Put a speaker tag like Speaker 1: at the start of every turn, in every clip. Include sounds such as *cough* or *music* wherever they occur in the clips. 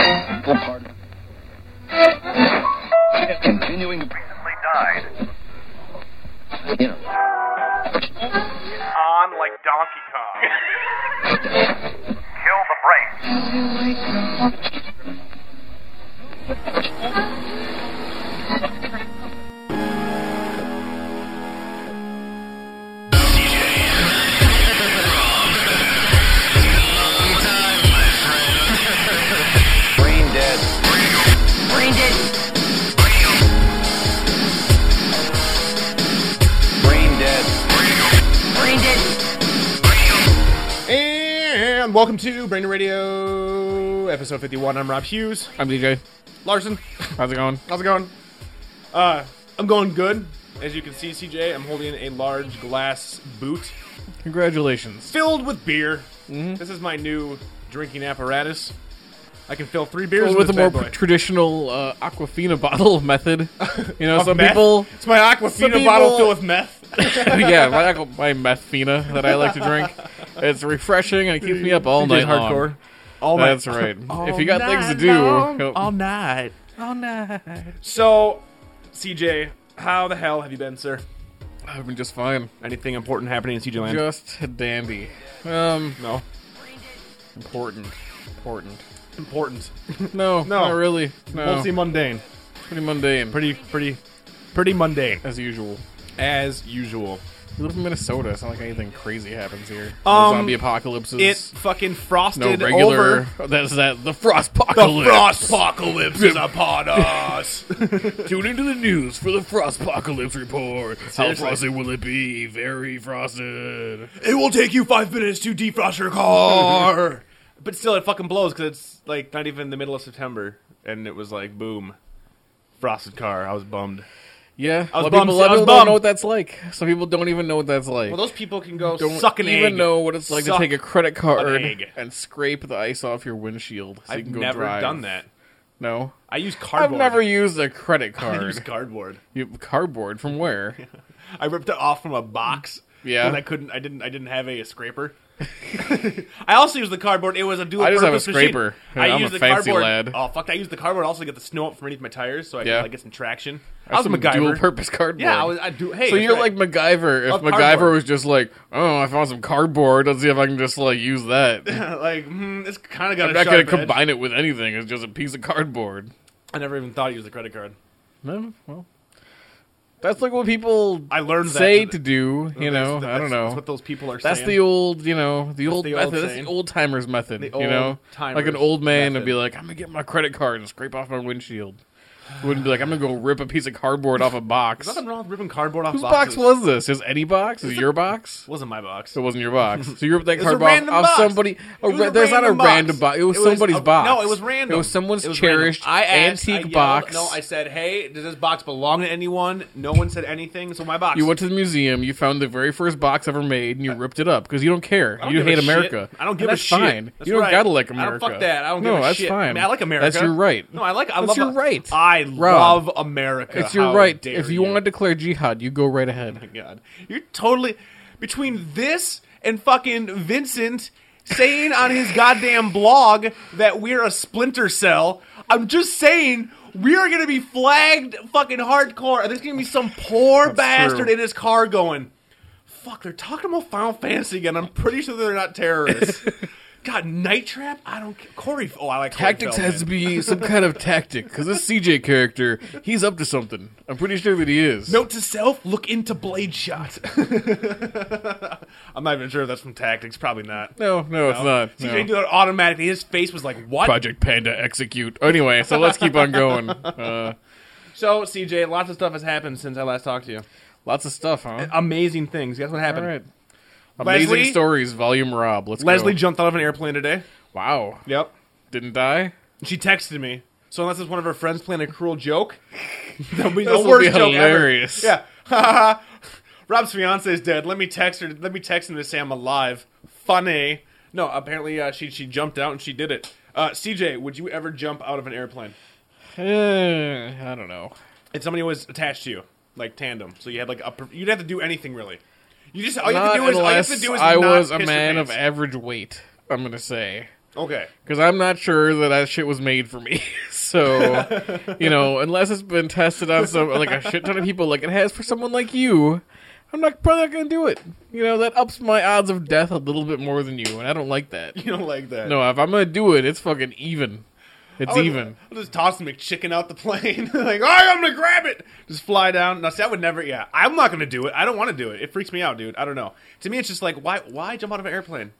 Speaker 1: Pardon. Continuing to
Speaker 2: died
Speaker 1: you know,
Speaker 2: on like Donkey Kong. Kill the brakes.
Speaker 3: Brain dead.
Speaker 4: Brain dead.
Speaker 3: Brain dead.
Speaker 4: Brain dead.
Speaker 5: And welcome to Brain Radio, episode 51. I'm Rob Hughes.
Speaker 6: I'm DJ.
Speaker 5: Larson,
Speaker 6: How's it going?
Speaker 5: how's it going? Uh, I'm going good. As you can see, CJ, I'm holding a large glass boot
Speaker 6: Congratulations.
Speaker 5: filled with beer.
Speaker 6: Mm-hmm.
Speaker 5: This is my new drinking apparatus. I can fill three beers in
Speaker 6: With a
Speaker 5: this
Speaker 6: more
Speaker 5: bad boy.
Speaker 6: traditional uh, Aquafina *laughs* bottle method. You
Speaker 5: *laughs*
Speaker 6: know,
Speaker 5: Of
Speaker 6: some
Speaker 5: meth?
Speaker 6: people. *laughs*
Speaker 5: It's my Aquafina
Speaker 6: some
Speaker 5: bottle
Speaker 6: people-
Speaker 5: filled with meth.
Speaker 6: yeah, my, aqua- my methfina that I like to drink. It's refreshing and it keeps me up *laughs* all night
Speaker 5: DJ's
Speaker 6: long.
Speaker 5: hardcore. All
Speaker 6: That's
Speaker 5: *laughs*
Speaker 6: right. if you got things to do, oh, you know,
Speaker 5: night. All night. So, CJ, how the hell have you been, sir?
Speaker 6: I've been just fine.
Speaker 5: Anything important happening in CJ Land?
Speaker 6: Just a dandy. Um,
Speaker 5: no.
Speaker 6: important. Important.
Speaker 5: Important.
Speaker 6: No,
Speaker 5: *laughs* No.
Speaker 6: not really. No,
Speaker 5: Mostly mundane.
Speaker 6: pretty mundane.
Speaker 5: Oh. Pretty, pretty, pretty mundane
Speaker 6: as usual.
Speaker 5: as usual.
Speaker 6: We live in Minnesota. It's not like anything crazy happens here.
Speaker 5: Um,
Speaker 6: no zombie apocalypses.
Speaker 5: It fucking
Speaker 6: no
Speaker 5: frosted
Speaker 6: regular.
Speaker 5: over.
Speaker 6: That's Oh, that. The frost
Speaker 5: The
Speaker 6: apocalypse.
Speaker 5: frost apocalypse
Speaker 6: *laughs*
Speaker 5: is upon us.
Speaker 6: Tune into the news for the Frost Apocalypse Report.
Speaker 5: Seriously.
Speaker 6: How frosted will it be? Very frosted.
Speaker 5: it will take you five minutes to defrost your car. *laughs* but still, it fucking blows because it's like not even the middle of September, and it was like boom, frosted car. I was bummed.
Speaker 6: Yeah,
Speaker 5: I was
Speaker 6: a
Speaker 5: bummed,
Speaker 6: lot of people,
Speaker 5: I
Speaker 6: a lot of
Speaker 5: was
Speaker 6: people don't
Speaker 5: bummed.
Speaker 6: know what that's like. Some people don't even know what that's like.
Speaker 5: Well, those people can go
Speaker 6: don't
Speaker 5: suck an
Speaker 6: even
Speaker 5: egg.
Speaker 6: know what it's like
Speaker 5: Suck
Speaker 6: to take a credit card
Speaker 5: egg.
Speaker 6: and scrape the ice off your windshield. So you
Speaker 5: I've
Speaker 6: can go
Speaker 5: never
Speaker 6: drive.
Speaker 5: done that.
Speaker 6: No,
Speaker 5: I use cardboard.
Speaker 6: I've never used a credit
Speaker 5: *laughs* I
Speaker 6: card.
Speaker 5: use cardboard.
Speaker 6: You- cardboard from where?
Speaker 5: *laughs* I ripped it off from a box.
Speaker 6: Yeah.
Speaker 5: And I couldn't. I didn't. I didn't have a, scraper. *laughs* I also used the cardboard. It was a dual.
Speaker 6: I just have a
Speaker 5: purpose machine.
Speaker 6: scraper.
Speaker 5: I
Speaker 6: I'm
Speaker 5: used the
Speaker 6: a fancy
Speaker 5: cardboard.
Speaker 6: lad.
Speaker 5: Oh fuck! I used the cardboard also to get the snow up from underneath my tires, so I
Speaker 6: Yeah.
Speaker 5: could like get some traction. I
Speaker 6: That's
Speaker 5: was
Speaker 6: some
Speaker 5: MacGyver.
Speaker 6: dual purpose cardboard.
Speaker 5: Yeah, I was. I do. Hey,
Speaker 6: so
Speaker 5: that's
Speaker 6: you're
Speaker 5: right.
Speaker 6: like MacGyver. If
Speaker 5: Of
Speaker 6: MacGyver
Speaker 5: cardboard.
Speaker 6: was just like, oh, I found some cardboard. Let's see if I can just like use
Speaker 5: *laughs*
Speaker 6: that.
Speaker 5: like hmm, it's kind of got.
Speaker 6: I'm
Speaker 5: a
Speaker 6: not
Speaker 5: sharp
Speaker 6: gonna
Speaker 5: edge.
Speaker 6: combine it with anything. It's just a piece of cardboard.
Speaker 5: I never even thought I used the credit card.
Speaker 6: No, well, that's like what people
Speaker 5: I learned that
Speaker 6: say
Speaker 5: to-
Speaker 6: to do. You know,
Speaker 5: That's-
Speaker 6: I
Speaker 5: that's- That's
Speaker 6: don't know.
Speaker 5: what those people are
Speaker 6: That's
Speaker 5: saying.
Speaker 6: the old, you know, the old
Speaker 5: the old
Speaker 6: method. that's
Speaker 5: saying.
Speaker 6: the old timers method.
Speaker 5: The
Speaker 6: you know,
Speaker 5: old-timers
Speaker 6: like an old man
Speaker 5: method.
Speaker 6: would be like, "I'm gonna get my credit card and scrape off my windshield." Wouldn't be like, "I'm gonna go rip a piece of cardboard off a box."
Speaker 5: Nothing wrong with ripping cardboard off
Speaker 6: Whose box
Speaker 5: boxes.
Speaker 6: was this? Is any box? Is your box?
Speaker 5: Wasn't my box.
Speaker 6: So it wasn't your box. So you ripped that
Speaker 5: was a
Speaker 6: cardboard off
Speaker 5: random box.
Speaker 6: somebody. A
Speaker 5: It was
Speaker 6: ra-
Speaker 5: a
Speaker 6: there's not a
Speaker 5: random box.
Speaker 6: random box. It was
Speaker 5: It was
Speaker 6: somebody's
Speaker 5: a-
Speaker 6: box.
Speaker 5: no, it was random.
Speaker 6: It was someone's
Speaker 5: It was random.
Speaker 6: cherished
Speaker 5: I asked, I
Speaker 6: antique
Speaker 5: yelled-
Speaker 6: box.
Speaker 5: No, I said, "Hey, does this box belong to anyone?" No one said anything, so my box.
Speaker 6: You went to the museum, you found the very first box ever made, and you ripped it up because you don't care.
Speaker 5: don't
Speaker 6: you
Speaker 5: give a
Speaker 6: hate
Speaker 5: shit.
Speaker 6: America.
Speaker 5: I don't
Speaker 6: And
Speaker 5: give a
Speaker 6: that's
Speaker 5: shit.
Speaker 6: fine.
Speaker 5: That's
Speaker 6: you don't
Speaker 5: right.
Speaker 6: gotta like
Speaker 5: I don't-
Speaker 6: America.
Speaker 5: fuck that. I don't give
Speaker 6: no,
Speaker 5: a
Speaker 6: that's
Speaker 5: shit.
Speaker 6: fine.
Speaker 5: I mean, I like America.
Speaker 6: That's your right.
Speaker 5: no, I like. I
Speaker 6: that's
Speaker 5: love
Speaker 6: your right.
Speaker 5: I
Speaker 6: Rob.
Speaker 5: love America.
Speaker 6: it's your
Speaker 5: How
Speaker 6: right.
Speaker 5: dare
Speaker 6: If you, want to declare jihad, you go right ahead.
Speaker 5: God, you're totally between this and fucking Vincent saying on his goddamn blog that we're a splinter cell. I'm just saying we are gonna be flagged fucking hardcore. There's gonna be some poor bastard
Speaker 6: true.
Speaker 5: in his car going, "Fuck, they're talking about Final Fantasy again." I'm pretty sure they're not terrorists.
Speaker 6: *laughs*
Speaker 5: God, Night Trap. I don't. ca- Corey. Oh, I like Corey
Speaker 6: Tactics has to
Speaker 5: Feldman.
Speaker 6: be some kind of tactic because this CJ character, he's up to something. I'm pretty sure that he is.
Speaker 5: Note to self: Look into Blade
Speaker 6: *laughs*
Speaker 5: Shot. *laughs* I'm not even sure if that's from Tactics. Probably not.
Speaker 6: no, no, it's not.
Speaker 5: CJ
Speaker 6: No.
Speaker 5: did it automatically. His face was like, "What?"
Speaker 6: Project Panda execute. Anyway, so let's keep
Speaker 5: *laughs*
Speaker 6: on going. Uh,
Speaker 5: So CJ, lots of stuff has happened since I last talked to you.
Speaker 6: lots of stuff, huh?
Speaker 5: Amazing things. Guess what
Speaker 6: All
Speaker 5: happened?
Speaker 6: right.
Speaker 5: Uh, Leslie-
Speaker 6: Amazing stories, volume Rob. Let's
Speaker 5: Leslie
Speaker 6: go.
Speaker 5: jumped out of an airplane today.
Speaker 6: wow.
Speaker 5: Yep.
Speaker 6: Didn't die.
Speaker 5: She texted me. So unless it's one of her friends playing a cruel joke, *laughs* that'll be the
Speaker 6: This will
Speaker 5: worst
Speaker 6: be
Speaker 5: joke ever.
Speaker 6: hilarious.
Speaker 5: Yeah. *laughs* Rob's fiance is dead. Let me text her. Let me text him to say I'm alive. Funny. No, apparently uh, she she jumped out and she did it. Uh, CJ, would you ever jump out of an airplane?
Speaker 6: Eh, I don't know.
Speaker 5: and somebody was attached to you, like tandem. So you had like a per- you'd have to do anything really. You just all you have
Speaker 6: Not
Speaker 5: to do is all you have
Speaker 6: unless
Speaker 5: to do is
Speaker 6: I
Speaker 5: not
Speaker 6: was a
Speaker 5: piss your
Speaker 6: man of
Speaker 5: pants.
Speaker 6: average weight. I'm gonna say
Speaker 5: Okay. *laughs*
Speaker 6: because I'm not sure that that shit was made for me. *laughs* so, you know, unless it's been tested on some like a shit ton of people, like it has for someone like you, I'm not probably not gonna do it. You know, that ups my odds of death a little bit more than you, and I don't like that.
Speaker 5: You don't like that.
Speaker 6: No, if I'm gonna do it, it's fucking even. It's
Speaker 5: I would-
Speaker 6: even.
Speaker 5: I'll just toss the McChicken out the plane. *laughs* like, all right, I'm gonna grab it. Just fly down. No, see, I would never. Yeah, I'm not gonna do it. I don't want to do it. It freaks me out, dude. I don't know. To me, it's just like, why? Why jump out of an airplane?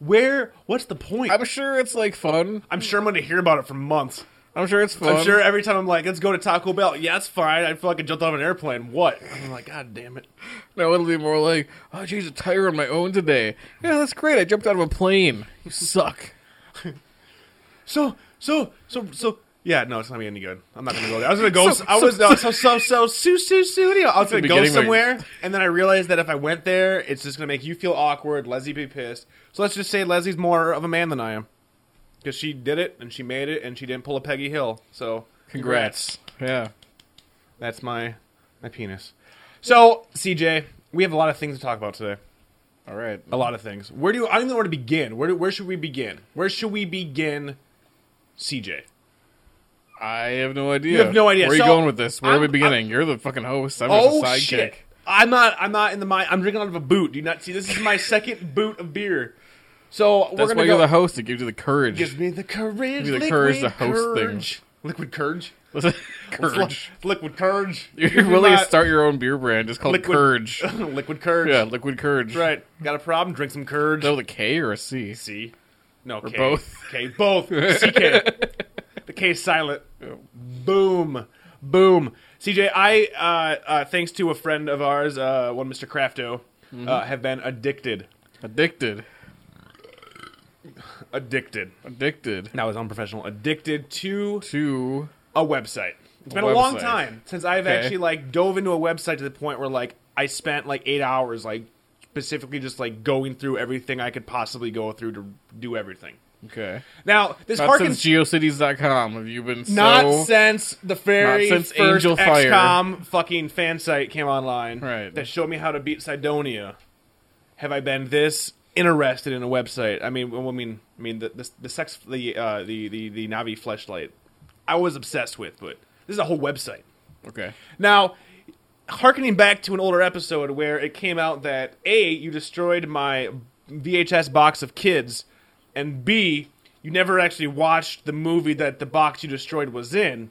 Speaker 5: Where? What's the point?
Speaker 6: I'm sure it's like fun.
Speaker 5: I'm sure I'm gonna hear about it for months.
Speaker 6: I'm sure it's fun.
Speaker 5: I'm sure every time I'm like, let's go to Taco Bell. Yeah, it's fine. I feel like I jumped out of an airplane. What? I'm like, God damn it.
Speaker 6: No, it'll be more like, oh, geez, a tire on my own today. Yeah, that's great. I jumped out of a plane. You suck.
Speaker 5: So, so, so, so. Yeah, no, it's not gonna be any good. I'm not gonna go there. I was gonna go. I was no, so, so, so, so, so, studio. I was gonna go
Speaker 6: beginning, like-
Speaker 5: somewhere, and then I realized that if I went there, it's just gonna make you feel awkward. Leslie be pissed. So let's just say Leslie's more of a man than I am, because she did it and she made it and she didn't pull a Peggy Hill. So
Speaker 6: Congrats. Yeah.
Speaker 5: That's my my penis. So CJ, we have a lot of things to talk about today.
Speaker 6: All right.
Speaker 5: A lot of things. Where do you, I don't know where to begin? Where do, where should we begin? Where should we begin, CJ?
Speaker 6: I have no idea.
Speaker 5: have no idea.
Speaker 6: Where are
Speaker 5: So,
Speaker 6: you going with this? Where are we
Speaker 5: I'm-
Speaker 6: beginning? You're the fucking host. I'm
Speaker 5: Oh
Speaker 6: just a sidekick.
Speaker 5: shit! I'm not. I'm not in the mind. I'm drinking out of a boot. Do you not see? This is my second boot of beer. So we're
Speaker 6: That's
Speaker 5: gonna
Speaker 6: why
Speaker 5: go.
Speaker 6: you're the host. It gives you the courage.
Speaker 5: Gives
Speaker 6: *laughs*
Speaker 5: me the courage.
Speaker 6: Gives you
Speaker 5: liquid
Speaker 6: the courage to host
Speaker 5: courage. Liquid courage. *laughs*
Speaker 6: courage.
Speaker 5: Liquid courage.
Speaker 6: *laughs* You're
Speaker 5: If
Speaker 6: really
Speaker 5: not-
Speaker 6: start your own beer brand. Just called
Speaker 5: Liquid- *laughs*
Speaker 6: Courage.
Speaker 5: liquid courage.
Speaker 6: yeah, Liquid Courage.
Speaker 5: Right. Got a problem? Drink some courage.
Speaker 6: Is that with a K or a C?
Speaker 5: C. No, K.
Speaker 6: both.
Speaker 5: K. Both. CK. The K is silent. Boom. Boom. CJ, I, uh, uh, thanks to a friend of ours, uh, one Mr. Crafto,
Speaker 6: Mm-hmm.
Speaker 5: uh, have been addicted.
Speaker 6: Addicted.
Speaker 5: Addicted.
Speaker 6: Addicted
Speaker 5: That was unprofessional. Addicted to
Speaker 6: to
Speaker 5: a website. It's been
Speaker 6: A
Speaker 5: a, long
Speaker 6: website.
Speaker 5: time since I've
Speaker 6: Okay.
Speaker 5: actually, like, dove into a website to the point where, like, I spent, like, eight hours, like, specifically just, like, going through everything I could possibly go through to do everything.
Speaker 6: okay.
Speaker 5: Now, this
Speaker 6: Not
Speaker 5: harkens
Speaker 6: since geocities.com have you been
Speaker 5: Not
Speaker 6: so
Speaker 5: since the very
Speaker 6: Not since
Speaker 5: first
Speaker 6: Angel Fire.
Speaker 5: XCOM fucking fan site came online
Speaker 6: Right.
Speaker 5: that showed me how to beat Sidonia. Have I been this interested in a website? I mean, well, I mean, I mean the the, the sex the uh, the the the Navi fleshlight. I was obsessed with, but this is a whole website.
Speaker 6: okay?
Speaker 5: Now, harkening back to an older episode where it came out that A, you destroyed my VHS box of kids, and B, you never actually watched the movie that the box you destroyed was in.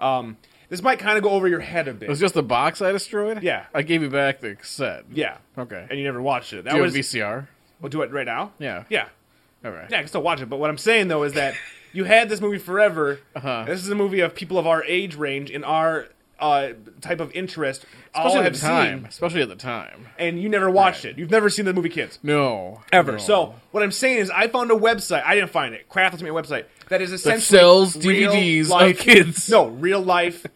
Speaker 5: Um, this might kind of go over your head a bit.
Speaker 6: It was just the box I destroyed.
Speaker 5: Yeah.
Speaker 6: I gave you back the cassette.
Speaker 5: yeah.
Speaker 6: Okay.
Speaker 5: And you never watched it. That
Speaker 6: Do you
Speaker 5: was.
Speaker 6: have VCR?
Speaker 5: we'll do it right now.
Speaker 6: Yeah.
Speaker 5: Yeah.
Speaker 6: All right.
Speaker 5: Yeah, I can still watch it. But what I'm saying though is
Speaker 6: *laughs*
Speaker 5: that you had this movie forever.
Speaker 6: Uh-huh.
Speaker 5: This is a movie of people of our age range in our uh, type of interest. all
Speaker 6: Especially at
Speaker 5: have
Speaker 6: the time.
Speaker 5: seen.
Speaker 6: Especially at the time.
Speaker 5: and you never watched it. You've never seen the movie Kids
Speaker 6: No.
Speaker 5: ever.
Speaker 6: No.
Speaker 5: So what I'm saying is, I found a website. I didn't find it. Craft me a website that is essentially
Speaker 6: sells
Speaker 5: real
Speaker 6: DVDs of
Speaker 5: *laughs* life-
Speaker 6: kids.
Speaker 5: No, real life,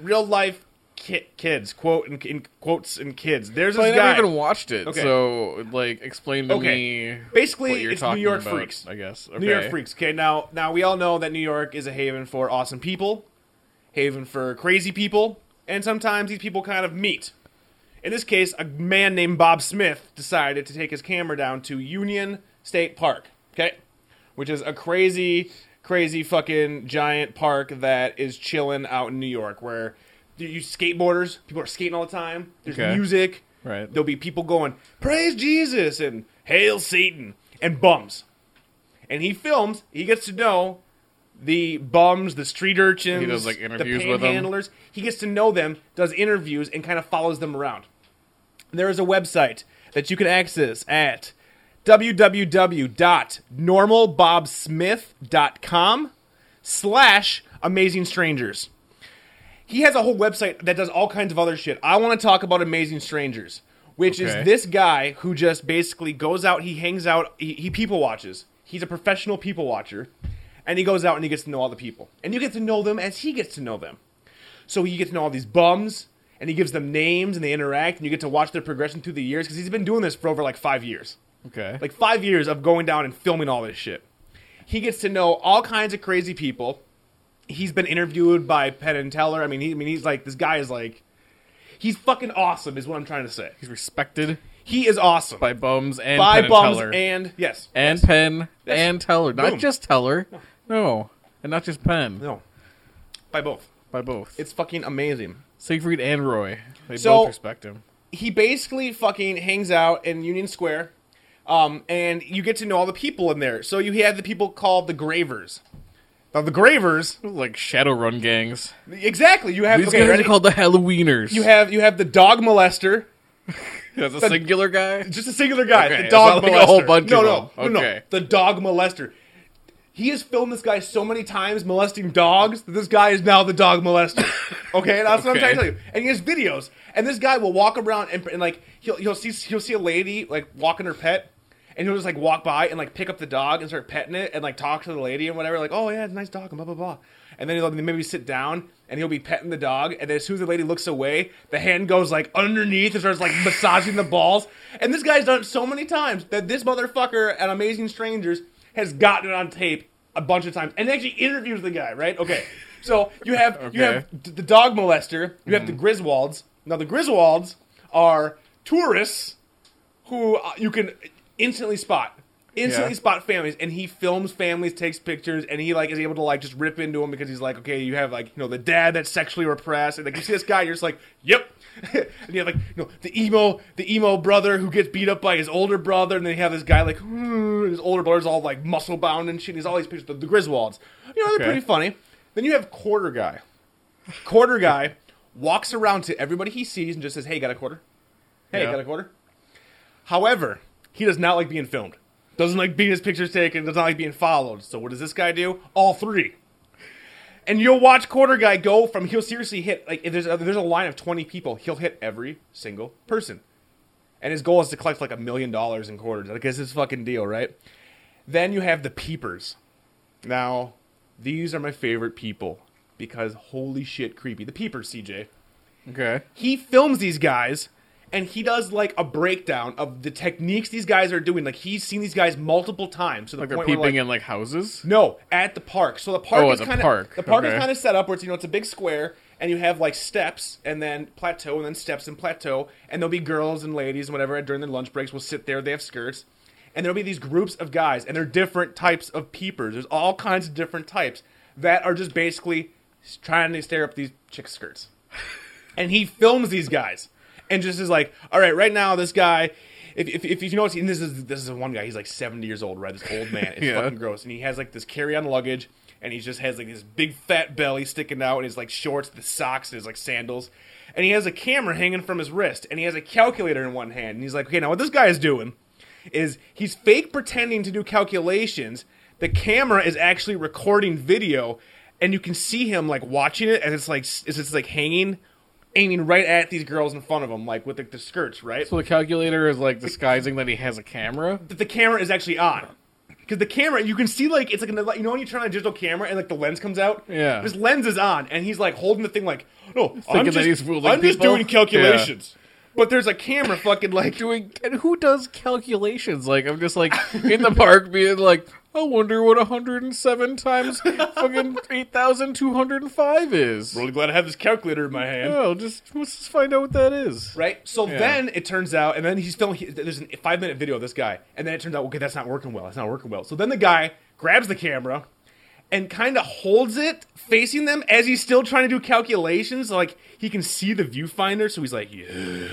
Speaker 5: real life ki- kids. Quote in, in quotes and kids. There's
Speaker 6: *laughs* But I
Speaker 5: this
Speaker 6: never
Speaker 5: guy.
Speaker 6: even watched it.
Speaker 5: Okay.
Speaker 6: So, like, explain to
Speaker 5: Okay.
Speaker 6: me.
Speaker 5: Basically,
Speaker 6: what you're
Speaker 5: it's New
Speaker 6: talking
Speaker 5: York
Speaker 6: about,
Speaker 5: Freaks.
Speaker 6: I guess. Okay.
Speaker 5: New York freaks. Okay, now now we all know that New York is a haven for awesome people, haven for crazy people, and sometimes these people kind of meet. In this case, a man named Bob Smith decided to take his camera down to Union State Park. Okay, which is a crazy, crazy fucking giant park that is chilling out in New York, where you- you skateboarders, people are skating all the time. There's
Speaker 6: Okay.
Speaker 5: music.
Speaker 6: Right.
Speaker 5: There'll be people going, "Praise Jesus" and "Hail Satan" and bums and he films. He gets to know the bums, the street urchins,
Speaker 6: He does, like, interviews
Speaker 5: the
Speaker 6: with 'em.
Speaker 5: panhandlers. He gets to know them, does interviews, and kind of follows them around. There is a website that you can access at www.normalbobsmith.com slash amazing strangers. He has a whole website that does all kinds of other shit. I want to talk about Amazing Strangers, which
Speaker 6: Okay.
Speaker 5: is this guy who just basically goes out, he hangs out, he, he people watches. He's a professional people watcher, and he goes out and he gets to know all the people. And you get to know them as he gets to know them. So you get to know all these bums, and he gives them names, and they interact, and you get to watch their progression through the years because he's been doing this for over like five years
Speaker 6: Okay.
Speaker 5: like five years of going down and filming all this shit. He gets to know all kinds of crazy people. He's been interviewed by Penn and Teller. I mean, he, I mean, he's like this guy is like, he's fucking awesome, is what I'm trying to say.
Speaker 6: he's respected.
Speaker 5: He is awesome.
Speaker 6: by bums and
Speaker 5: By
Speaker 6: Penn
Speaker 5: bums
Speaker 6: and Teller.
Speaker 5: and yes,
Speaker 6: and Penn
Speaker 5: Yes.
Speaker 6: and Teller, not
Speaker 5: Boom.
Speaker 6: just Teller, no, and not just Penn,
Speaker 5: no, by both.
Speaker 6: by both.
Speaker 5: It's fucking amazing.
Speaker 6: Siegfried and Roy. They
Speaker 5: So-
Speaker 6: both respect him.
Speaker 5: he basically fucking hangs out in Union Square, um, and you get to know all the people in there. So you have the people called the Gravers. Now the Gravers,
Speaker 6: Like Shadowrun gangs.
Speaker 5: exactly. You have
Speaker 6: These
Speaker 5: okay,
Speaker 6: guys
Speaker 5: ready?
Speaker 6: are called the Halloweeners.
Speaker 5: you have you have the dog molester,
Speaker 6: That's a singular
Speaker 5: *laughs*
Speaker 6: guy.
Speaker 5: just a singular guy.
Speaker 6: Okay,
Speaker 5: the
Speaker 6: it's
Speaker 5: dog
Speaker 6: not like
Speaker 5: molester.
Speaker 6: a whole bunch
Speaker 5: no,
Speaker 6: of
Speaker 5: no,
Speaker 6: them.
Speaker 5: no, no.
Speaker 6: Okay.
Speaker 5: The dog molester. He has filmed this guy so many times molesting dogs that this guy is now the dog
Speaker 6: *laughs*
Speaker 5: molester. Okay, that's what I'm trying
Speaker 6: Okay.
Speaker 5: to tell you. And he has videos. And this guy will walk around and, and like he'll he'll see he'll see a lady like walking her pet, and he'll just like walk by and like pick up the dog and start petting it and like talk to the lady and whatever. Like, oh yeah, it's a nice dog and blah blah blah. And then he'll maybe sit down and he'll be petting the dog. And as soon as the lady looks away, the hand goes like underneath and starts like massaging the balls. And this guy's done it so many times that this motherfucker at Amazing Strangers has gotten it on tape a bunch of times and actually interviews the guy, right? Okay. So you have you
Speaker 6: Okay.
Speaker 5: have d- the dog molester, you have the
Speaker 6: Mm-hmm.
Speaker 5: Griswolds. Now the Griswolds are tourists who uh, you can instantly spot. Instantly
Speaker 6: Yeah.
Speaker 5: spot families and he films families, takes pictures and he like is able to like just rip into them because he's like, okay, you have like, you know, the dad that's sexually repressed and like you see this guy, you're just like, yep. *laughs* and you have like, you know, the emo, the emo brother who gets beat up by his older brother and then you have this guy like, "Hmm," his older brother's all like muscle bound and shit. And he's all these pictures of the Griswolds. You know, they're
Speaker 6: Okay.
Speaker 5: pretty funny. Then you have quarter guy quarter guy walks around to everybody he sees and just says, "Hey, got a quarter? Hey,
Speaker 6: Yeah.
Speaker 5: got a quarter?" However, he does not like being filmed. Doesn't like being his pictures taken. Does not like being followed. So what does this guy do? All three. And you'll watch quarter guy go from he'll seriously hit like if there's a, there's a line of twenty people, he'll hit every single person. And his goal is to collect like a million dollars in quarters. Like this is his fucking deal, right? Then you have the peepers. Now, these are my favorite people because holy shit, creepy. The peepers, CJ.
Speaker 6: Okay.
Speaker 5: He films these guys and he does like a breakdown of the techniques these guys are doing. Like he's seen these guys multiple times to the
Speaker 6: Like they're
Speaker 5: point
Speaker 6: peeping
Speaker 5: where like,
Speaker 6: in like houses.
Speaker 5: no, at the park. So the park
Speaker 6: Oh, at
Speaker 5: is
Speaker 6: the
Speaker 5: kind of
Speaker 6: park.
Speaker 5: the park is
Speaker 6: Okay.
Speaker 5: kind of set up where it's you know it's a big square and you have like steps and then plateau and then steps and plateau and there'll be girls and ladies and whatever and during their lunch breaks will sit there they have skirts and there'll be these groups of guys and they're different types of peepers. There's all kinds of different types that are just basically s- trying to stare up these chick
Speaker 6: *laughs*
Speaker 5: skirts and he films these guys and just is like all right right now this guy if, if, if you notice and this is this is one guy he's like 70 years old right this old man it's
Speaker 6: *laughs* Yeah.
Speaker 5: fucking gross and he has like this carry-on luggage and he just has like this big fat belly sticking out and his like shorts the socks and his like sandals and he has a camera hanging from his wrist and he has a calculator in one hand and he's like okay now what this guy is doing is he's fake pretending to do calculations. The camera is actually recording video, and you can see him like watching it, and it's like s- it's just like hanging, aiming right at these girls in front of him, like with like, the skirts, right?
Speaker 6: So the calculator is like disguising that he has a camera.
Speaker 5: that the camera is actually on. Because the camera, you can see like it's like an, you know when you turn on a digital camera and like the lens comes out.
Speaker 6: Yeah.
Speaker 5: His lens is on, and he's like holding the thing like, no, I'm,
Speaker 6: that
Speaker 5: just,
Speaker 6: he's fooling
Speaker 5: I'm just
Speaker 6: people."
Speaker 5: doing calculations. But there's a camera fucking like *laughs*
Speaker 6: Doing and who does calculations? Like I'm just like in the park being like, I wonder what 107 times fucking 8,205 is.
Speaker 5: Really glad I have this calculator in my hand.
Speaker 6: Oh, just let's just find out what that is.
Speaker 5: Right. So then it turns out, and then he's filming. He, there's a five minute video of this guy, and then it turns out, okay, that's not working well. That's not working well. So then the guy grabs the camera and kind of holds it facing them as he's still trying to do calculations. So, like he can see the viewfinder, so he's like, yeah.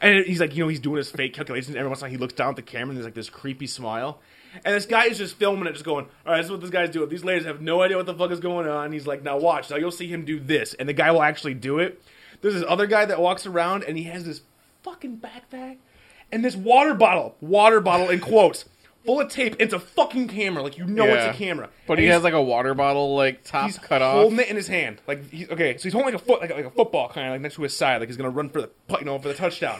Speaker 5: And he's like, you know, he's doing his fake calculations. Every once in a while, he looks down at the camera and there's like this creepy smile. And this guy is just filming it, just going, all right, this is what this guy's doing. These ladies have no idea what the fuck is going on. He's like, now watch. Now you'll see him do this. And the guy will actually do it. There's this other guy that walks around and he has this fucking backpack and this water bottle, water bottle in quotes, full of tape. It's a fucking camera. Like, you know
Speaker 6: Yeah.
Speaker 5: it's a camera.
Speaker 6: But
Speaker 5: And
Speaker 6: he
Speaker 5: he's-
Speaker 6: has like a water bottle like top
Speaker 5: He's
Speaker 6: cut off.
Speaker 5: holding it in his hand, like he's okay. So he's holding like a foot, like a, like a football, kind of like next to his side, like he's gonna run for the pu- you know for the touchdown.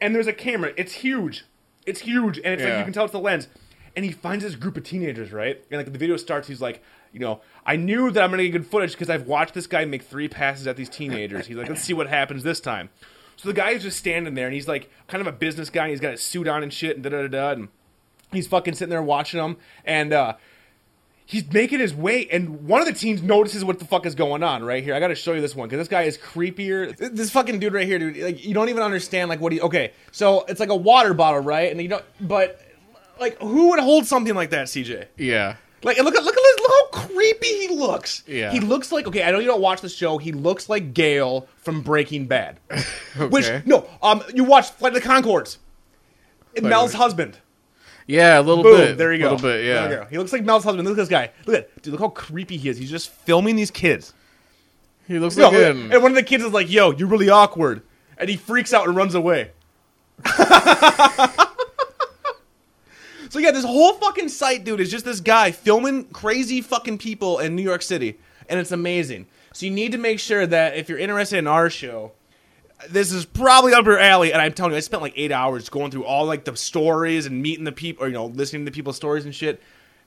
Speaker 5: And there's a camera. It's huge. It's huge, and it's like
Speaker 6: Yeah.
Speaker 5: you can tell it's the lens. And he finds this group of teenagers, right? And like the video starts, he's like, you know, I knew that I'm gonna get good footage because I've watched this guy make three passes at these teenagers. He's like, let's see what happens this time. So the guy is just standing there, and he's like, kind of a business guy. And he's got his suit on and shit, and da da da da. And he's fucking sitting there watching them, and uh,
Speaker 7: he's making his way, and one of the teams notices what the fuck is going on right here. I got to show you this one because this guy is creepier.
Speaker 5: this fucking dude right here, dude. Like you don't even understand like what he. Okay, so it's like a water bottle, right? And you don't. But like, who would hold something like that, CJ?
Speaker 6: Yeah.
Speaker 5: Like, look at look at look how creepy he looks.
Speaker 6: Yeah.
Speaker 5: He looks like okay. I know you don't watch the show. He looks like Gale from
Speaker 7: *laughs*
Speaker 5: Breaking Bad. Which
Speaker 6: Okay.
Speaker 5: no, um, you watched Flight of the Concords. Mel's
Speaker 6: the-
Speaker 5: husband.
Speaker 6: Yeah, a little
Speaker 5: Boom.
Speaker 6: bit.
Speaker 5: There you go.
Speaker 6: A little bit, yeah.
Speaker 5: There you go. He looks like Mel's husband. Look at this guy. Look at dude. Look how creepy he is. He's just filming these kids.
Speaker 6: He looks
Speaker 5: No,
Speaker 6: like him.
Speaker 5: and one of the kids is like, "Yo, you're really awkward," and he freaks out and runs away. *laughs* so yeah, this whole fucking site, dude, is just this guy filming crazy fucking people in New York City, and it's amazing. So you need to make sure that if you're interested in our show, this is probably up your alley. And I'm telling you, I spent like eight hours going through all like the stories and meeting the people, or you know, listening to people's stories and shit.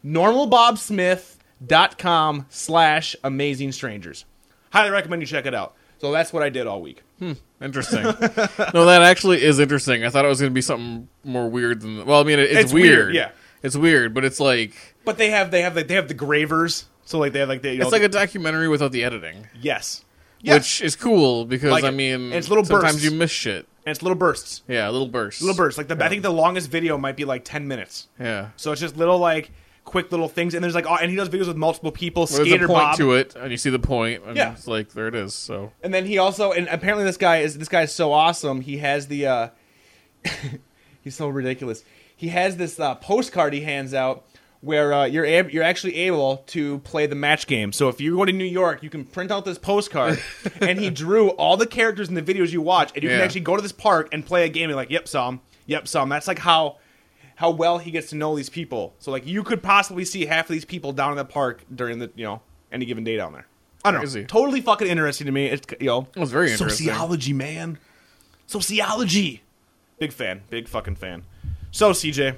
Speaker 5: NormalBobSmith.com slash Amazing Strangers. Highly recommend you check it out. So that's what I did all week. *laughs*
Speaker 6: Interesting. no, that actually is interesting. I thought it was going to be something more weird than. Well, I mean, it, it's,
Speaker 5: It's weird, yeah.
Speaker 6: It's weird, but it's like
Speaker 5: But they have they have like they have the gravers. So like they have like they you know,
Speaker 6: it's like a documentary without the editing,
Speaker 5: yes, yes,
Speaker 6: which is cool because
Speaker 5: Like
Speaker 6: I
Speaker 5: it.
Speaker 6: mean,
Speaker 5: And it's little
Speaker 6: sometimes
Speaker 5: bursts.
Speaker 6: you miss shit.
Speaker 5: and it's little bursts,
Speaker 6: Yeah, little bursts.
Speaker 5: little bursts. Like the I think the longest video might be like ten minutes.
Speaker 6: Yeah.
Speaker 5: So it's just little like quick little things, and there's like oh, and he does videos with multiple people.
Speaker 6: Well, There's
Speaker 5: Skater
Speaker 6: a point
Speaker 5: Bob,
Speaker 6: to it, and you see the point, and
Speaker 5: Yeah.
Speaker 6: it's like there it is. So
Speaker 5: and then he also and apparently this guy is this guy is so awesome. He has the uh *laughs* he's so ridiculous. He has this uh, postcard he hands out where uh, you're ab- you're actually able to play the match game. So if you go to New York, you can print out this postcard, and he drew all the characters in the videos you watch, and you can
Speaker 6: Yeah.
Speaker 5: actually go to this park and play a game. And you're like, yep, some, yep, some. That's like how how well he gets to know these people. So like you could possibly see half of these people down in the park during the you know any given day down there. I don't know.
Speaker 6: Crazy.
Speaker 5: Totally fucking interesting to me. It's you know
Speaker 6: it was very interesting.
Speaker 5: sociology, man. Sociology. Big fan. Big fucking fan. So CJ,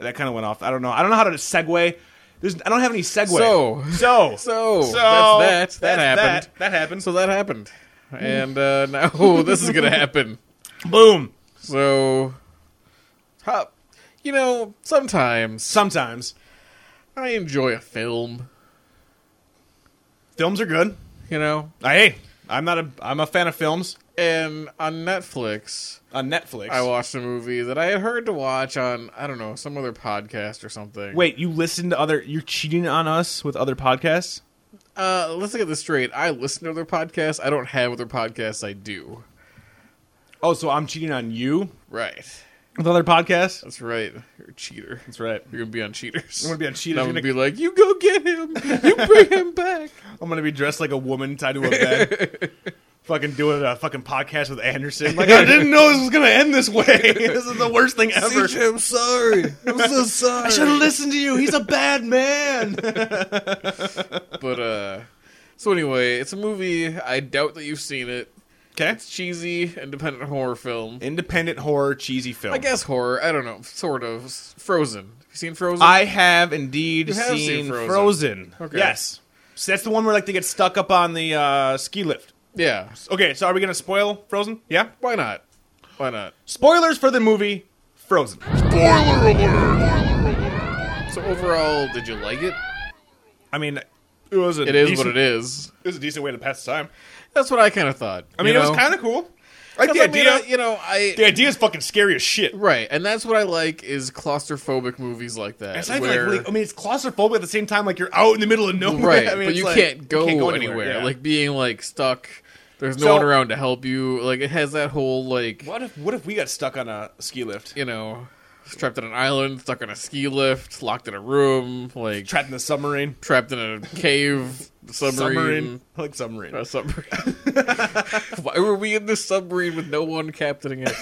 Speaker 5: that kind of went off. I don't know. I don't know how to segue. There's, I don't have any segue.
Speaker 6: So.
Speaker 5: so,
Speaker 6: *laughs* So,
Speaker 5: So,
Speaker 6: that's
Speaker 5: that's
Speaker 6: that. That happened.
Speaker 5: that. That happened.
Speaker 6: So that happened, *laughs* and uh, now *laughs* this is gonna happen.
Speaker 5: boom.
Speaker 6: So, hop. You know, sometimes
Speaker 5: Sometimes
Speaker 6: I enjoy a film.
Speaker 5: films are good.
Speaker 6: You know,
Speaker 5: Uh, hey, I'm not a. I'm a fan of films
Speaker 6: and on Netflix,
Speaker 5: on Netflix.
Speaker 6: I watched a movie that I had heard to watch on I don't know some other podcast or something.
Speaker 5: Wait, you listen to other? You're cheating on us with other podcasts?
Speaker 6: uh, let's get this straight. I listen to other podcasts. I don't have other podcasts. I do.
Speaker 5: Oh, so I'm cheating on you
Speaker 6: Right.
Speaker 5: with other podcasts?
Speaker 6: That's right. You're a cheater.
Speaker 5: That's right.
Speaker 6: You're gonna be on cheaters.
Speaker 5: I'm gonna be on Cheaters.
Speaker 6: I'm
Speaker 5: You're
Speaker 6: gonna
Speaker 5: gonna-
Speaker 6: be like, you go get him. You bring him back.
Speaker 5: I'm gonna be dressed like a woman tied to a bed. *laughs* fucking doing a fucking podcast with Anderson. *laughs* Like *laughs* I didn't know this was gonna end this way. *laughs* this is the worst thing *laughs*
Speaker 6: *laughs*
Speaker 5: ever.
Speaker 6: I'm sorry. I'm so *laughs* sorry.
Speaker 5: I should have listened to you. He's a bad man.
Speaker 6: But uh, so anyway, it's a movie. I doubt that you've seen it.
Speaker 5: *laughs* okay.
Speaker 6: It's cheesy, independent horror film.
Speaker 5: Independent horror cheesy film.
Speaker 6: I guess horror. I don't know. Sort of. S- Frozen. Have you seen Frozen?
Speaker 5: I have indeed
Speaker 6: You have
Speaker 5: seen,
Speaker 6: seen
Speaker 5: Frozen.
Speaker 6: Frozen. Okay.
Speaker 5: Yes. So that's the one where like they get stuck up on the uh, ski lift.
Speaker 6: yeah.
Speaker 5: Okay, so are we gonna spoil Frozen? Yeah.
Speaker 6: Why not? Why not?
Speaker 5: Spoilers for the movie Frozen.
Speaker 6: So overall, did you like it?
Speaker 5: I mean, it was a
Speaker 6: It is
Speaker 5: decent,
Speaker 6: what it is.
Speaker 5: It was a decent way to pass the time.
Speaker 6: That's what I kind of thought.
Speaker 5: I mean, it was kind of cool. Like the idea,
Speaker 6: you know, I
Speaker 5: the idea is fucking scary as shit.
Speaker 6: right, and that's what I like is claustrophobic movies like that.
Speaker 5: It's not even, like, *laughs*
Speaker 6: where,
Speaker 5: really- I mean, it's claustrophobic at the same time. Like you're out in the middle of nowhere. *laughs*
Speaker 6: right,
Speaker 5: I mean,
Speaker 6: but
Speaker 5: it's
Speaker 6: you
Speaker 5: like-
Speaker 6: can't go, anywhere.
Speaker 5: yeah.
Speaker 6: Like being like stuck. There's no
Speaker 5: So-
Speaker 6: one around to help you. Like it has that whole like
Speaker 5: what if what if we got stuck on a ski lift,
Speaker 6: you know, trapped on an island, stuck on a ski lift, locked in a room, like
Speaker 5: trapped in the submarine?
Speaker 6: trapped in a cave, submarine,
Speaker 5: I like submarine. *laughs*
Speaker 6: a submarine. Why were we in this submarine with no one captaining it?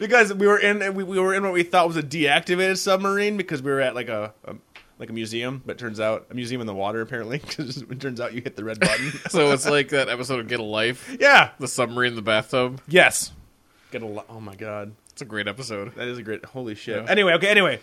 Speaker 5: Because we were in we, we were in what we thought was a deactivated submarine because we were at like a. a like a museum, but it turns out a museum in the water apparently. *laughs* Because it turns out you hit the red button.
Speaker 6: So it's like that episode of Get a Life,
Speaker 5: yeah.
Speaker 6: the submarine in the bathtub.
Speaker 5: Yes. Get a lot. Oh my god.
Speaker 6: It's a great episode.
Speaker 5: That is a great. Holy shit.
Speaker 6: Yeah.
Speaker 5: Anyway, okay. Anyway,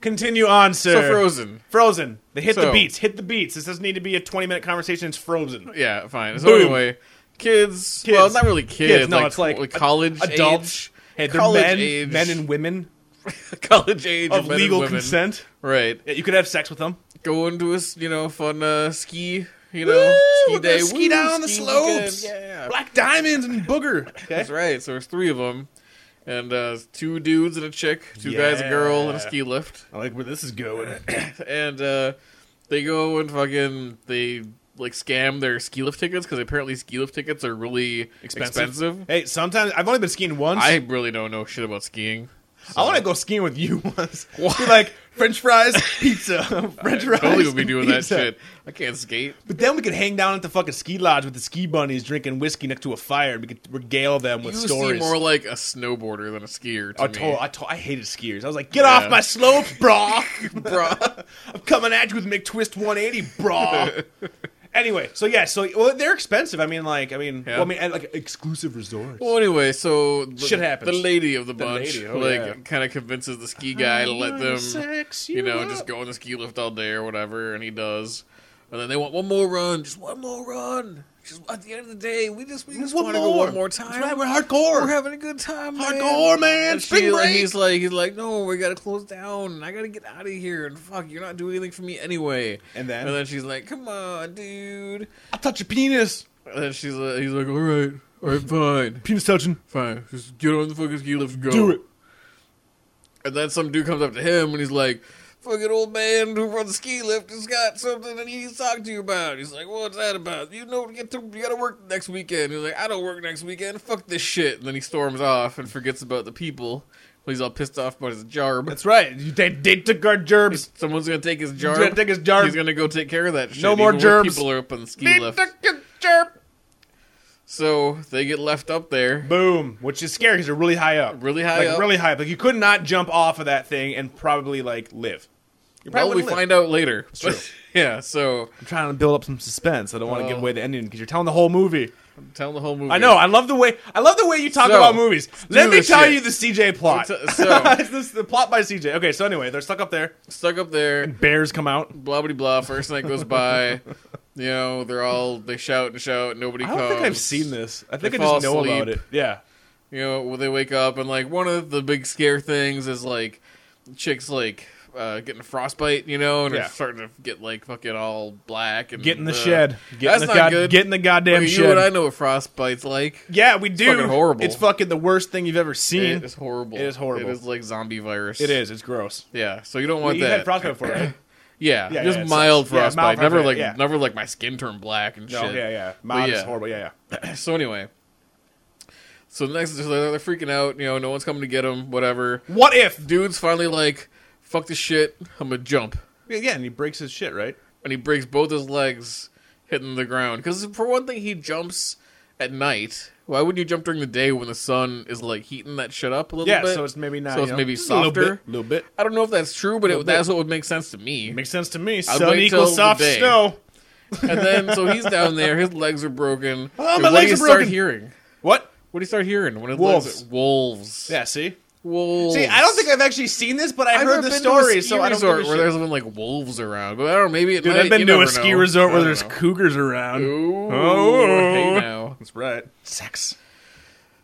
Speaker 5: continue on, sir.
Speaker 6: So Frozen.
Speaker 5: Frozen. They hit the
Speaker 6: So-
Speaker 5: beats. Hit the beats. This doesn't need to be a twenty-minute conversation. It's Frozen.
Speaker 6: Yeah, fine. So
Speaker 5: Boom.
Speaker 6: anyway, kids,
Speaker 5: Kids.
Speaker 6: Well, not really kids.
Speaker 5: Kids, no,
Speaker 6: like,
Speaker 5: it's like
Speaker 6: college
Speaker 5: adults.
Speaker 6: age-
Speaker 5: Hey, they're
Speaker 6: college
Speaker 5: men,
Speaker 6: age.
Speaker 5: men and women.
Speaker 6: *laughs* college age
Speaker 5: of
Speaker 6: men and
Speaker 5: legal
Speaker 6: women.
Speaker 5: consent.
Speaker 6: Right.
Speaker 5: Yeah, you could have sex with them.
Speaker 6: Going to a s- you know fun uh, ski you know
Speaker 5: we're
Speaker 6: ski
Speaker 5: gonna
Speaker 6: day.
Speaker 5: ski
Speaker 6: Woo,
Speaker 5: down the
Speaker 6: ski
Speaker 5: slopes.
Speaker 6: weekend. Yeah.
Speaker 5: Black diamonds and
Speaker 6: *laughs*
Speaker 5: booger. Okay.
Speaker 6: That's right. So there's three of them, and uh, two dudes and a chick, two guys, a girl, and a
Speaker 5: Yeah.
Speaker 6: ski lift.
Speaker 5: I like where this is going. *coughs*
Speaker 6: and uh, they go and fucking they like scam their ski lift tickets because apparently ski lift tickets are really expensive.
Speaker 5: *laughs* Hey, sometimes I've only been skiing once.
Speaker 6: I
Speaker 5: I,
Speaker 6: really don't know shit
Speaker 5: *laughs*
Speaker 6: about skiing.
Speaker 5: want to go skiing with you *laughs* once. Be
Speaker 6: Why?
Speaker 5: like French fries,
Speaker 6: *laughs*
Speaker 5: pizza, *laughs* French fries.
Speaker 6: Totally would be doing that
Speaker 5: pizza.
Speaker 6: shit. I can't skate.
Speaker 5: But then we could hang down at the fucking ski lodge with the ski bunnies, drinking whiskey next to a fire. and We could regale them with
Speaker 6: you
Speaker 5: stories.
Speaker 6: seem more like a snowboarder than a skier to
Speaker 5: I *laughs*
Speaker 6: me.
Speaker 5: told, I told, I hated skiers. I was like, get
Speaker 6: Yeah.
Speaker 5: off my slope,
Speaker 6: *laughs*
Speaker 5: brah.
Speaker 6: Bruh.
Speaker 5: *laughs* I'm coming at you with McTwist 180,
Speaker 6: *laughs*
Speaker 5: brah. anyway, so yeah, so well, they're expensive. I mean, like, I mean, well, I mean, at, like exclusive resorts.
Speaker 6: Well, anyway, so the,
Speaker 5: Shit happens.
Speaker 6: The lady of the bunch,
Speaker 5: lady, oh,
Speaker 6: like,
Speaker 5: yeah.
Speaker 6: kind of convinces the ski guy to let them,
Speaker 5: Sex
Speaker 6: you know,
Speaker 5: up.
Speaker 6: just go on the ski lift all day or whatever, and he does. And then they want one more run, just one more run. Just at the end of the day, we just we just
Speaker 5: One
Speaker 6: want to go one
Speaker 5: more.
Speaker 6: more
Speaker 5: That's
Speaker 6: time.
Speaker 5: right, we're hardcore.
Speaker 6: We're having a good time. man.
Speaker 5: Hardcore, man.
Speaker 6: And
Speaker 5: Spring
Speaker 6: she, like,
Speaker 5: break.
Speaker 6: He's like he's like, no, we gotta close down. and I gotta get out of here. And fuck, you're not doing anything for me anyway.
Speaker 5: And then?
Speaker 6: and then she's like, come on, dude.
Speaker 5: I'll touch your penis.
Speaker 6: And then she's like, he's like, all right, all right, fine.
Speaker 5: Penis touching.
Speaker 6: Fine, just get on the fucking ski lift and go.
Speaker 5: Do it.
Speaker 6: And then some dude comes up to him and he's like, fucking old man who runs the ski lift has got something that he needs to talk to you about. He's like, what's that about? You know, you, to, you gotta work next weekend. He's like, I don't work next weekend. Fuck this shit. And then he storms off and forgets about the people. Well, he's all pissed off about his jarb.
Speaker 5: That's right. You- They, they took our gerbs.
Speaker 6: Someone's gonna take his jarb.
Speaker 5: gonna take his jarb.
Speaker 6: He's gonna go take care of that shit.
Speaker 5: No more
Speaker 6: even when
Speaker 5: gerbs.
Speaker 6: People are up on the ski
Speaker 5: They
Speaker 6: lift.
Speaker 5: took your gerb.
Speaker 6: So they get left up there.
Speaker 5: Boom, which is scary because they're really high up.
Speaker 6: Really high
Speaker 5: like,
Speaker 6: up.
Speaker 5: Really high up. Like you could not jump off of that thing and probably like live. You
Speaker 6: Well, we
Speaker 5: wouldn't live.
Speaker 6: find out later.
Speaker 5: true.
Speaker 6: *laughs* yeah, so
Speaker 5: I'm trying to build up some suspense. I don't want to
Speaker 6: Oh.
Speaker 5: give away the ending because you're telling the whole movie.
Speaker 6: tell the whole movie.
Speaker 5: I know. I love the way I love the way you talk
Speaker 6: So,
Speaker 5: about movies. Let
Speaker 6: do
Speaker 5: me
Speaker 6: this
Speaker 5: tell
Speaker 6: shit.
Speaker 5: you the CJ plot.
Speaker 6: So- so-
Speaker 5: it's *laughs* this, the plot by CJ. Okay, so anyway, they're stuck up there.
Speaker 6: stuck up there,
Speaker 5: Bears come out.
Speaker 6: blah blah blah. First night goes by, *laughs* you know, they're all they shout and shout. Nobody
Speaker 5: I
Speaker 6: comes.
Speaker 5: don't think I've seen this. I think
Speaker 6: They
Speaker 5: I just know
Speaker 6: fall
Speaker 5: about
Speaker 6: asleep.
Speaker 5: it. Yeah.
Speaker 6: You know, well, they wake up and like one of the big scare things is like chicks like uh, getting frostbite, you know, and
Speaker 5: Yeah.
Speaker 6: are starting to get like fucking all black and
Speaker 5: Get in the
Speaker 6: uh,
Speaker 5: shed. Get in
Speaker 6: that's
Speaker 5: the
Speaker 6: not
Speaker 5: god-
Speaker 6: good.
Speaker 5: Get in the goddamn
Speaker 6: Look at
Speaker 5: shed.
Speaker 6: You and I know what frostbite's like.
Speaker 5: Yeah, we do.
Speaker 6: fucking horrible.
Speaker 5: It's fucking the worst thing you've ever seen.
Speaker 6: It is horrible.
Speaker 5: It is horrible.
Speaker 6: It is like zombie virus.
Speaker 5: It is. It's gross.
Speaker 6: Yeah, so you don't want
Speaker 5: you
Speaker 6: that.
Speaker 5: had frostbite before,
Speaker 6: *coughs*
Speaker 5: right?
Speaker 6: yeah,
Speaker 5: Yeah,
Speaker 6: just
Speaker 5: yeah, it sucks.
Speaker 6: mild
Speaker 5: Yeah, mild
Speaker 6: frostbite. never
Speaker 5: frostbite,
Speaker 6: like
Speaker 5: yeah.
Speaker 6: never like my skin turned black and
Speaker 5: No,
Speaker 6: shit.
Speaker 5: yeah, yeah. Mine
Speaker 6: yeah.
Speaker 5: is horrible. Yeah, yeah.
Speaker 6: So anyway, so the next so they're, they're freaking out. You know, no one's coming to get them. Whatever.
Speaker 5: What if?
Speaker 6: Dude's finally like, "Fuck this shit. I'm gonna jump,"
Speaker 5: Yeah, and he breaks his shit, right?
Speaker 6: and he breaks both his legs hitting the ground. Because for one thing, he jumps at night. Why wouldn't you jump during the day when the sun is like heating that shit up a little
Speaker 5: Yeah,
Speaker 6: bit?
Speaker 5: so it's maybe not.
Speaker 6: So it's
Speaker 5: you know,
Speaker 6: maybe
Speaker 5: just a little
Speaker 6: softer.
Speaker 5: bit, little bit.
Speaker 6: I don't know if that's true, but it,
Speaker 5: bit.
Speaker 6: that's what would make sense to me.
Speaker 5: Makes sense to me.
Speaker 6: I'd
Speaker 5: Sun
Speaker 6: wait till
Speaker 5: equals
Speaker 6: the
Speaker 5: soft
Speaker 6: day.
Speaker 5: snow.
Speaker 6: And then, so he's down there.
Speaker 5: *laughs*
Speaker 6: His legs are broken.
Speaker 5: Oh,
Speaker 6: And
Speaker 5: my
Speaker 6: what
Speaker 5: legs
Speaker 6: do you
Speaker 5: are
Speaker 6: start
Speaker 5: broken.
Speaker 6: hearing?
Speaker 5: What?
Speaker 6: What do you start hearing? When his
Speaker 5: Wolves.
Speaker 6: Legs are, wolves.
Speaker 5: Yeah. See.
Speaker 6: Wolves.
Speaker 5: See, I don't think I've actually seen this, but I
Speaker 6: I've
Speaker 5: heard
Speaker 6: never
Speaker 5: the
Speaker 6: been to a
Speaker 5: story,
Speaker 6: ski
Speaker 5: so I don't give a
Speaker 6: resort where
Speaker 5: shit.
Speaker 6: there's been like wolves around, but I don't know. Maybe it
Speaker 5: Dude,
Speaker 6: might,
Speaker 5: I've been
Speaker 6: you
Speaker 5: to a
Speaker 6: never
Speaker 5: ski
Speaker 6: know.
Speaker 5: resort where
Speaker 6: I don't
Speaker 5: there's
Speaker 6: know.
Speaker 5: cougars around.
Speaker 6: Ooh,
Speaker 5: Oh.
Speaker 6: hey now.
Speaker 5: That's right. Sex.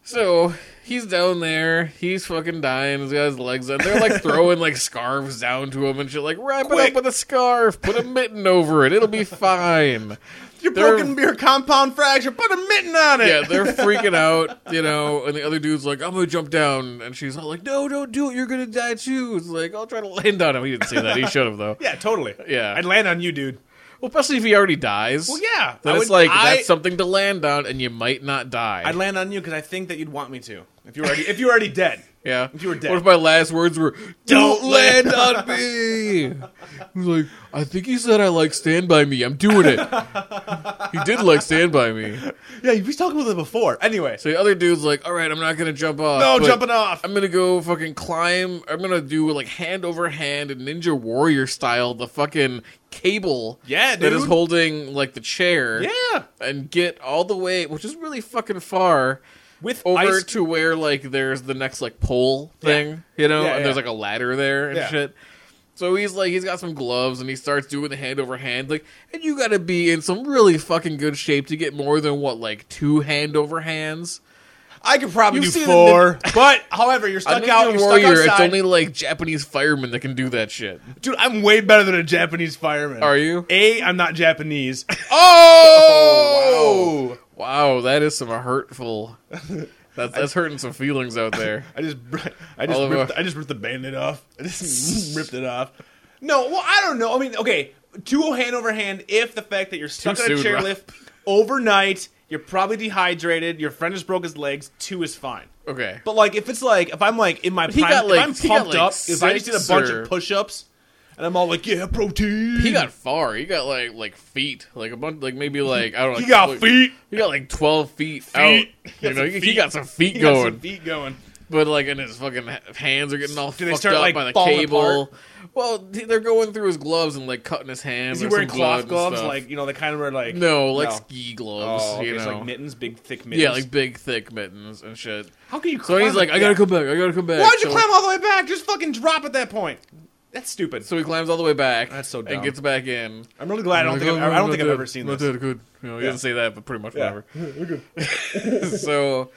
Speaker 6: So he's down there. He's fucking dying. He's got his legs up.
Speaker 5: *laughs*
Speaker 6: They're like throwing like scarves down to him and shit. Like wrap it
Speaker 5: Quick.
Speaker 6: up with a scarf. Put a mitten over it. It'll be fine.
Speaker 5: You're
Speaker 6: They're-
Speaker 5: broken your compound fracture. Put a mitten on it.
Speaker 6: Yeah, they're freaking out, you know. And the other dude's like, "I'm gonna jump down," and she's all like, "No, don't do it. You're gonna die too." It's like, "I'll try to land on him." He didn't say that. He should have though.
Speaker 5: *laughs* yeah, totally.
Speaker 6: Yeah.
Speaker 5: I'd land on you, dude.
Speaker 6: Well, especially if he already dies.
Speaker 5: Well, yeah.
Speaker 6: Then
Speaker 5: I
Speaker 6: it's
Speaker 5: would-
Speaker 6: like
Speaker 5: I-
Speaker 6: that's something to land on, and you might not die.
Speaker 5: I'd land on you because I think that you'd want me to. If you're already, if you're already dead.
Speaker 6: yeah.
Speaker 5: if you were dead.
Speaker 6: What if my last words were "Don't
Speaker 5: Don't land *laughs*
Speaker 6: land on me"? He's like, I think he said I like "Stand by Me." I'm doing
Speaker 5: *laughs*
Speaker 6: it. he did like "Stand by Me."
Speaker 5: *laughs* Yeah, we talked about that before. Anyway,
Speaker 6: So the other dude's like, "All right, I'm not gonna jump off."
Speaker 5: no
Speaker 6: but
Speaker 5: jumping off.
Speaker 6: I'm gonna go fucking climb. I'm gonna do like hand over hand and Ninja Warrior style the fucking cable
Speaker 5: Yeah,
Speaker 6: that is
Speaker 5: dude.
Speaker 6: holding like the chair.
Speaker 5: Yeah,
Speaker 6: and get all the way, which is really fucking far,
Speaker 5: with
Speaker 6: over
Speaker 5: ice.
Speaker 6: to where like there's the next like pole thing, you know,
Speaker 5: Yeah,
Speaker 6: and there's
Speaker 5: yeah.
Speaker 6: like a ladder there and
Speaker 5: Yeah.
Speaker 6: shit. So he's like, he's got some gloves and he starts doing the hand over hand, like, and you gotta be in some really fucking good shape to get more than what like two hand over hands.
Speaker 5: I could probably
Speaker 7: You
Speaker 5: do
Speaker 7: four.
Speaker 5: four, *laughs* but however, you're
Speaker 6: A
Speaker 5: stuck out.
Speaker 6: Ninja
Speaker 5: You're
Speaker 6: Warrior,
Speaker 5: stuck
Speaker 6: it's
Speaker 5: outside.
Speaker 6: only like Japanese firemen that can do that shit.
Speaker 5: Dude, I'm way better than a Japanese fireman.
Speaker 6: Are you?
Speaker 5: A, I'm not Japanese. *laughs*
Speaker 6: Oh! *laughs* wow. that is some hurtful.
Speaker 5: *laughs*
Speaker 6: That's, that's hurting some feelings out there.
Speaker 5: I just, I just,
Speaker 6: All of
Speaker 5: ripped,
Speaker 6: us.
Speaker 5: I just ripped the bandit off. I just *laughs* ripped it off. No, well, I don't know. I mean, okay, two hand over hand. If the fact that you're stuck
Speaker 6: Too
Speaker 5: on a
Speaker 6: soon, Rob.
Speaker 5: chairlift overnight, you're probably dehydrated. Your friend just broke his legs. Two is fine.
Speaker 6: Okay.
Speaker 5: But like, if it's like, if I'm like in my
Speaker 6: he
Speaker 5: prime,
Speaker 6: got, like-
Speaker 5: if I'm
Speaker 6: he got,
Speaker 5: pumped
Speaker 6: like,
Speaker 5: up, if I just did
Speaker 6: six
Speaker 5: a bunch
Speaker 6: or-
Speaker 5: of push-ups, and I'm all like, yeah, protein.
Speaker 6: He got far. He got like like feet, like a bunch, like maybe like I don't know.
Speaker 5: He
Speaker 6: like,
Speaker 5: got
Speaker 6: like-
Speaker 5: feet.
Speaker 6: He got like twelve feet,
Speaker 5: Feet.
Speaker 6: out.
Speaker 5: He
Speaker 6: You
Speaker 5: got
Speaker 6: know,
Speaker 5: some
Speaker 6: he, he
Speaker 5: feet.
Speaker 6: got some feet
Speaker 5: He got
Speaker 6: going,
Speaker 5: some feet going.
Speaker 6: but like, and his fucking h- hands are getting all
Speaker 5: they
Speaker 6: fucked
Speaker 5: start,
Speaker 6: up
Speaker 5: like,
Speaker 6: by the
Speaker 5: falling
Speaker 6: cable.
Speaker 5: apart?
Speaker 6: Well, th- they're going through his gloves and like cutting his hands.
Speaker 5: Is he
Speaker 6: or
Speaker 5: wearing
Speaker 6: some blood
Speaker 5: cloth
Speaker 6: and
Speaker 5: gloves?
Speaker 6: stuff.
Speaker 5: Like you know, the kind of where like
Speaker 6: no, like ski gloves.
Speaker 5: Oh, okay,
Speaker 6: you
Speaker 5: so,
Speaker 6: know,
Speaker 5: like mittens, big thick mittens.
Speaker 6: yeah, like big thick mittens and shit.
Speaker 5: how can you?
Speaker 6: So he's
Speaker 5: climb
Speaker 6: like,
Speaker 5: up
Speaker 6: I gotta
Speaker 5: that?
Speaker 6: come back. I gotta come back.
Speaker 5: Why'd you
Speaker 6: So-
Speaker 5: climb all the way back? Just fucking drop at that point. That's stupid.
Speaker 6: So he climbs all the way back.
Speaker 5: That's so dumb.
Speaker 6: And gets back in.
Speaker 5: I'm really glad I don't
Speaker 6: Like,
Speaker 5: think
Speaker 6: oh,
Speaker 5: I've, I don't
Speaker 6: not
Speaker 5: think I've
Speaker 6: dead,
Speaker 5: ever seen
Speaker 6: not
Speaker 5: this.
Speaker 6: dead, good. You know, he
Speaker 5: Yeah.
Speaker 6: doesn't say that, but pretty much
Speaker 5: Yeah.
Speaker 6: whatever. *laughs*
Speaker 5: *laughs*
Speaker 6: so,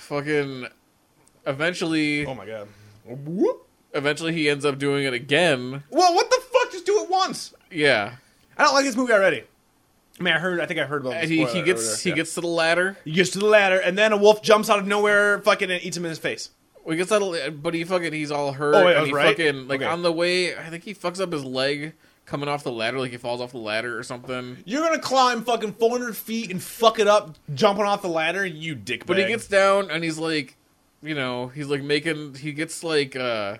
Speaker 6: fucking, eventually,
Speaker 5: Oh my god. Whoop.
Speaker 6: eventually he ends up doing it again.
Speaker 5: Well, what the fuck? Just do it once.
Speaker 6: Yeah,
Speaker 5: I don't like this movie already. I mean, I heard. I think I heard about.
Speaker 6: and
Speaker 5: this
Speaker 6: he,
Speaker 5: spoiler
Speaker 6: he
Speaker 5: earlier.
Speaker 6: gets he
Speaker 5: Yeah.
Speaker 6: gets to the ladder.
Speaker 5: He gets to the ladder, and then a wolf jumps out of nowhere, fucking, and eats him in his face.
Speaker 6: Well, he gets out, of, the- but he fucking he's all hurt.
Speaker 5: Oh, wait, I
Speaker 6: and
Speaker 5: was
Speaker 6: he
Speaker 5: right?
Speaker 6: fucking like
Speaker 5: Okay.
Speaker 6: on the way. I think he fucks up his leg coming off the ladder. Like he falls off the ladder or something.
Speaker 5: You're gonna climb fucking 400 feet and fuck it up, jumping off the ladder, you dick.
Speaker 6: But he gets down and he's like, you know, he's like making. He gets like, uh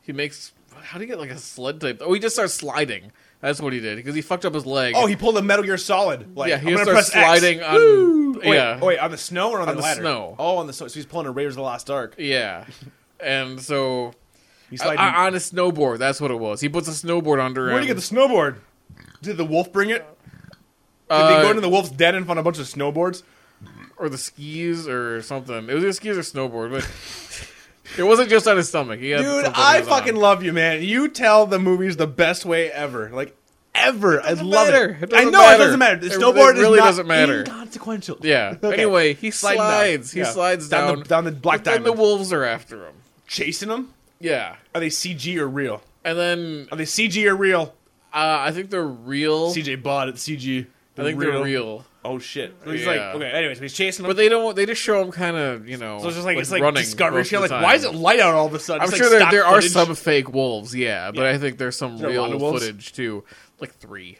Speaker 6: he makes. How do you get like a sled type? Oh, he just starts sliding. That's what he did because he fucked up his leg.
Speaker 5: Oh, he pulled a Metal Gear Solid. Like,
Speaker 6: yeah, he
Speaker 5: I'm
Speaker 6: just
Speaker 5: gonna
Speaker 6: starts
Speaker 5: press X.
Speaker 6: sliding on.
Speaker 5: Wait,
Speaker 6: yeah,
Speaker 5: oh, wait, on the snow or on,
Speaker 6: the
Speaker 5: ladder?
Speaker 6: snow.
Speaker 5: Oh, on the snow. So he's pulling a Raiders of the Lost Ark.
Speaker 6: yeah, and so
Speaker 5: He's
Speaker 6: uh,
Speaker 5: *laughs* sliding.
Speaker 6: on a snowboard. That's what it was. He puts a snowboard under him.
Speaker 5: Where'd he get the snowboard? Did the wolf bring it? Did
Speaker 6: Uh,
Speaker 5: they go into the wolf's den and find a bunch of snowboards?
Speaker 6: or the skis or something. It was either skis or snowboard, but *laughs* it wasn't just on his stomach. He had
Speaker 5: Dude,
Speaker 6: something he
Speaker 5: I
Speaker 6: was on.
Speaker 5: fucking love you, man. You tell the movies the best way ever. Like, ever. I
Speaker 6: doesn't
Speaker 5: love
Speaker 6: matter.
Speaker 5: it.
Speaker 6: It doesn't
Speaker 5: I know
Speaker 6: matter.
Speaker 5: it doesn't matter. The
Speaker 6: It- it
Speaker 5: snowboard is
Speaker 6: really
Speaker 5: not
Speaker 6: doesn't matter.
Speaker 5: inconsequential.
Speaker 6: Yeah.
Speaker 5: Okay.
Speaker 6: Anyway, he
Speaker 5: Sliding down.
Speaker 6: slides. He
Speaker 5: Yeah.
Speaker 6: slides down.
Speaker 5: the, down the black
Speaker 6: But then
Speaker 5: diamond.
Speaker 6: the wolves are after him.
Speaker 5: Chasing them?
Speaker 6: Yeah.
Speaker 5: Are they CG or real?
Speaker 6: And then uh,
Speaker 5: Are they CG or real?
Speaker 6: I think they're real.
Speaker 5: CJ bought it. CG.
Speaker 6: I think they're real.
Speaker 5: Oh shit. So he's
Speaker 6: Yeah.
Speaker 5: like, okay. Anyway, so he's chasing them.
Speaker 6: But they don't. They just show him kind of, you know.
Speaker 5: so it's just like, it's like
Speaker 6: running
Speaker 5: Discovery
Speaker 6: most
Speaker 5: Channel.
Speaker 6: of
Speaker 5: Like,
Speaker 6: the
Speaker 5: why is it
Speaker 6: time.
Speaker 5: light out all of a sudden?
Speaker 6: I'm
Speaker 5: It's
Speaker 6: sure
Speaker 5: like
Speaker 6: there,
Speaker 5: stock
Speaker 6: there are
Speaker 5: footage.
Speaker 6: some fake wolves, yeah, but I think there's some
Speaker 5: there a lot
Speaker 6: real
Speaker 5: of wolves?
Speaker 6: footage too, like three.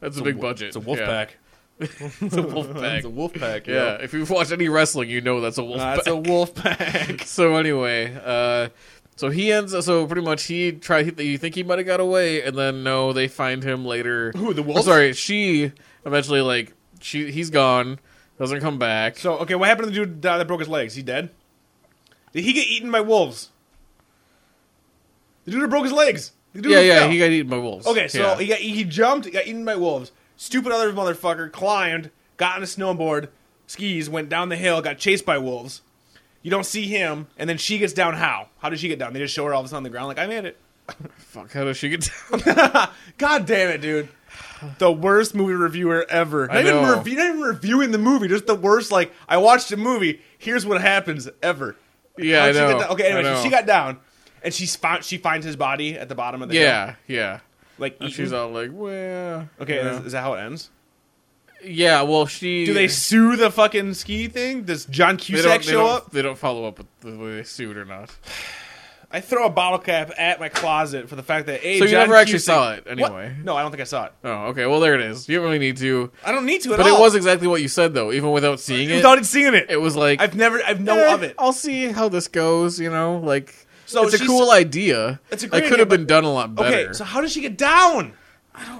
Speaker 6: That's a big budget.
Speaker 5: It's a wolf
Speaker 6: yeah.
Speaker 5: pack.
Speaker 6: *laughs* It's a wolf pack.
Speaker 5: *laughs* It's a wolf pack.
Speaker 6: yeah, if you've watched any wrestling, you know that's a wolf pack.
Speaker 5: That's a wolf pack.
Speaker 6: so anyway, uh, so he ends. So pretty much, he tried. He, you think he might have got away, and then no, they find him later.
Speaker 5: Who, the
Speaker 6: Or
Speaker 5: wolves?
Speaker 6: sorry, she eventually like she he's gone, doesn't come back.
Speaker 5: *laughs* So okay, what happened to the dude that that broke his legs? He dead? Did he get eaten by wolves? The dude that broke his legs. The dude
Speaker 6: yeah,
Speaker 5: who
Speaker 6: yeah,
Speaker 5: fell.
Speaker 6: he got eaten by wolves.
Speaker 5: Okay, so
Speaker 6: Yeah.
Speaker 5: he got he jumped, got eaten by wolves. Stupid other motherfucker climbed, got on a snowboard, skis, went down the hill, got chased by wolves. You don't see him, and then she gets down. How? How did she get down? They just show her all of a sudden on the ground, like I made it.
Speaker 6: fuck. How does she
Speaker 5: *laughs*
Speaker 6: get down?
Speaker 5: God damn it, dude! The worst movie reviewer ever. Not
Speaker 6: I
Speaker 5: even,
Speaker 6: know.
Speaker 5: rev- not even reviewing the movie, just the worst. Like I watched a movie. Here's what happens ever.
Speaker 6: yeah, I
Speaker 5: How'd she get
Speaker 6: know.
Speaker 5: down? Okay, anyway,
Speaker 6: I
Speaker 5: so
Speaker 6: know.
Speaker 5: she got down, and she found she finds his body at the bottom of the hill,
Speaker 6: Yeah, yeah.
Speaker 5: like eaten.
Speaker 6: And she's all like, well,
Speaker 5: okay,
Speaker 6: you know.
Speaker 5: is, is that how it ends?
Speaker 6: yeah. Well, she
Speaker 5: Do they sue the fucking ski thing? Does John
Speaker 6: they
Speaker 5: Cusack
Speaker 6: don't, they
Speaker 5: show
Speaker 6: don't-
Speaker 5: up?
Speaker 6: They don't follow up with the way they sued or not.
Speaker 5: I throw a bottle cap at my closet for the fact that a,
Speaker 6: So you
Speaker 5: John
Speaker 6: never actually
Speaker 5: Cusack-
Speaker 6: saw it,
Speaker 5: What?
Speaker 6: anyway.
Speaker 5: No, I don't think I saw it.
Speaker 6: Oh, okay. Well, there it is. You don't really need to.
Speaker 5: I don't need to at
Speaker 6: But
Speaker 5: all.
Speaker 6: it was exactly what you said, though, even without seeing it.
Speaker 5: without it seeing it.
Speaker 6: It was like
Speaker 5: I've never, I've no
Speaker 6: e- "Eh,
Speaker 5: of it.
Speaker 6: I'll see how this goes. You know, like
Speaker 5: So
Speaker 6: it's a
Speaker 5: she's-
Speaker 6: cool idea.
Speaker 5: It's a
Speaker 6: It
Speaker 5: great
Speaker 6: could have
Speaker 5: idea,
Speaker 6: been done a lot better.
Speaker 5: Okay, so how does she get down?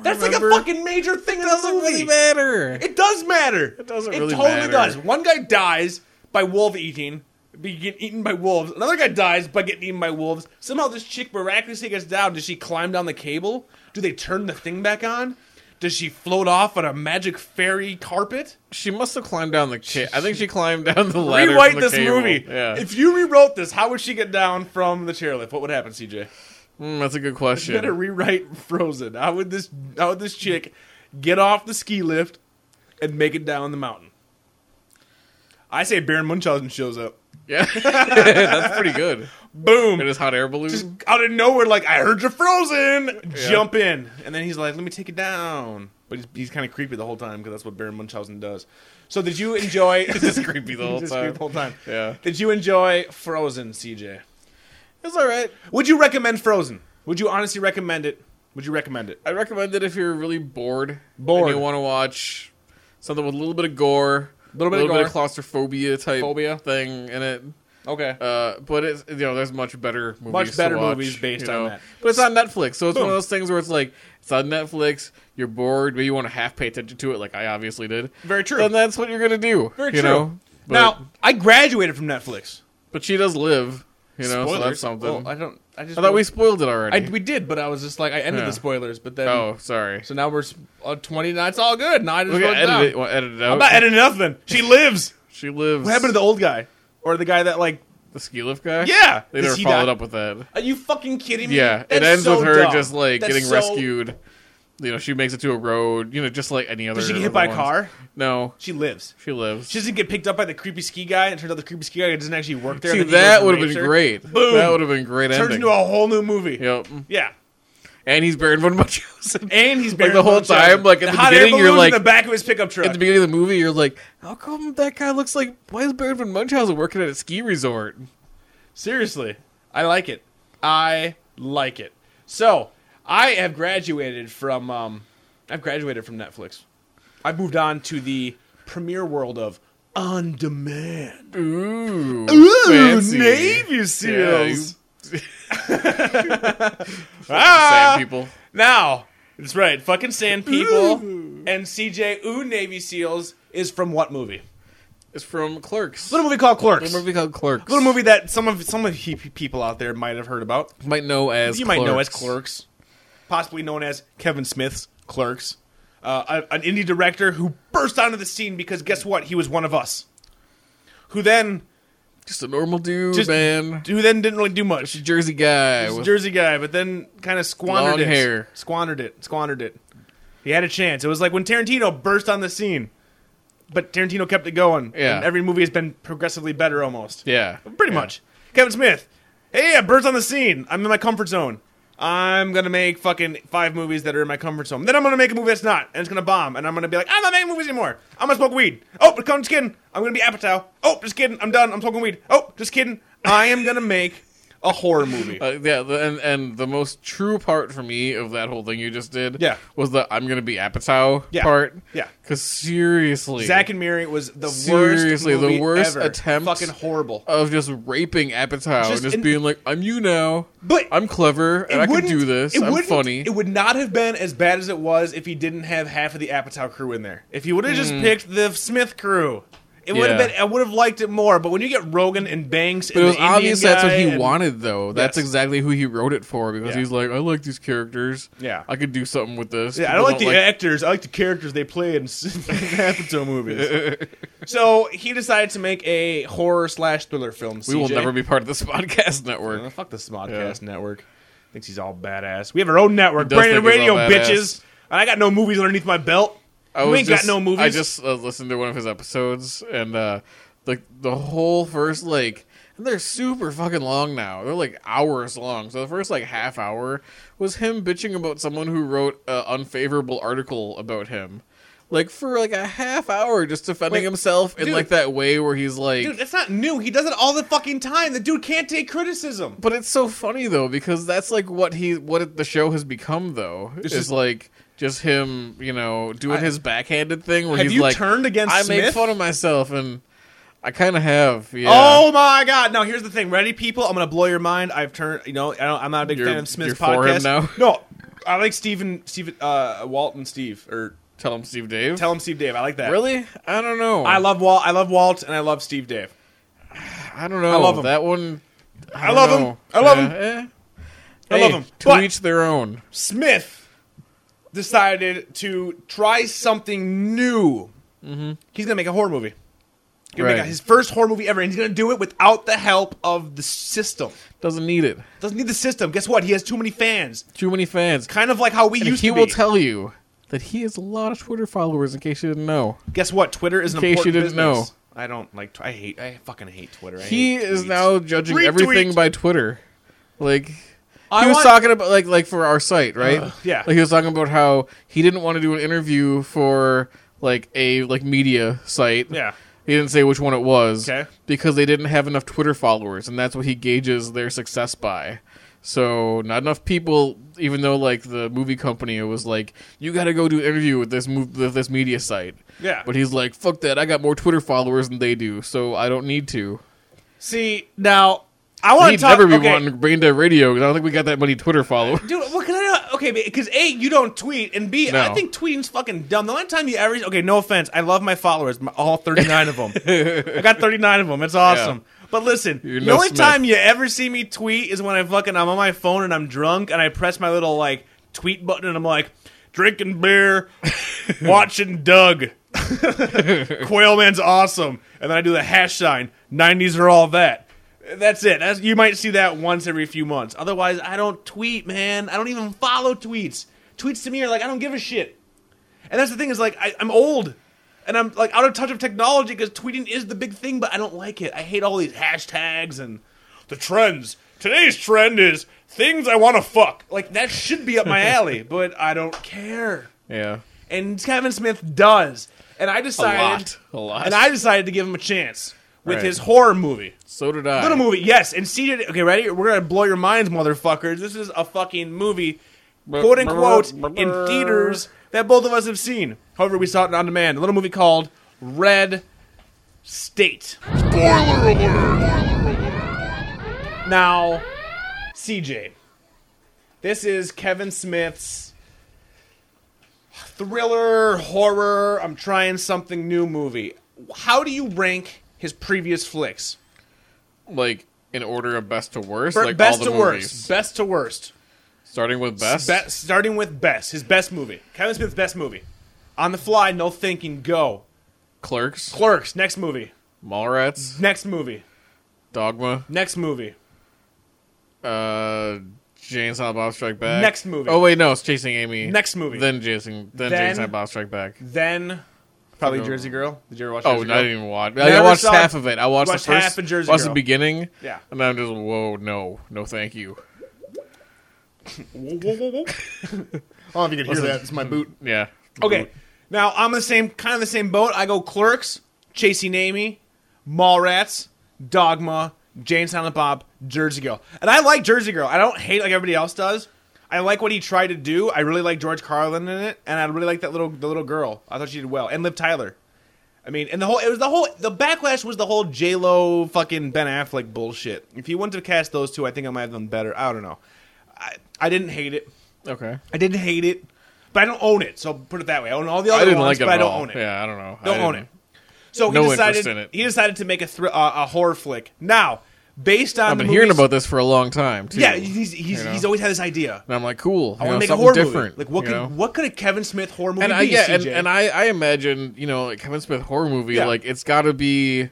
Speaker 5: That's
Speaker 6: remember.
Speaker 5: like a fucking major thing in the
Speaker 6: doesn't
Speaker 5: movie.
Speaker 6: really matter.
Speaker 5: It does matter. It
Speaker 6: doesn't
Speaker 5: It
Speaker 6: really
Speaker 5: totally
Speaker 6: matter.
Speaker 5: does. One guy dies by wolf eating, be getting eaten by wolves. Another guy dies by getting eaten by wolves. Somehow this chick miraculously gets down. Does she climb down the cable? Do they turn the thing back on? Does she float off on a magic fairy carpet?
Speaker 6: she must have climbed down the. Ca- I think she climbed down the ladder.
Speaker 5: Rewrite
Speaker 6: from the
Speaker 5: this
Speaker 6: cable.
Speaker 5: movie.
Speaker 6: Yeah,
Speaker 5: If you rewrote this, how would she get down from the chairlift? What would happen, CJ?
Speaker 6: Mm, that's a good
Speaker 5: You better
Speaker 6: question.
Speaker 5: rewrite Frozen. How would this? How would this chick get off the ski lift and make it down the mountain? I say Baron Munchausen shows up.
Speaker 6: Yeah, that's pretty good.
Speaker 5: Boom.
Speaker 6: And his hot air balloon.
Speaker 5: Just out of nowhere, like I heard you're frozen. Jump in, and then he's like, "Let me take it down." But he's, he's kind of creepy the whole time because that's what Baron Munchausen does. So did you
Speaker 6: *laughs*
Speaker 5: enjoy? he's
Speaker 6: just creepy
Speaker 5: *laughs*
Speaker 6: the whole
Speaker 5: just
Speaker 6: time.
Speaker 5: creepy the whole time.
Speaker 6: Yeah.
Speaker 5: Did you enjoy Frozen, CJ?
Speaker 6: it's all right.
Speaker 5: Would you recommend Frozen? Would you honestly recommend it? Would you recommend it?
Speaker 6: I recommend it if you're really bored.
Speaker 5: Bored.
Speaker 6: And you want to watch something with a little bit of gore, a
Speaker 5: Little bit of gore.
Speaker 6: claustrophobia type
Speaker 5: Phobia.
Speaker 6: thing in it.
Speaker 5: Okay.
Speaker 6: Uh, but it's you know there's much better movies
Speaker 5: Much better
Speaker 6: to watch,
Speaker 5: movies based
Speaker 6: you
Speaker 5: on
Speaker 6: know.
Speaker 5: that.
Speaker 6: But it's on Netflix, so it's one
Speaker 5: Boom.
Speaker 6: of those things where it's like it's on Netflix. You're bored, but you want to half pay attention to it, like I obviously did.
Speaker 5: Very true.
Speaker 6: And that's what you're gonna do.
Speaker 5: Very
Speaker 6: you
Speaker 5: true.
Speaker 6: Know? But,
Speaker 5: now I graduated from Netflix.
Speaker 6: but she does live. You know, so that's
Speaker 5: Spoilers.
Speaker 6: something.
Speaker 5: Well,
Speaker 6: I,
Speaker 5: I don't. I just.
Speaker 6: thought we spoiled it already.
Speaker 5: I, we did, but I was just like I ended
Speaker 6: Yeah.
Speaker 5: the spoilers, but then.
Speaker 6: oh, sorry.
Speaker 5: So now we're s- uh, twenty. Now it's all good. Now I just
Speaker 6: We're
Speaker 5: wrote
Speaker 6: gonna
Speaker 5: it down.
Speaker 6: edit it, well, edit it out.
Speaker 5: I'm not editing nothing. *laughs* She lives.
Speaker 6: She lives.
Speaker 5: What happened to the old guy or the guy that like?
Speaker 6: the ski lift guy?
Speaker 5: Yeah.
Speaker 6: They
Speaker 5: Is
Speaker 6: never
Speaker 5: he
Speaker 6: followed
Speaker 5: that-
Speaker 6: up with that.
Speaker 5: Are you fucking kidding me?
Speaker 6: Yeah, it
Speaker 5: That's
Speaker 6: ends
Speaker 5: so
Speaker 6: with her
Speaker 5: dumb.
Speaker 6: just like
Speaker 5: That's
Speaker 6: getting
Speaker 5: so-
Speaker 6: rescued. You know, she makes it to a road. You know, just like any other.
Speaker 5: Does she get
Speaker 6: other
Speaker 5: hit by a
Speaker 6: ones.
Speaker 5: car?
Speaker 6: No,
Speaker 5: She lives.
Speaker 6: she lives.
Speaker 5: She doesn't get picked up by the creepy ski guy. and turns out the creepy ski guy doesn't actually work there.
Speaker 6: See,
Speaker 5: and then he
Speaker 6: that
Speaker 5: goes and
Speaker 6: would have
Speaker 5: rapes
Speaker 6: been
Speaker 5: her.
Speaker 6: great.
Speaker 5: Boom.
Speaker 6: That would have been great
Speaker 5: Turns
Speaker 6: ending.
Speaker 5: into a whole new movie.
Speaker 6: yep.
Speaker 5: Yeah.
Speaker 6: And he's Baron von Munchausen.
Speaker 5: And he's
Speaker 6: Like, the
Speaker 5: Baron
Speaker 6: whole
Speaker 5: Munchausen.
Speaker 6: time, like, at the
Speaker 5: hot air
Speaker 6: beginning, you're
Speaker 5: balloon's
Speaker 6: like-
Speaker 5: in the back of his pickup truck.
Speaker 6: *laughs* At the beginning of the movie, you're like, how come that guy looks like? Why is Baron von Munchausen working at a ski resort?
Speaker 5: Seriously, I like it. I like it. So I have graduated from um, I've graduated from Netflix. I've moved on to the premier world of on demand.
Speaker 6: Ooh,
Speaker 5: Ooh,
Speaker 6: fancy.
Speaker 5: Navy
Speaker 6: Yeah, you- *laughs*
Speaker 5: SEALs.
Speaker 6: same
Speaker 5: ah!
Speaker 6: people.
Speaker 5: Now that's right. Fucking sand people and CJ Ooh Navy SEALs is from what movie?
Speaker 6: It's from Clerks.
Speaker 5: Little movie called Clerks.
Speaker 6: Little movie called Clerks.
Speaker 5: Little movie that some of some of he- people out there might have heard about.
Speaker 6: might know as
Speaker 5: you might know as Clerks, possibly known as Kevin Smith's Clerks, uh, a- an indie director who burst onto the scene because guess what? He was one of us. Who then?
Speaker 6: Just a normal dude,
Speaker 5: Just-
Speaker 6: man.
Speaker 5: Who then didn't really do much.
Speaker 6: Jersey guy.
Speaker 5: He's a
Speaker 6: With,
Speaker 5: Jersey guy, but then kind of squandered
Speaker 6: Long
Speaker 5: it.
Speaker 6: hair.
Speaker 5: Squandered it. Squandered it. He had a chance. It was like when Tarantino burst on the scene, but Tarantino kept it going.
Speaker 6: Yeah.
Speaker 5: And every movie has been progressively better, almost.
Speaker 6: yeah,
Speaker 5: Pretty
Speaker 6: yeah.
Speaker 5: much. Kevin Smith. Hey, I burst on the scene. I'm in my comfort zone. I'm gonna make fucking five movies that are in my comfort zone. Then I'm gonna make a movie that's not, and it's gonna bomb. And I'm gonna be like, I'm not making movies anymore. I'm gonna smoke weed. Oh, but come, just kidding. I'm gonna be Apatow. Oh, just kidding. I'm done. I'm smoking weed. Oh, just kidding. I am gonna make a horror movie.
Speaker 6: *laughs* Uh, yeah, the, and and the most true part for me of that whole thing you just did,
Speaker 5: Yeah.
Speaker 6: was the I'm gonna be Apatow
Speaker 5: Yeah.
Speaker 6: part,
Speaker 5: Yeah.
Speaker 6: Because seriously,
Speaker 5: Zack and Miri was the
Speaker 6: Seriously,
Speaker 5: worst.
Speaker 6: the
Speaker 5: movie
Speaker 6: worst
Speaker 5: ever.
Speaker 6: attempt.
Speaker 5: Fucking horrible.
Speaker 6: of just raping Apatow
Speaker 5: Just
Speaker 6: and just
Speaker 5: in-
Speaker 6: being like, I'm you now,
Speaker 5: But
Speaker 6: I'm clever, and I can
Speaker 5: wouldn't-
Speaker 6: do this.
Speaker 5: It
Speaker 6: I'm
Speaker 5: wouldn't-
Speaker 6: funny.
Speaker 5: It would not have been as bad as it was if he didn't have half of the Apatow crew in there. If he would have just picked the Smith crew, it would have
Speaker 6: Hmm. Yeah.
Speaker 5: been. I would have liked it more. But when you get Rogan and Banks,
Speaker 6: But
Speaker 5: and
Speaker 6: it was
Speaker 5: the Indian
Speaker 6: obvious that's what
Speaker 5: guy
Speaker 6: he
Speaker 5: and-
Speaker 6: wanted, though. That's
Speaker 5: Yes.
Speaker 6: exactly who he wrote it for because
Speaker 5: Yeah.
Speaker 6: he's like, I like these characters.
Speaker 5: Yeah.
Speaker 6: I could do something with this.
Speaker 5: Yeah, I don't
Speaker 6: People
Speaker 5: like the actors. I like the characters they play *laughs* in Apatow
Speaker 6: *laughs*
Speaker 5: movies. so he decided to make a horror slash thriller film. Oh,
Speaker 6: We will never be part of this *laughs* podcast network.
Speaker 5: Fuck this podcast network. Thinks he's all badass. We have our own network,
Speaker 6: does
Speaker 5: Brandon
Speaker 6: think he's
Speaker 5: Radio,
Speaker 6: all badass.
Speaker 5: bitches. And I got no movies underneath my belt.
Speaker 6: I
Speaker 5: we
Speaker 6: was
Speaker 5: ain't
Speaker 6: just-
Speaker 5: got no movies.
Speaker 6: I just uh, listened to one of his episodes, and uh, like the whole first like, and they're super fucking long now. They're like hours long. So the first like half hour was him bitching about someone who wrote an unfavorable article about him. Like for like a half hour, just defending
Speaker 5: Wait,
Speaker 6: himself in
Speaker 5: dude.
Speaker 6: like that way where he's like,
Speaker 5: Dude, that's not new. He does it all the fucking time. The dude can't take criticism.
Speaker 6: But it's so funny though because that's like what he what it- the show has become though is
Speaker 5: is-
Speaker 6: like just him you know doing his backhanded thing where
Speaker 5: Have
Speaker 6: he's
Speaker 5: you
Speaker 6: like
Speaker 5: turned against
Speaker 6: I make
Speaker 5: Smith?"
Speaker 6: fun of myself and I kind of have yeah
Speaker 5: Oh my god! Now here's the thing. Ready, people? I'm gonna blow your mind. I've turned. You know, I don't, I'm not a big
Speaker 6: You're-
Speaker 5: fan of Smith's
Speaker 6: you're for him
Speaker 5: podcast.
Speaker 6: now? *laughs*
Speaker 5: No, I like Steven, Steven, uh, Walt and Steve, or
Speaker 6: tell him Steve Dave
Speaker 5: tell him Steve Dave. I like that.
Speaker 6: really I don't know
Speaker 5: I love Walt. I love Walt, and I love Steve Dave.
Speaker 6: I don't know
Speaker 5: I love him.
Speaker 6: that one I,
Speaker 5: I love
Speaker 6: don't
Speaker 5: him.
Speaker 6: know.
Speaker 5: I love
Speaker 6: Eh,
Speaker 5: him.
Speaker 6: eh.
Speaker 5: I love
Speaker 6: Hey,
Speaker 5: him.
Speaker 6: to
Speaker 5: But
Speaker 6: each their own
Speaker 5: Smith decided to try something new. He's gonna make a horror movie. He's gonna make
Speaker 6: Mm-hmm. Right.
Speaker 5: a- his first horror movie ever, and he's gonna do it without the help of the system.
Speaker 6: doesn't need it
Speaker 5: Doesn't need the system. Guess what? He has too many fans.
Speaker 6: too many fans
Speaker 5: Kind of like how we
Speaker 6: and
Speaker 5: used
Speaker 6: he
Speaker 5: to
Speaker 6: will
Speaker 5: be.
Speaker 6: tell you that he has a lot of Twitter followers in case you didn't know.
Speaker 5: Guess what? Twitter is an
Speaker 6: In case you
Speaker 5: important
Speaker 6: didn't know,
Speaker 5: business. I don't like. Tw- I hate. I fucking hate Twitter. I
Speaker 6: He
Speaker 5: hate
Speaker 6: is
Speaker 5: tweets.
Speaker 6: now judging
Speaker 5: Retweet.
Speaker 6: everything by Twitter. Like he
Speaker 5: I
Speaker 6: was
Speaker 5: want- Uh,
Speaker 6: talking about like like for our site, right?
Speaker 5: yeah.
Speaker 6: Like he was talking about how he didn't want to do an interview for like a like media site.
Speaker 5: Yeah.
Speaker 6: He didn't say which one it was.
Speaker 5: Okay.
Speaker 6: Because they didn't have enough Twitter followers and that's what he gauges their success by. So not enough people even though like the movie company was like, You gotta go do an interview with this move with this media site.
Speaker 5: Yeah.
Speaker 6: But he's like, fuck that, I got more Twitter followers than they do, so I don't need to.
Speaker 5: See now, I want to
Speaker 6: He'd
Speaker 5: talk.
Speaker 6: never be
Speaker 5: okay.
Speaker 6: on Brain Dead Radio 'cause I don't think we got that many Twitter followers.
Speaker 5: *laughs* Dude, what can I do? Okay, because A, you don't tweet, and B, I
Speaker 6: No.
Speaker 5: think tweeting's fucking dumb. The only time you ever, okay, no offense, I love my followers, my, all 39
Speaker 6: *laughs*
Speaker 5: of them. I got 39 of them. It's awesome. But listen,
Speaker 6: You're
Speaker 5: the
Speaker 6: no
Speaker 5: only
Speaker 6: Smith.
Speaker 5: time you ever see me tweet is when I fucking, I'm on my phone and I'm drunk, and I press my little, like, tweet button, and I'm like, drinking
Speaker 6: *laughs*
Speaker 5: beer, watching Doug. *laughs* Quailman's awesome. And then I do the hash sign. 90s are all that. That's it. That's, you might see that once every few months. Otherwise, I don't tweet, man. I don't even follow tweets. Tweets to me are like, I don't give a shit. And that's the thing is like, I, I'm old. And I'm like out of touch of technology because tweeting is the big thing, but I don't like it. I hate all these hashtags and the trends. Today's trend is things I want to fuck. Like, that should be
Speaker 6: *laughs*
Speaker 5: up my alley, but I don't care
Speaker 6: Yeah.
Speaker 5: and Kevin Smith does. And I decided,
Speaker 6: lot. A lot.
Speaker 5: and I decided to give him a chance with
Speaker 6: Right.
Speaker 5: his horror movie,
Speaker 6: So did I.
Speaker 5: little movie. Yes, and seated. Okay, ready? We're gonna blow your minds, motherfuckers. This is a fucking movie, quote unquote, in theaters that both of us have seen. However, we saw it on demand. A little movie called Red State. Spoiler alert! Now, CJ, this is Kevin Smith's thriller, horror, I'm trying something new movie. How do you rank his previous flicks?
Speaker 6: Like in order of best to worst.
Speaker 5: For-
Speaker 6: like
Speaker 5: best
Speaker 6: all the
Speaker 5: to
Speaker 6: movies.
Speaker 5: worst. Best to worst.
Speaker 6: Starting with best.
Speaker 5: Be- starting with best. His best movie. Kevin Smith's best movie. On the fly, no thinking, go.
Speaker 6: Clerks.
Speaker 5: Clerks, next movie.
Speaker 6: Mallrats.
Speaker 5: Next movie.
Speaker 6: Dogma.
Speaker 5: Next movie.
Speaker 6: Uh. Jane and Silent Bob Strike Back.
Speaker 5: Next movie.
Speaker 6: Oh wait, no, it's Chasing Amy.
Speaker 5: Next movie.
Speaker 6: Then Jason. Then,
Speaker 5: Then-
Speaker 6: Jane Silent Bob Strike Back.
Speaker 5: Then probably
Speaker 6: Fucking-
Speaker 5: Jersey Girl. Did you ever watch
Speaker 6: Oh,
Speaker 5: Jersey
Speaker 6: and
Speaker 5: Girl?
Speaker 6: I didn't even watch. I
Speaker 5: Never
Speaker 6: watched
Speaker 5: saw-
Speaker 6: half of it. I watched,
Speaker 5: watched
Speaker 6: the first.
Speaker 5: half of Jersey
Speaker 6: watched the
Speaker 5: Girl.
Speaker 6: beginning.
Speaker 5: Yeah.
Speaker 6: And I'm just whoa, no, no, thank you.
Speaker 8: I don't know if you can hear that. It's my boot.
Speaker 6: *laughs* Yeah.
Speaker 5: Okay. Now I'm the same kind of the same boat. I go Clerks, Chasing Amy, Mallrats, Dogma, Jane Silent Bob, Jersey Girl. And I like Jersey Girl. I don't hate like everybody else does. I like what he tried to do. I really like George Carlin in it, and I really like that little the little girl. I thought she did well. And Liv Tyler. I mean, and the whole it was the whole the backlash was the whole J Lo fucking Ben Affleck bullshit. If he wouldn't have cast those two, I think I might have done better. I don't know. I I didn't hate it.
Speaker 6: Okay.
Speaker 5: I didn't hate it, but I don't own it. So put it that way. I own all the other
Speaker 6: I didn't
Speaker 5: ones,
Speaker 6: like it
Speaker 5: but
Speaker 6: at
Speaker 5: I don't
Speaker 6: all.
Speaker 5: own it.
Speaker 6: Yeah, I don't know. I
Speaker 5: Don't own it.
Speaker 6: didn't-
Speaker 5: So
Speaker 6: No
Speaker 5: he
Speaker 6: interest
Speaker 5: decided
Speaker 6: in it.
Speaker 5: he decided to make a thr- uh, a horror flick. Now, based on
Speaker 6: I've
Speaker 5: the
Speaker 6: been hearing
Speaker 5: movies-
Speaker 6: about this for a long time too.
Speaker 5: Yeah, he's he's,
Speaker 6: you know?
Speaker 5: he's always had this idea.
Speaker 6: And I'm like, cool.
Speaker 5: I want
Speaker 6: you know,
Speaker 5: to make a
Speaker 6: something
Speaker 5: horror
Speaker 6: different.
Speaker 5: movie. Like what
Speaker 6: you
Speaker 5: could
Speaker 6: know?
Speaker 5: what could a Kevin Smith horror movie
Speaker 6: and
Speaker 5: be?
Speaker 6: I yeah, and,
Speaker 5: CJ?
Speaker 6: and I I imagine you know like Kevin Smith horror movie
Speaker 5: Yeah.
Speaker 6: like it's got to be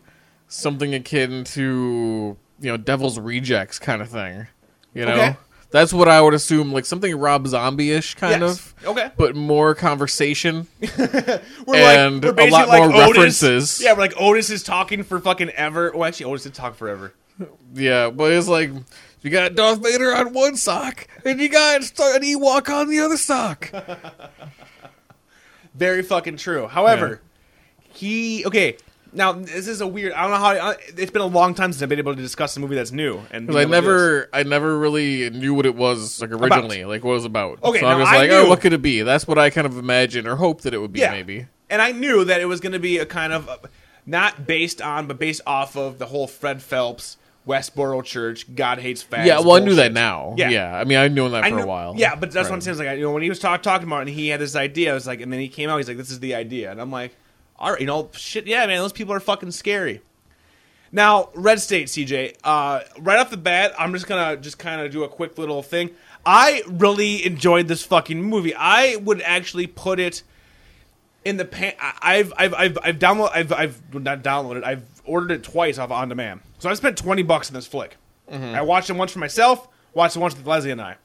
Speaker 6: something akin to you know Devil's Rejects kind of thing. You know,
Speaker 5: Okay.
Speaker 6: that's what I would assume like something Rob Zombie ish kind
Speaker 5: Yes.
Speaker 6: of.
Speaker 5: Okay.
Speaker 6: but more conversation. *laughs*
Speaker 5: we're like,
Speaker 6: and
Speaker 5: we're
Speaker 6: a
Speaker 5: basically
Speaker 6: lot
Speaker 5: like
Speaker 6: more
Speaker 5: Otis.
Speaker 6: references.
Speaker 5: Yeah, we're like Otis is talking for fucking ever. Well, actually, Otis did talk forever.
Speaker 6: yeah, but it's like you got Darth Vader on one sock and you got an Ewok on the
Speaker 5: *laughs*
Speaker 6: other sock.
Speaker 5: Very fucking true. However, he okay. Now this is a weird. I don't know how. I- It's been a long time since I've been able to discuss a movie that's new. And
Speaker 6: Because
Speaker 5: being able to
Speaker 6: I
Speaker 5: do this.
Speaker 6: never, I never really knew what it was like originally, like what it was about.
Speaker 5: Okay,
Speaker 6: so I'm
Speaker 5: now
Speaker 6: just
Speaker 5: I
Speaker 6: like,
Speaker 5: knew-
Speaker 6: oh, what could it be? That's what I kind of imagined or hoped that it would be, maybe.
Speaker 5: And I knew that it was going to be a kind of uh, not based on, but based off of the whole Fred Phelps Westboro Church God hates fags.
Speaker 6: yeah, well, I knew
Speaker 5: bullshit.
Speaker 6: that now.
Speaker 5: Yeah.
Speaker 6: Yeah. I mean, I've known that
Speaker 5: I
Speaker 6: for
Speaker 5: knew-
Speaker 6: a while.
Speaker 5: Yeah, but that's what I'm
Speaker 6: Right.
Speaker 5: saying. is Like, I- you know, when he was talk, talking about it, and he had this idea, I was like, and then he came out, he's like, "This is the idea," and I'm like, "All right, you know, shit, yeah, man, those people are fucking scary." Now, Red State, CJ. Uh, right off the bat, I'm just gonna just kind of do a quick little thing. I really enjoyed this fucking movie. I would actually put it in the pan. I- I've I've I've I've download I've I've not downloaded. I've ordered it twice off on demand. So I spent twenty bucks on this flick.
Speaker 6: Mm-hmm.
Speaker 5: I watched it once for myself. Watched it once with Leslie and I.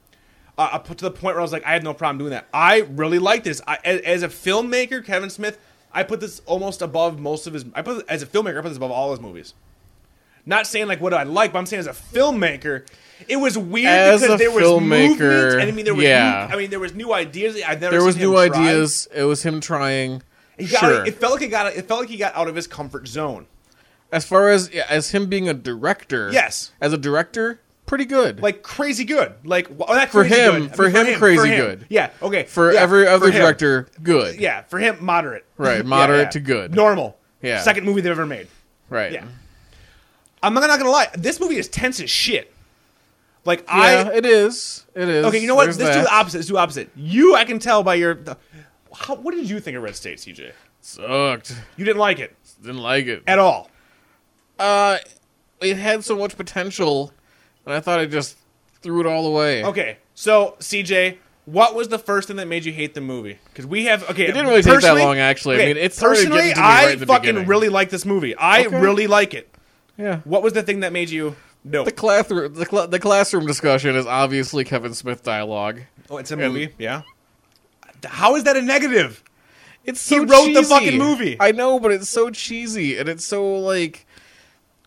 Speaker 5: Uh, I put to the point where I was like, I had no problem doing that. I really like this. I, as, as a filmmaker, Kevin Smith I put this almost above most of his. I put as a filmmaker, I put this above all his movies. Not saying like what do I like, but I'm saying as a filmmaker, it was weird
Speaker 6: As
Speaker 5: because
Speaker 6: a
Speaker 5: there was
Speaker 6: filmmaker,
Speaker 5: movement, and I mean there was
Speaker 6: yeah.
Speaker 5: new, I mean there was new ideas. I've never
Speaker 6: There
Speaker 5: seen
Speaker 6: was
Speaker 5: him
Speaker 6: new
Speaker 5: try.
Speaker 6: ideas. It was him trying.
Speaker 5: He got-
Speaker 6: Sure.
Speaker 5: it felt like he got it felt like he got out of his comfort zone.
Speaker 6: as far as yeah, as him being a director,
Speaker 5: Yes.
Speaker 6: as a director, pretty good.
Speaker 5: like crazy good. Like wh- oh, not
Speaker 6: For
Speaker 5: crazy
Speaker 6: him-
Speaker 5: good. I mean,
Speaker 6: for him, crazy
Speaker 5: for him.
Speaker 6: good.
Speaker 5: Yeah. Okay.
Speaker 6: for
Speaker 5: yeah,
Speaker 6: every other
Speaker 5: for him.
Speaker 6: director, good.
Speaker 5: Yeah. For him, moderate. *laughs*
Speaker 6: Right,
Speaker 5: Yeah,
Speaker 6: moderate
Speaker 5: yeah.
Speaker 6: to good.
Speaker 5: Normal.
Speaker 6: Yeah.
Speaker 5: Second movie they've ever made.
Speaker 6: right.
Speaker 5: Yeah. I'm not, not gonna lie. This movie is tense as shit. Like
Speaker 6: Yeah,
Speaker 5: I.
Speaker 6: it is. It is.
Speaker 5: Okay. You know what?
Speaker 6: There's
Speaker 5: Let's do
Speaker 6: that.
Speaker 5: the opposite. Let's do the opposite. You, I can tell by your. the- how, what did you think of Red State, CJ?
Speaker 6: Sucked.
Speaker 5: You didn't like it
Speaker 6: Didn't like it.
Speaker 5: at all.
Speaker 6: Uh, it had so much potential, and I thought I just threw it all away.
Speaker 5: Okay. So CJ. What was the first thing that made you hate the movie? Because we have okay. It
Speaker 6: didn't really take that long, actually. I mean, it started getting
Speaker 5: personally,
Speaker 6: to me right
Speaker 5: I
Speaker 6: at the
Speaker 5: fucking
Speaker 6: beginning.
Speaker 5: really like this movie. I
Speaker 6: Okay.
Speaker 5: really like it.
Speaker 6: Yeah.
Speaker 5: What was the thing that made you no?
Speaker 6: The classroom, the, cla the classroom discussion is obviously Kevin Smith dialogue.
Speaker 5: oh, it's a movie. Yeah. How is that a negative?
Speaker 6: It's
Speaker 5: He
Speaker 6: so
Speaker 5: wrote the
Speaker 6: cheesy.
Speaker 5: fucking movie.
Speaker 6: I know, but it's so cheesy and it's so like,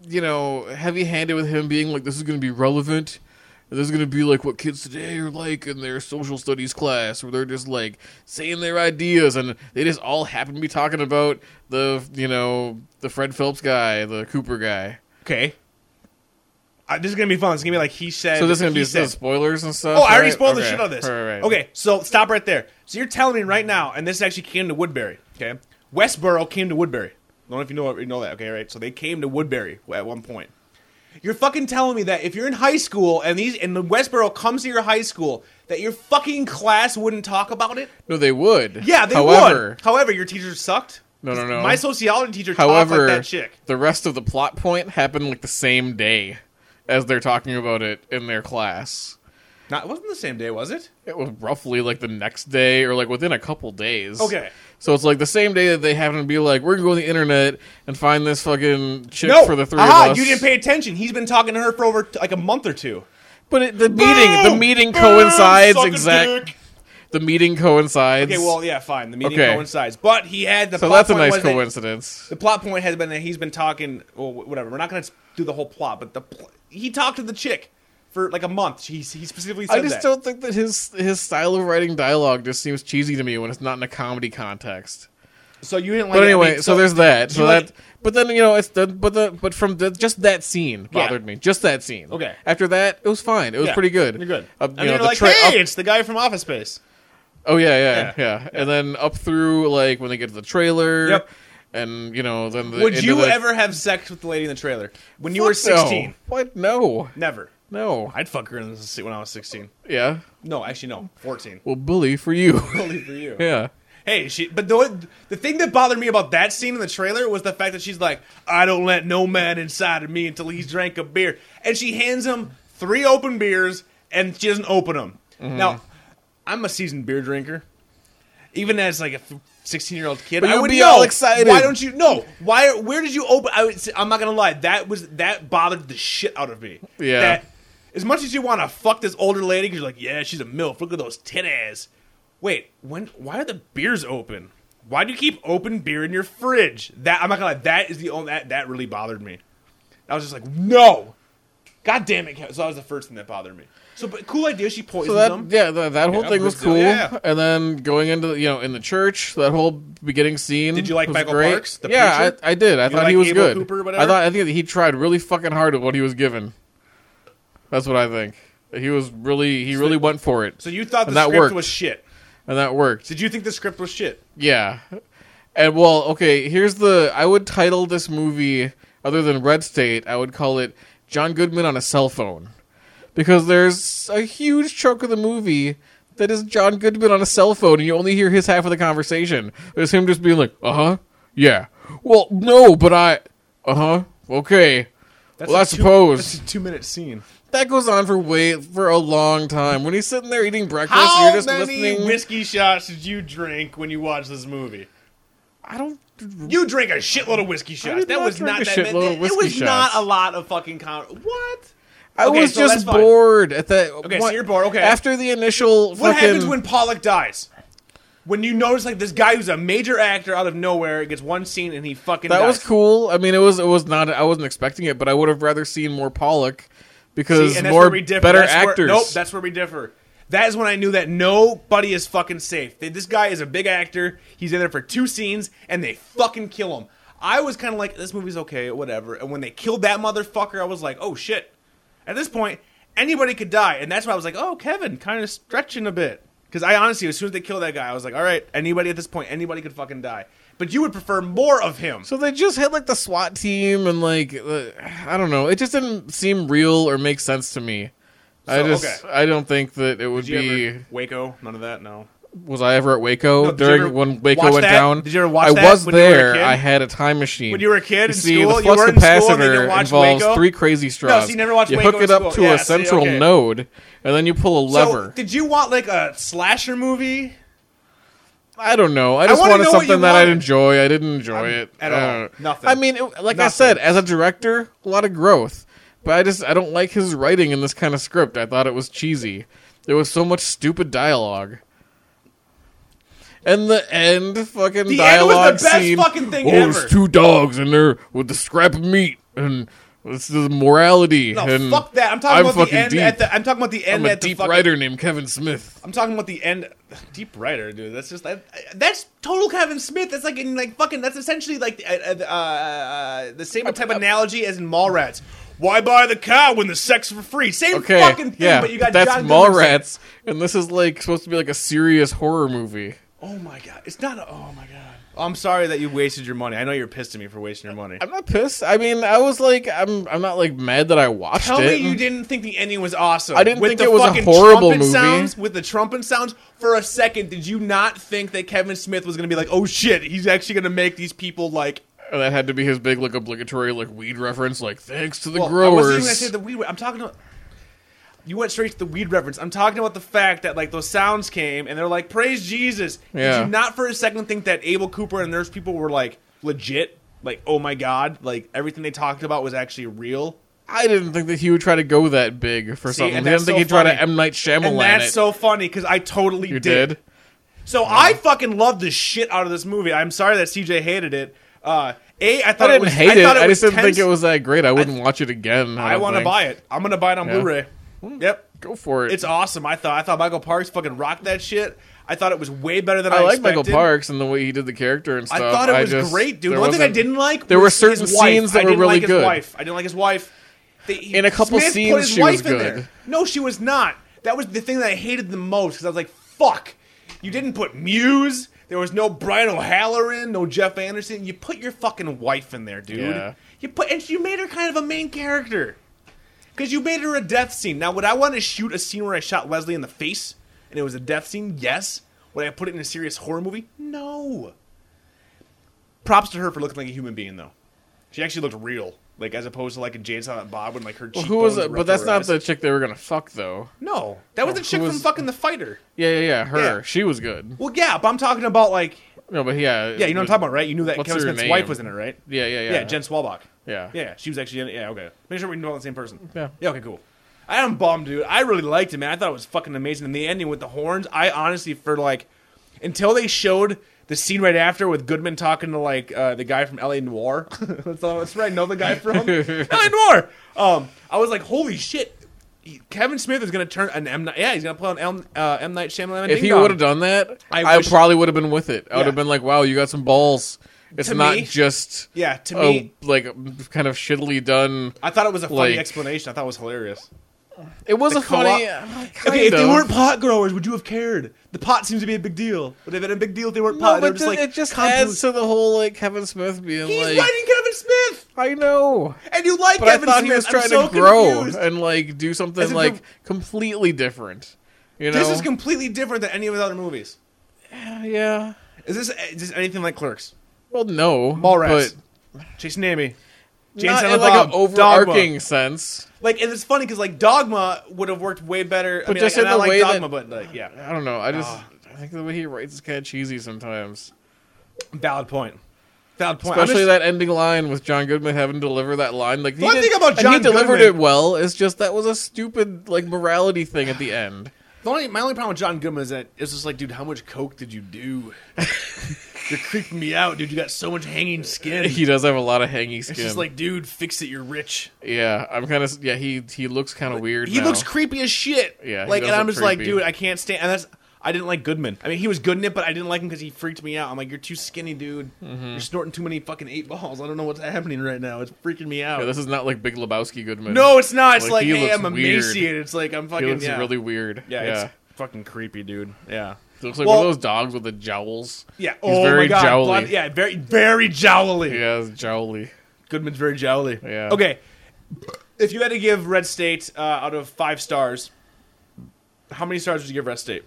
Speaker 6: you know, heavy-handed with him being like, "This is going to be relevant." and This is going to be like what kids today are like in their social studies class, where they're just like saying their ideas, and they just all happen to be talking about the, you know, the Fred Phelps guy, the Cooper guy.
Speaker 5: Okay. Uh, this is gonna be fun. It's gonna be like he said.
Speaker 6: So this is going
Speaker 5: he
Speaker 6: to be
Speaker 5: said.
Speaker 6: some spoilers and stuff.
Speaker 5: Oh, I already
Speaker 6: right?
Speaker 5: spoiled the
Speaker 6: Okay.
Speaker 5: shit out of this.
Speaker 6: Right, right, right.
Speaker 5: Okay, so stop right there. So you're telling me right now, and this actually came to Woodbury. Okay, Westboro came to Woodbury. I don't know if you know you know that. Okay, right. So they came to Woodbury at one point. You're fucking telling me that if you're in high school and these and the Westboro comes to your high school, that your fucking class wouldn't talk about it.
Speaker 6: No, they would.
Speaker 5: Yeah, they
Speaker 6: However,
Speaker 5: would. However, your teacher sucked.
Speaker 6: No, no, no.
Speaker 5: My sociology teacher talked
Speaker 6: However,
Speaker 5: like that chick.
Speaker 6: the rest of the plot point happened like the same day as they're talking about it in their class.
Speaker 5: Not, it wasn't the same day, was it?
Speaker 6: It was roughly like the next day or like within a couple days.
Speaker 5: Okay.
Speaker 6: So it's like the same day that they happen to be like, we're going to go on the internet and find this fucking chick
Speaker 5: No,
Speaker 6: for the three
Speaker 5: Aha,
Speaker 6: of us.
Speaker 5: you didn't pay attention. He's been talking to her for over t- like a month or two.
Speaker 6: But it, the meeting, the
Speaker 5: Boom!
Speaker 6: meeting
Speaker 5: Boom!
Speaker 6: coincides
Speaker 5: Suck a
Speaker 6: exact.
Speaker 5: Ah, dick.
Speaker 6: The meeting coincides.
Speaker 5: Okay, well, yeah, fine. The meeting
Speaker 6: Okay.
Speaker 5: coincides, but he had the.
Speaker 6: so
Speaker 5: plot
Speaker 6: that's a
Speaker 5: point
Speaker 6: nice
Speaker 5: was that-
Speaker 6: coincidence.
Speaker 5: The plot point has been that he's been talking. Well, wh- whatever. We're not going to do the whole plot, but the pl- he talked to the chick for like a month. He, he specifically said
Speaker 6: I just
Speaker 5: that.
Speaker 6: don't think that his his style of writing dialogue just seems cheesy to me when it's not in a comedy context.
Speaker 5: So you didn't like.
Speaker 6: But
Speaker 5: it. I
Speaker 6: anyway,
Speaker 5: mean,
Speaker 6: so, there's that.
Speaker 5: you
Speaker 6: So
Speaker 5: like-
Speaker 6: that, but then you know, it's the but the but from the, just that scene
Speaker 5: Yeah.
Speaker 6: bothered me. Just that scene.
Speaker 5: Okay.
Speaker 6: After that, it was fine. It was
Speaker 5: Yeah,
Speaker 6: pretty good.
Speaker 5: You're good.
Speaker 6: Up,
Speaker 5: and then
Speaker 6: you know,
Speaker 5: you're
Speaker 6: the
Speaker 5: like,
Speaker 6: tra-
Speaker 5: hey,
Speaker 6: up-
Speaker 5: it's the guy from Office Space.
Speaker 6: oh yeah, yeah,
Speaker 5: Yeah.
Speaker 6: yeah, And then up through like when they get to the trailer.
Speaker 5: Yep.
Speaker 6: And you know, then the,
Speaker 5: Would
Speaker 6: into
Speaker 5: you
Speaker 6: the-
Speaker 5: ever have sex with the lady in the trailer when you
Speaker 6: Fuck
Speaker 5: were
Speaker 6: no.
Speaker 5: 16?
Speaker 6: What? No.
Speaker 5: Never.
Speaker 6: No.
Speaker 5: I'd fuck her in the seat when I was 16.
Speaker 6: yeah.
Speaker 5: No, actually, no,
Speaker 6: *laughs*
Speaker 5: 14.
Speaker 6: Well, bully for you. *laughs*
Speaker 5: Only for you.
Speaker 6: yeah.
Speaker 5: Hey, she. But the the thing that bothered me about that scene in the trailer was the fact that she's like, "I don't let no man inside of me until he's drank a beer," and she hands him three open beers, and she doesn't open them.
Speaker 6: Mm-hmm.
Speaker 5: Now, I'm a seasoned beer drinker, even as like a 16 year old kid.
Speaker 6: But
Speaker 5: I
Speaker 6: you'd
Speaker 5: would
Speaker 6: be
Speaker 5: know.
Speaker 6: all excited.
Speaker 5: Why don't you? No. Why? Where did you open? I would, say- I'm not gonna lie. That was that bothered the shit out of me.
Speaker 6: Yeah.
Speaker 5: That, as much as you want to fuck this older lady, 'cause you're like, yeah, she's a milf. Look at those titties. Wait, when? Why are the beers open? Why do you keep open beer in your fridge? That I'm not gonna lie. That is the only that that really bothered me. I was just like, no, god damn it. Kev- So that was the first thing that bothered me. So, but cool idea. She
Speaker 6: So
Speaker 5: poisons
Speaker 6: that
Speaker 5: them.
Speaker 6: yeah, that, that whole
Speaker 5: Yeah,
Speaker 6: thing was
Speaker 5: Brazil,
Speaker 6: cool.
Speaker 5: yeah.
Speaker 6: And then going into the- you know in the church, that whole beginning scene.
Speaker 5: Did you like
Speaker 6: was
Speaker 5: Michael
Speaker 6: great.
Speaker 5: Parks, the
Speaker 6: yeah,
Speaker 5: preacher?
Speaker 6: I, I did. I thought he
Speaker 5: like
Speaker 6: was
Speaker 5: Abel
Speaker 6: good.
Speaker 5: Cooper or whatever?
Speaker 6: I thought I think he tried really fucking hard at what he was given. That's what I think. He was really he really went for it,
Speaker 5: So you thought the
Speaker 6: And that
Speaker 5: script
Speaker 6: worked.
Speaker 5: was shit.
Speaker 6: and that worked.
Speaker 5: Did you think the script was shit?
Speaker 6: Yeah. And well, okay, here's the I would title this movie other than Red State, I would call it John Goodman on a cell phone. Because there's a huge chunk of the movie that is John Goodman on a cell phone and you only hear his half of the conversation. There's him just being like, "Uh-huh. Yeah. Well, no, but I uh-huh. Okay." well, I
Speaker 5: a two-
Speaker 6: suppose
Speaker 5: that's a two minute scene.
Speaker 6: that goes on for way for a long time. When he's sitting there eating breakfast,
Speaker 5: How
Speaker 6: you're just
Speaker 5: many
Speaker 6: listening.
Speaker 5: whiskey shots did you drink when you watched this movie?
Speaker 6: I don't
Speaker 5: You drank a shitload of whiskey shots.
Speaker 6: did
Speaker 5: that
Speaker 6: not
Speaker 5: was
Speaker 6: drink
Speaker 5: not
Speaker 6: a
Speaker 5: that
Speaker 6: shitload
Speaker 5: many.
Speaker 6: of
Speaker 5: It
Speaker 6: whiskey
Speaker 5: was not
Speaker 6: shots.
Speaker 5: a lot of fucking con- What?
Speaker 6: I
Speaker 5: Okay,
Speaker 6: was
Speaker 5: so that's
Speaker 6: just
Speaker 5: fine.
Speaker 6: bored at that.
Speaker 5: Okay, so you're bored, okay.
Speaker 6: After the initial
Speaker 5: What
Speaker 6: fucking,
Speaker 5: happens when Pollock dies? when you notice like this guy who's a major actor out of nowhere gets one scene and he fucking
Speaker 6: That was
Speaker 5: dies.
Speaker 6: cool. I mean, it was it was not. I wasn't expecting it, but I would have rather seen more Pollock because
Speaker 5: See, and that's
Speaker 6: more
Speaker 5: where we differ.
Speaker 6: better
Speaker 5: that's where-
Speaker 6: actors.
Speaker 5: nope, that's where we differ. That is when I knew that nobody is fucking safe. That This guy is a big actor. He's in there for two scenes, and they fucking kill him. I was kind of like, this movie's okay, whatever. And when they killed that motherfucker, I was like, oh shit. At this point, anybody could die, and that's why I was like, oh Kevin, kind of stretching a bit. Because I honestly, as soon as they killed that guy, I was like, all right, anybody at this point, anybody could fucking die. But you would prefer more of him.
Speaker 6: so they just had like the SWAT team and like uh, I don't know. It just didn't seem real or make sense to me. I
Speaker 5: So,
Speaker 6: just
Speaker 5: okay.
Speaker 6: I don't think that it would
Speaker 5: Did you
Speaker 6: be.
Speaker 5: ever- Waco? None of that. No.
Speaker 6: Was I ever at Waco
Speaker 5: No, did you
Speaker 6: during
Speaker 5: ever
Speaker 6: when Waco
Speaker 5: watch
Speaker 6: went
Speaker 5: that?
Speaker 6: down?
Speaker 5: Did you ever watch
Speaker 6: I
Speaker 5: that
Speaker 6: was
Speaker 5: when you were a
Speaker 6: there.
Speaker 5: kid?
Speaker 6: I had a time machine.
Speaker 5: When you were a kid in
Speaker 6: see,
Speaker 5: school?
Speaker 6: the
Speaker 5: You
Speaker 6: flux
Speaker 5: were in
Speaker 6: capacitor
Speaker 5: school and they didn't watch
Speaker 6: involves
Speaker 5: Waco?
Speaker 6: three crazy straws.
Speaker 5: you never watched
Speaker 6: You
Speaker 5: Waco
Speaker 6: hook
Speaker 5: in
Speaker 6: it up
Speaker 5: school.
Speaker 6: to
Speaker 5: Yeah,
Speaker 6: a
Speaker 5: see,
Speaker 6: central
Speaker 5: okay.
Speaker 6: node, and then you pull a lever.
Speaker 5: So, did you want like a slasher movie?
Speaker 6: I don't know. I just
Speaker 5: wanna
Speaker 6: wanted
Speaker 5: know what
Speaker 6: something
Speaker 5: you
Speaker 6: that I
Speaker 5: wanted.
Speaker 6: enjoy. I didn't enjoy it
Speaker 5: at
Speaker 6: I
Speaker 5: all.
Speaker 6: don't know.
Speaker 5: Nothing.
Speaker 6: I mean, it, like I
Speaker 5: Nothing.
Speaker 6: said, as a director, a lot of growth, but I just I don't like his writing in this kind of script. I thought it was cheesy. There was so much stupid dialogue. And the end fucking
Speaker 5: The end was the
Speaker 6: dialogue
Speaker 5: best
Speaker 6: scene.
Speaker 5: fucking thing
Speaker 6: oh,
Speaker 5: ever."
Speaker 6: it's two dogs and they're with the scrap of meat and this is morality.
Speaker 5: No,
Speaker 6: and
Speaker 5: fuck that. I'm talking
Speaker 6: I'm
Speaker 5: about the
Speaker 6: fucking
Speaker 5: end
Speaker 6: deep.
Speaker 5: at the. I'm talking about the end
Speaker 6: I'm a
Speaker 5: at the
Speaker 6: deep
Speaker 5: fucking.
Speaker 6: writer named Kevin Smith.
Speaker 5: I'm talking about the end. *sighs* Deep writer, dude. That's just that. That's total Kevin Smith. That's like in like fucking. That's essentially like uh, uh, uh, the same type of analogy as in Mallrats. Why buy the cow when the sex for free? Same
Speaker 6: Okay,
Speaker 5: fucking thing,
Speaker 6: yeah,
Speaker 5: but you got
Speaker 6: that's
Speaker 5: John Goodman saying-
Speaker 6: Mallrats, and this is like supposed to be like a serious horror movie.
Speaker 5: Oh my god, it's not. A, oh my god. I'm sorry that you wasted your money. I know you're pissed at me for wasting your money.
Speaker 6: I'm not pissed. I mean, I was like, I'm, I'm not like mad that I watched
Speaker 5: Tell
Speaker 6: it.
Speaker 5: me you didn't think the ending was awesome.
Speaker 6: I didn't
Speaker 5: with
Speaker 6: think
Speaker 5: the
Speaker 6: it was a
Speaker 5: fucking
Speaker 6: horrible
Speaker 5: trumpet
Speaker 6: movie.
Speaker 5: Sounds, with the trumpet sounds, for a second, did you not think that Kevin Smith was going to be like, "Oh shit, he's actually going to make these people like"?
Speaker 6: And that had to be his big like obligatory like weed reference, like thanks to the
Speaker 5: Well, I wasn't even
Speaker 6: growers.
Speaker 5: going to say the weed. I'm talking about. You went straight to the weed reference. I'm talking about the fact that like those sounds came and they're like, "Praise Jesus."
Speaker 6: Yeah.
Speaker 5: Did you not for a second think that Abel Cooper and those people were like legit? Like, oh my god, like everything they talked about was actually real.
Speaker 6: I didn't think that he would try to go that big for something. I
Speaker 5: and
Speaker 6: didn't
Speaker 5: that's
Speaker 6: think
Speaker 5: so
Speaker 6: he'd try to
Speaker 5: funny.
Speaker 6: M Night Shyamalan
Speaker 5: And that's
Speaker 6: it.
Speaker 5: so funny because I totally
Speaker 6: you did.
Speaker 5: So I fucking love the shit out of this movie. I'm sorry that CJ hated it. Uh, a, I
Speaker 6: I
Speaker 5: thought
Speaker 6: didn't
Speaker 5: it was,
Speaker 6: hate
Speaker 5: I
Speaker 6: it.
Speaker 5: thought
Speaker 6: I just didn't
Speaker 5: tense.
Speaker 6: think it was that great. I wouldn't watch it again.
Speaker 5: I want to buy it. I'm gonna buy it on
Speaker 6: Yeah.
Speaker 5: Blu-ray. Yep,
Speaker 6: Go for it.
Speaker 5: it's awesome. I thought I thought Michael Parks fucking rocked that shit. I thought it was way better than I,
Speaker 6: I like
Speaker 5: expected.
Speaker 6: Michael Parks and the way he did the character and
Speaker 5: I
Speaker 6: stuff.
Speaker 5: thought it was
Speaker 6: just-
Speaker 5: great, dude.
Speaker 6: there
Speaker 5: The one thing I
Speaker 6: wasn't-
Speaker 5: didn't like
Speaker 6: there were
Speaker 5: was
Speaker 6: certain
Speaker 5: his wife.
Speaker 6: scenes
Speaker 5: I
Speaker 6: that were
Speaker 5: didn't
Speaker 6: really
Speaker 5: like his
Speaker 6: good.
Speaker 5: Wife. I didn't like his wife. They- he-
Speaker 6: In a couple
Speaker 5: Smith
Speaker 6: scenes,
Speaker 5: put his
Speaker 6: she was
Speaker 5: wife in
Speaker 6: good.
Speaker 5: there. No, she was not. That was the thing that I hated the most because I was like, "Fuck, you didn't put Muse. There was no Brian O'Halloran, no Jeff Anderson. You put your fucking wife in there, dude.
Speaker 6: Yeah.
Speaker 5: You put and you made her kind of a main character." Because you made her a death scene. Now, would I want to shoot a scene where I shot Leslie in the face and it was a death scene? Yes. Would I put it in a serious horror movie? No. Props to her for looking like a human being, though. She actually looked real, like as opposed to like a Jade Silent Bob when like her.
Speaker 6: Well, who was
Speaker 5: cheekbones
Speaker 6: it?
Speaker 5: were
Speaker 6: But
Speaker 5: up to
Speaker 6: that's
Speaker 5: her
Speaker 6: not
Speaker 5: eyes.
Speaker 6: the chick they were gonna fuck, though.
Speaker 5: No, that was the
Speaker 6: who
Speaker 5: chick from
Speaker 6: was-
Speaker 5: fucking the fighter.
Speaker 6: Yeah, yeah, yeah. Her.
Speaker 5: Yeah.
Speaker 6: She was good.
Speaker 5: Well, yeah, but I'm talking about like
Speaker 6: No, but yeah.
Speaker 5: yeah, you know what I'm talking about, right? You knew that
Speaker 6: What's
Speaker 5: Kevin
Speaker 6: her
Speaker 5: Smith's
Speaker 6: name?
Speaker 5: wife was in it, right?
Speaker 6: Yeah, yeah, yeah.
Speaker 5: Yeah, Jen Swalbach.
Speaker 6: Yeah.
Speaker 5: Yeah, she was actually in it. Yeah, okay. Make sure we know the same person.
Speaker 6: Yeah.
Speaker 5: Yeah, okay, cool. I am bummed, dude. I really liked it, man. I thought it was fucking amazing. And the ending with the horns, I honestly, for like, until they showed the scene right after with Goodman talking to like uh, the guy from LA Noir. *laughs* that's all that's right. Know the guy
Speaker 6: *laughs*
Speaker 5: from LA Noir. Um, I was like, holy shit. He- Kevin Smith is gonna turn an M. Night- Yeah, he's gonna play on M. Uh, M. Night Shyamalan.
Speaker 6: If
Speaker 5: Ding
Speaker 6: he
Speaker 5: Dong.
Speaker 6: would have done that,
Speaker 5: I
Speaker 6: I,
Speaker 5: wish-
Speaker 6: probably would have been with it. I would
Speaker 5: Yeah.
Speaker 6: have been like, "Wow, you got some balls." It's
Speaker 5: To
Speaker 6: not
Speaker 5: me-
Speaker 6: just
Speaker 5: yeah, to
Speaker 6: a,
Speaker 5: me,
Speaker 6: like kind of shittily done.
Speaker 5: I thought it was a funny
Speaker 6: uh, like-
Speaker 5: explanation. I thought it was hilarious.
Speaker 6: It was a
Speaker 5: co-op-
Speaker 6: funny. uh,
Speaker 5: Okay, if
Speaker 6: kind
Speaker 5: they
Speaker 6: of.
Speaker 5: weren't pot growers, would you have cared? The pot seems to be a big deal. Would it have been a big deal if they weren't pot?
Speaker 6: No,
Speaker 5: they were
Speaker 6: but
Speaker 5: just like,
Speaker 6: it just
Speaker 5: compost-
Speaker 6: adds to the whole like Kevin Smith being
Speaker 5: He's
Speaker 6: like,
Speaker 5: writing Kevin Smith,
Speaker 6: "I know."
Speaker 5: and you like
Speaker 6: But
Speaker 5: Kevin
Speaker 6: I thought
Speaker 5: Smith.
Speaker 6: he was trying
Speaker 5: I'm so
Speaker 6: to grow
Speaker 5: confused.
Speaker 6: and like do something
Speaker 5: As if
Speaker 6: like
Speaker 5: the-
Speaker 6: completely different. You know,
Speaker 5: This is completely different than any of his other movies.
Speaker 6: yeah.
Speaker 5: Is this eh, is this anything like Clerks?
Speaker 6: Well, no,
Speaker 5: Mallrats,
Speaker 6: but
Speaker 5: Chasing Amy, James
Speaker 6: not
Speaker 5: Silent
Speaker 6: in like
Speaker 5: Bob,
Speaker 6: an
Speaker 5: Dogma.
Speaker 6: overarching sense.
Speaker 5: Like, and it's funny because like Dogma would have worked way better. I
Speaker 6: But
Speaker 5: mean,
Speaker 6: just
Speaker 5: like,
Speaker 6: in
Speaker 5: and I
Speaker 6: the
Speaker 5: like
Speaker 6: way that-
Speaker 5: Dogma, but like, yeah,
Speaker 6: I don't know. I just
Speaker 5: Ah.
Speaker 6: I think the way he writes is kind of cheesy sometimes,
Speaker 5: valid point. Valid point. I'm
Speaker 6: especially
Speaker 5: just-
Speaker 6: that ending line with John Goodman having to deliver that line. Like he
Speaker 5: One
Speaker 6: did-
Speaker 5: thing about
Speaker 6: and
Speaker 5: John
Speaker 6: he delivered
Speaker 5: Goodman- *sighs*
Speaker 6: it well. It's just that was a stupid like morality thing at the end.
Speaker 5: The only, my only problem with John Goodman is that it's just like, dude, how much coke did you
Speaker 6: *laughs*
Speaker 5: do? You're creeping me out, dude. You got so much hanging skin.
Speaker 6: He does have a lot of hangy skin.
Speaker 5: It's just like, dude, fix it. You're rich.
Speaker 6: yeah, I'm kind of yeah. He he looks kind of weird.
Speaker 5: He
Speaker 6: now.
Speaker 5: looks creepy as shit.
Speaker 6: Yeah, he
Speaker 5: like,
Speaker 6: does
Speaker 5: and I'm
Speaker 6: look
Speaker 5: just like,
Speaker 6: creepy.
Speaker 5: dude, I can't stand. And that's I didn't like Goodman. I mean, he was good in it, but I didn't like him because he freaked me out. I'm like, you're too skinny, dude.
Speaker 6: Mm-hmm.
Speaker 5: You're snorting too many fucking eight balls. I don't know what's happening right now. It's freaking me out.
Speaker 6: Yeah, this is not like Big Lebowski Goodman.
Speaker 5: no, it's not. It's
Speaker 6: Like,
Speaker 5: like,
Speaker 6: he
Speaker 5: hey,
Speaker 6: looks
Speaker 5: I'm
Speaker 6: weird.
Speaker 5: emaciated. It's like I'm
Speaker 6: he
Speaker 5: fucking
Speaker 6: looks
Speaker 5: yeah.
Speaker 6: really weird.
Speaker 5: yeah,
Speaker 6: Yeah,
Speaker 5: it's fucking creepy, dude. Yeah.
Speaker 6: He looks like
Speaker 5: Well-
Speaker 6: one of those dogs with the jowls.
Speaker 5: Yeah.
Speaker 6: He's
Speaker 5: oh my
Speaker 6: very
Speaker 5: god.
Speaker 6: jowly.
Speaker 5: Blonde- yeah, very very jowly.
Speaker 6: Yeah, it's jowly.
Speaker 5: Goodman's very jowly.
Speaker 6: Yeah.
Speaker 5: Okay. If you had to give Red State uh, out of five stars, how many stars would you give Red State?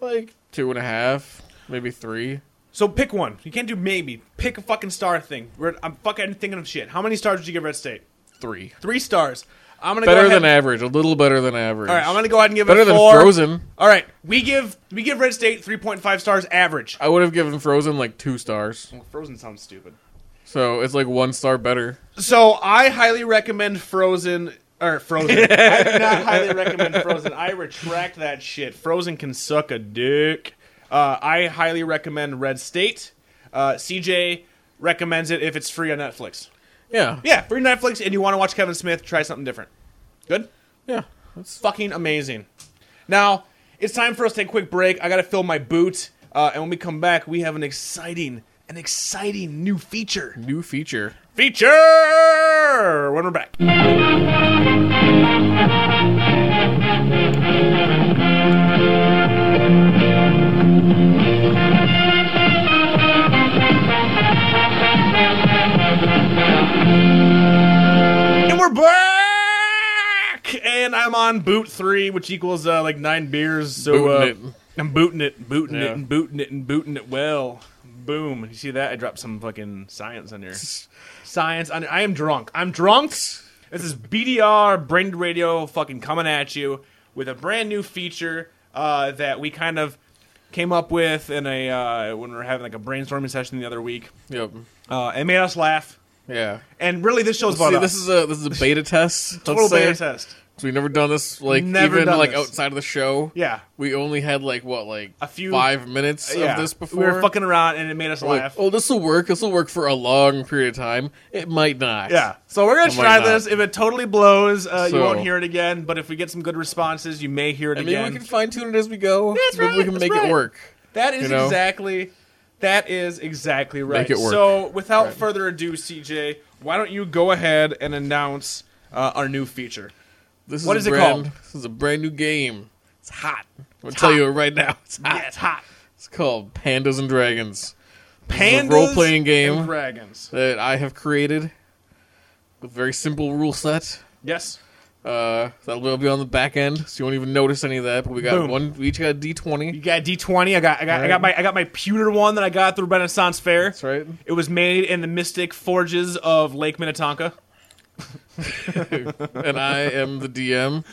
Speaker 6: Like two and a half, maybe three.
Speaker 5: So pick one. You can't do maybe. Pick a fucking star thing. We're, I'm fucking thinking of shit. How many stars would you give Red State?
Speaker 6: Three.
Speaker 5: Three stars. I'm gonna go
Speaker 6: Better
Speaker 5: ahead.
Speaker 6: than average. A little better than average.
Speaker 5: All right, I'm gonna go ahead and give
Speaker 6: better
Speaker 5: it
Speaker 6: than
Speaker 5: four.
Speaker 6: Frozen.
Speaker 5: All right, we give we give Red State 3.5 stars average.
Speaker 6: I would have given Frozen like two stars.
Speaker 5: Frozen sounds stupid.
Speaker 6: So it's like one star better.
Speaker 5: So I highly recommend Frozen. Or Frozen. I do not highly recommend Frozen. I retract that shit. Frozen can suck a dick. Uh, I highly recommend Red State. Uh, CJ recommends it if it's free on Netflix.
Speaker 6: Yeah.
Speaker 5: Yeah, free Netflix, and you want to watch Kevin Smith, try something different. Good?
Speaker 6: Yeah.
Speaker 5: Fucking amazing. Now, it's time for us to take a quick break. I got to fill my boot. Uh, and when we come back, we have an exciting, an exciting new feature.
Speaker 6: New feature.
Speaker 5: Feature! When we're back. And we're back! And I'm on boot three, which equals uh, like nine beers. So uh,
Speaker 6: Booting it.
Speaker 5: I'm booting it, booting
Speaker 6: Yeah.
Speaker 5: it, and booting it, and booting it well. Boom. You see that? I dropped some fucking science
Speaker 6: *laughs*
Speaker 5: on here. science on I am drunk. I'm drunk. This is BDR Brain Radio fucking coming at you with a brand new feature uh, that we kind of came up with in a uh, when we were having like a brainstorming session the other week.
Speaker 6: Yep.
Speaker 5: Uh, it made us laugh.
Speaker 6: Yeah.
Speaker 5: And really this show's about
Speaker 6: See,
Speaker 5: us.
Speaker 6: this is a this is a beta test.
Speaker 5: total
Speaker 6: let's say.
Speaker 5: beta test.
Speaker 6: So we've never done this like
Speaker 5: Never
Speaker 6: even
Speaker 5: done
Speaker 6: like
Speaker 5: this.
Speaker 6: outside of the show.
Speaker 5: Yeah.
Speaker 6: We only had like what like
Speaker 5: A few-
Speaker 6: five minutes of this before.
Speaker 5: We were fucking around and it made us
Speaker 6: like,
Speaker 5: laugh.
Speaker 6: oh, this will work. This will work for a long period of time. It might not.
Speaker 5: Yeah. So we're gonna
Speaker 6: I might
Speaker 5: try
Speaker 6: not.
Speaker 5: this. If it totally blows, uh, you
Speaker 6: So-
Speaker 5: won't hear it again. But if we get some good responses, you may hear it
Speaker 6: And maybe
Speaker 5: again.
Speaker 6: we can fine tune it as we go.
Speaker 5: That's
Speaker 6: maybe
Speaker 5: right,
Speaker 6: we can
Speaker 5: that's
Speaker 6: make
Speaker 5: right.
Speaker 6: it work.
Speaker 5: that is
Speaker 6: you know?
Speaker 5: exactly. That is exactly right.
Speaker 6: it work.
Speaker 5: So without further ado, CJ, why don't you go ahead and announce uh, our new feature?
Speaker 6: This
Speaker 5: What
Speaker 6: is
Speaker 5: is
Speaker 6: a
Speaker 5: it
Speaker 6: brand,
Speaker 5: called?
Speaker 6: This is a brand new game. It's hot. I'm gonna tell you it right now. It's hot.
Speaker 5: Yeah, it's hot.
Speaker 6: It's called Pandas and Dragons.
Speaker 5: Pandas
Speaker 6: role-playing game.
Speaker 5: and dragons.
Speaker 6: That I have created. A very simple rule set.
Speaker 5: Yes.
Speaker 6: Uh, that'll be on the back end, so you won't even notice any of that. But we got
Speaker 5: Boom.
Speaker 6: one. We each got a D
Speaker 5: You
Speaker 6: twenty.
Speaker 5: got D twenty. I got. I got. I got my. I got my pewter one that I got through Renaissance Fair.
Speaker 6: That's right.
Speaker 5: It was made in the mystic forges of Lake Minnetonka.
Speaker 6: *laughs* and I am the DM,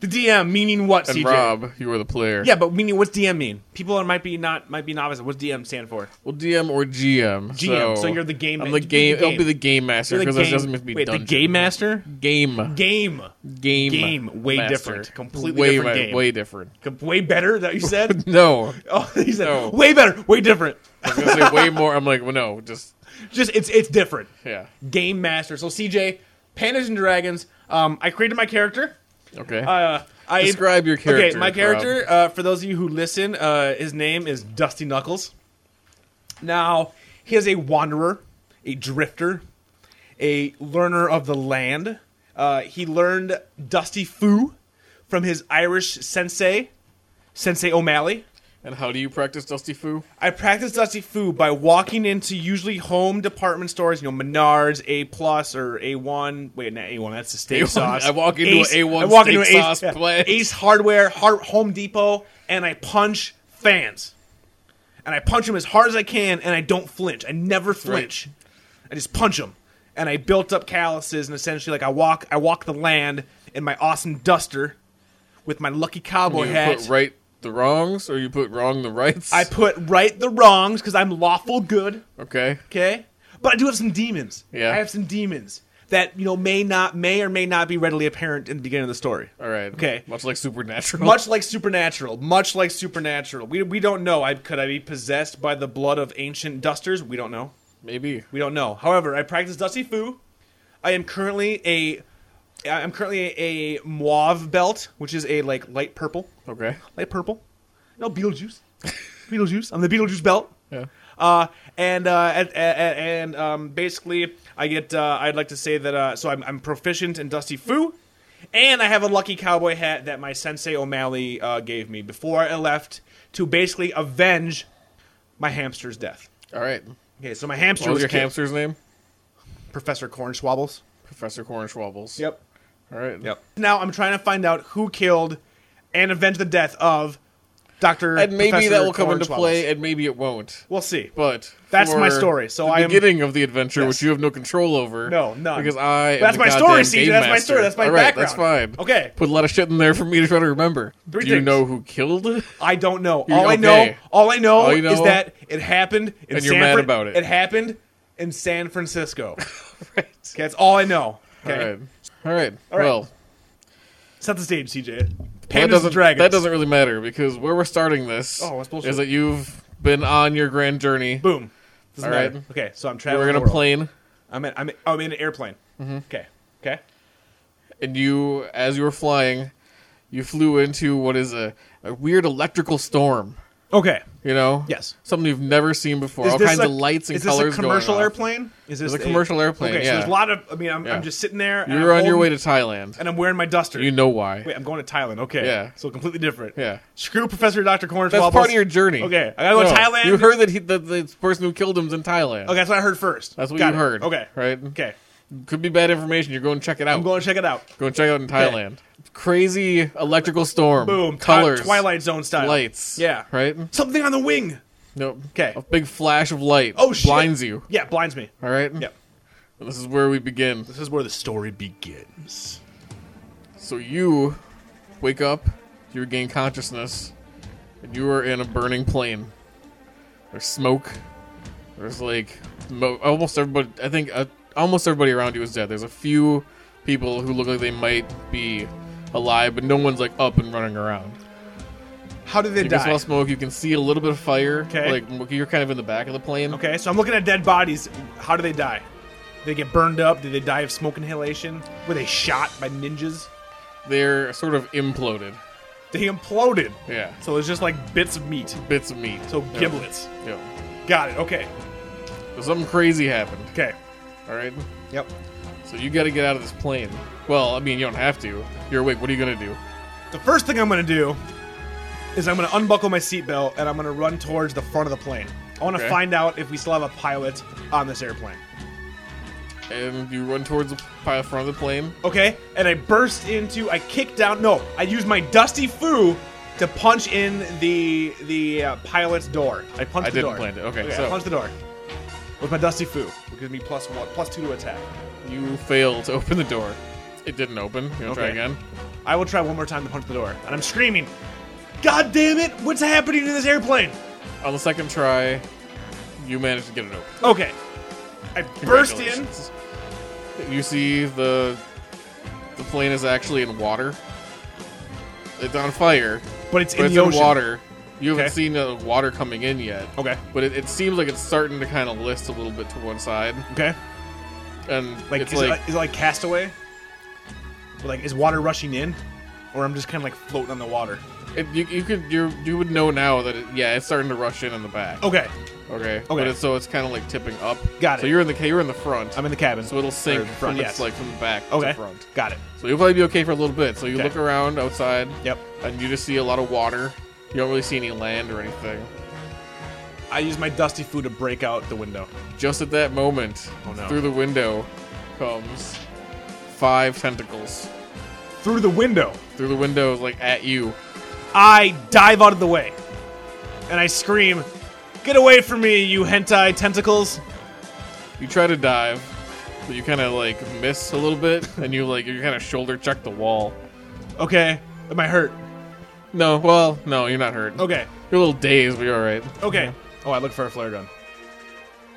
Speaker 5: The DM meaning what?
Speaker 6: and
Speaker 5: CJ?
Speaker 6: Rob, you are the player.
Speaker 5: Yeah, but meaning what's DM mean? People are, might be not might be novice. What's DM stand for?
Speaker 6: Well, DM or GM.
Speaker 5: GM, so you're the game-
Speaker 6: I'm
Speaker 5: you're
Speaker 6: the
Speaker 5: the
Speaker 6: game.
Speaker 5: game.
Speaker 6: It'll be the game master
Speaker 5: You're the
Speaker 6: because that
Speaker 5: game-
Speaker 6: doesn't mean to be
Speaker 5: wait, the
Speaker 6: dungeon.
Speaker 5: game master.
Speaker 6: Game.
Speaker 5: Game.
Speaker 6: Game.
Speaker 5: Game, way
Speaker 6: master.
Speaker 5: different. Completely
Speaker 6: way,
Speaker 5: different
Speaker 6: ma-
Speaker 5: game.
Speaker 6: Way different.
Speaker 5: Com- Way better that you
Speaker 6: *laughs*
Speaker 5: said.
Speaker 6: No,
Speaker 5: oh, *laughs* he said
Speaker 6: No.
Speaker 5: way better, way different.
Speaker 6: I was gonna
Speaker 5: *laughs*
Speaker 6: say way more. I'm like, well, no, just
Speaker 5: Just it's it's different.
Speaker 6: yeah.
Speaker 5: Game master. So CJ, Pandas and Dragons. Um, I created my character.
Speaker 6: Okay.
Speaker 5: Uh, I
Speaker 6: Describe your character.
Speaker 5: Okay, my
Speaker 6: Rob.
Speaker 5: character, uh, for those of you who listen, uh, his name is Dusty Knuckles. Now, he is a wanderer, a drifter, a learner of the land. Uh, he learned Dusty Foo from his Irish sensei, Sensei O'Malley.
Speaker 6: And how do you practice Dusty Foo?
Speaker 5: I practice Dusty Foo by walking into usually home department stores, you know, Menards, A plus or A one. Wait, not A one. That's the steak
Speaker 6: A1.
Speaker 5: sauce.
Speaker 6: I walk into
Speaker 5: Ace-
Speaker 6: a A1
Speaker 5: I walk
Speaker 6: steak
Speaker 5: into Ace-
Speaker 6: sauce
Speaker 5: yeah,
Speaker 6: place.
Speaker 5: Ace Hardware, Har- Home Depot, and I punch fans, and I punch them as hard as I can, and I don't flinch. I never flinch. I just punch them, and I built up calluses, and essentially, like I walk, I walk the land in my awesome duster with my lucky cowboy
Speaker 6: you
Speaker 5: hat.
Speaker 6: put right the wrongs, or you put wrong the rights.
Speaker 5: I put right the wrongs because I'm lawful good.
Speaker 6: okay.
Speaker 5: Okay? But I do have some demons.
Speaker 6: Yeah.
Speaker 5: I have some demons. that you know may not may or may not be readily apparent in the beginning of the story.
Speaker 6: All right.
Speaker 5: Okay.
Speaker 6: Much like Supernatural.
Speaker 5: Much like supernatural, much like supernatural, we, we don't know. I could I be possessed by the blood of ancient dusters? We don't know.
Speaker 6: Maybe.
Speaker 5: We don't know. However, I practice Dusty Fu. I am currently a I'm currently a, a mauve belt, which is a like light purple.
Speaker 6: Okay.
Speaker 5: Light purple. No Beetlejuice. *laughs* Beetlejuice. I'm the Beetlejuice belt.
Speaker 6: Yeah.
Speaker 5: Uh, and uh, and, and, and um, basically, I get. Uh, I'd like to say that. Uh, so I'm, I'm proficient in Dusty Foo, and I have a lucky cowboy hat that my sensei O'Malley uh, gave me before I left to basically avenge my hamster's death.
Speaker 6: All right.
Speaker 5: Okay, so my hamster
Speaker 6: What was
Speaker 5: was
Speaker 6: your
Speaker 5: killed.
Speaker 6: hamster's name?
Speaker 5: Professor Corn Swabbles.
Speaker 6: Professor Corn Schwabbles.
Speaker 5: Yep.
Speaker 6: All right.
Speaker 5: Yep. Now I'm trying to find out who killed and avenge the death of Doctor.
Speaker 6: And maybe that will come into play, and maybe it won't.
Speaker 5: We'll see.
Speaker 6: But
Speaker 5: That's my
Speaker 6: for
Speaker 5: story, so
Speaker 6: the
Speaker 5: I am-
Speaker 6: beginning of the adventure,
Speaker 5: Yes.
Speaker 6: which you have no control over.
Speaker 5: No, none.
Speaker 6: Because I. Am
Speaker 5: That's
Speaker 6: the
Speaker 5: my
Speaker 6: goddamn
Speaker 5: story, CJ.
Speaker 6: game
Speaker 5: That's my
Speaker 6: master.
Speaker 5: story. That's my
Speaker 6: All right,
Speaker 5: background.
Speaker 6: That's fine.
Speaker 5: Okay.
Speaker 6: Put a lot of shit in there for me to try to remember.
Speaker 5: Three
Speaker 6: Do you
Speaker 5: things.
Speaker 6: know who killed? *laughs* All
Speaker 5: I don't know.
Speaker 6: You-
Speaker 5: all I know,
Speaker 6: okay.
Speaker 5: all I know,
Speaker 6: All you know-
Speaker 5: is that it happened in
Speaker 6: And you're
Speaker 5: San
Speaker 6: mad
Speaker 5: Fran-
Speaker 6: about it.
Speaker 5: It happened in San
Speaker 6: *laughs*
Speaker 5: Francisco. Okay, that's all I know. Okay,
Speaker 6: right. All right.
Speaker 5: right.
Speaker 6: Well,
Speaker 5: set the stage, CJ.
Speaker 6: that
Speaker 5: Pandas and
Speaker 6: doesn't,
Speaker 5: dragons.
Speaker 6: that doesn't really matter because where we're starting this
Speaker 5: Oh, that's bullshit.
Speaker 6: is that you've been on your grand journey.
Speaker 5: Boom. Doesn't
Speaker 6: All
Speaker 5: matter.
Speaker 6: right.
Speaker 5: Okay, so I'm
Speaker 6: You
Speaker 5: traveling.
Speaker 6: were in
Speaker 5: the
Speaker 6: a
Speaker 5: world.
Speaker 6: plane, Mm-hmm.
Speaker 5: I'm in. I'm in, I'm in an airplane. Okay. Okay.
Speaker 6: and you, as you were flying, you flew into what is a, a weird electrical storm.
Speaker 5: Okay.
Speaker 6: You know,
Speaker 5: Yes.
Speaker 6: something you've never seen before. All
Speaker 5: this
Speaker 6: kinds
Speaker 5: a-
Speaker 6: of lights and
Speaker 5: is this
Speaker 6: colors.
Speaker 5: a commercial
Speaker 6: going off.
Speaker 5: airplane? Is this
Speaker 6: It's a commercial airplane,
Speaker 5: Okay, so
Speaker 6: yeah.
Speaker 5: there's a lot of. I mean, I'm,
Speaker 6: Yeah.
Speaker 5: I'm just sitting there. And
Speaker 6: You're
Speaker 5: I'm
Speaker 6: on your
Speaker 5: holding-
Speaker 6: way to Thailand.
Speaker 5: and I'm wearing my duster.
Speaker 6: You know why?
Speaker 5: Wait, I'm going to Thailand. Okay.
Speaker 6: Yeah.
Speaker 5: So completely different.
Speaker 6: Yeah.
Speaker 5: Screw Professor Doctor Corn.
Speaker 6: That's part of your journey.
Speaker 5: Okay, I gotta go to
Speaker 6: No,
Speaker 5: Thailand.
Speaker 6: You heard that he, the, the person who killed him's in Thailand.
Speaker 5: Okay, that's what I heard first.
Speaker 6: That's what
Speaker 5: Got
Speaker 6: you
Speaker 5: it.
Speaker 6: heard.
Speaker 5: Okay.
Speaker 6: Right?
Speaker 5: Okay.
Speaker 6: Could be bad information. You're going to check it out.
Speaker 5: I'm going to check it out.
Speaker 6: Go and check it out in Thailand. Crazy electrical storm.
Speaker 5: Boom. Ti-
Speaker 6: Colors.
Speaker 5: Twilight Zone style.
Speaker 6: Lights.
Speaker 5: Yeah.
Speaker 6: Right?
Speaker 5: Something on the wing.
Speaker 6: Nope.
Speaker 5: 'Kay.
Speaker 6: A big flash of light.
Speaker 5: Oh, shit.
Speaker 6: Blinds you.
Speaker 5: Yeah, blinds me.
Speaker 6: All right?
Speaker 5: Yep.
Speaker 6: And This is where we begin.
Speaker 5: This is where the story begins.
Speaker 6: So you wake up, you regain consciousness, and you are in a burning plane. There's smoke. There's like mo- almost everybody. I think uh, almost everybody around you is dead. There's a few people who look like they might be alive, but no one's like up and running around.
Speaker 5: How did they
Speaker 6: You can
Speaker 5: die?
Speaker 6: smell smoke. You can see a little bit of fire.
Speaker 5: Okay.
Speaker 6: Like you're kind of in the back of the plane.
Speaker 5: Okay, so I'm looking at dead bodies. How do they die? Did they get burned up? Did they die of smoke inhalation? Were they shot by ninjas?
Speaker 6: They're sort of imploded.
Speaker 5: They imploded.
Speaker 6: Yeah.
Speaker 5: So it's just like bits of meat.
Speaker 6: Bits of meat.
Speaker 5: So
Speaker 6: Yeah.
Speaker 5: giblets.
Speaker 6: Yeah.
Speaker 5: Got it. Okay.
Speaker 6: So something crazy happened.
Speaker 5: Okay.
Speaker 6: All right.
Speaker 5: Yep.
Speaker 6: So you got to get out of this plane. Well, I mean, you don't have to. You're awake. What are you gonna do?
Speaker 5: The first thing I'm gonna do is I'm gonna unbuckle my seatbelt and I'm gonna run towards the front of the plane. I wanna
Speaker 6: Okay.
Speaker 5: find out if we still have a pilot on this airplane.
Speaker 6: And you run towards the pi- front of the plane.
Speaker 5: Okay? And I burst into I kick down no, I use my dusty foo to punch in the the uh, pilot's door. I punch
Speaker 6: I
Speaker 5: the
Speaker 6: didn't
Speaker 5: door.
Speaker 6: plan it. Okay,
Speaker 5: I
Speaker 6: so-
Speaker 5: punch the door. With my dusty foo. It gives me plus one plus two to attack.
Speaker 6: You fail to *laughs* open the door. It didn't open. You gonna try
Speaker 5: Okay.
Speaker 6: again?
Speaker 5: I will try one more time to punch the door. And I'm screaming, God damn it, what's happening to this airplane?
Speaker 6: On the second try, you manage to get it open.
Speaker 5: Okay. I burst in.
Speaker 6: Congratulations. You see the the plane is actually in water. It's on fire,
Speaker 5: But it's in
Speaker 6: but it's
Speaker 5: the
Speaker 6: in
Speaker 5: ocean.
Speaker 6: water. You haven't
Speaker 5: Okay.
Speaker 6: seen the water coming in yet.
Speaker 5: Okay.
Speaker 6: But it, it seems like it's starting to kind of list a little bit to one side,
Speaker 5: Okay.
Speaker 6: and
Speaker 5: Like
Speaker 6: it's
Speaker 5: is,
Speaker 6: like
Speaker 5: it, is it like Castaway? Like is water rushing in, or I'm just kind of like floating on the water?
Speaker 6: It, you, you could you you would know now that it, yeah it's starting to rush in in the back.
Speaker 5: Oh, Okay,
Speaker 6: Okay. But it's, so it's kind of like tipping up.
Speaker 5: Got
Speaker 6: So
Speaker 5: it.
Speaker 6: you're in the ca- you're in the front.
Speaker 5: I'm in the cabin.
Speaker 6: so it'll
Speaker 5: Or
Speaker 6: sink
Speaker 5: the front,
Speaker 6: from
Speaker 5: yes.
Speaker 6: its like from the back
Speaker 5: okay,
Speaker 6: to front.
Speaker 5: got it.
Speaker 6: So you'll probably be okay for a little bit. So you
Speaker 5: Okay.
Speaker 6: look around outside.
Speaker 5: Yep.
Speaker 6: And you just see a lot of water. You don't really see any land or anything.
Speaker 5: I use my dusty food to break out the window.
Speaker 6: Just at that moment,
Speaker 5: Oh, no.
Speaker 6: through the window comes five tentacles
Speaker 5: Through the window,
Speaker 6: through the window like at you.
Speaker 5: I dive out of the way, and I scream, "Get away from me, you hentai tentacles!"
Speaker 6: You try to dive, but you kind of like miss a little bit, and you like you kind of shoulder check the wall.
Speaker 5: Okay, am I hurt?
Speaker 6: No, well, no, you're not hurt.
Speaker 5: Okay,
Speaker 6: You're a little dazed, but you're all right.
Speaker 5: okay. Oh, I look for a flare gun.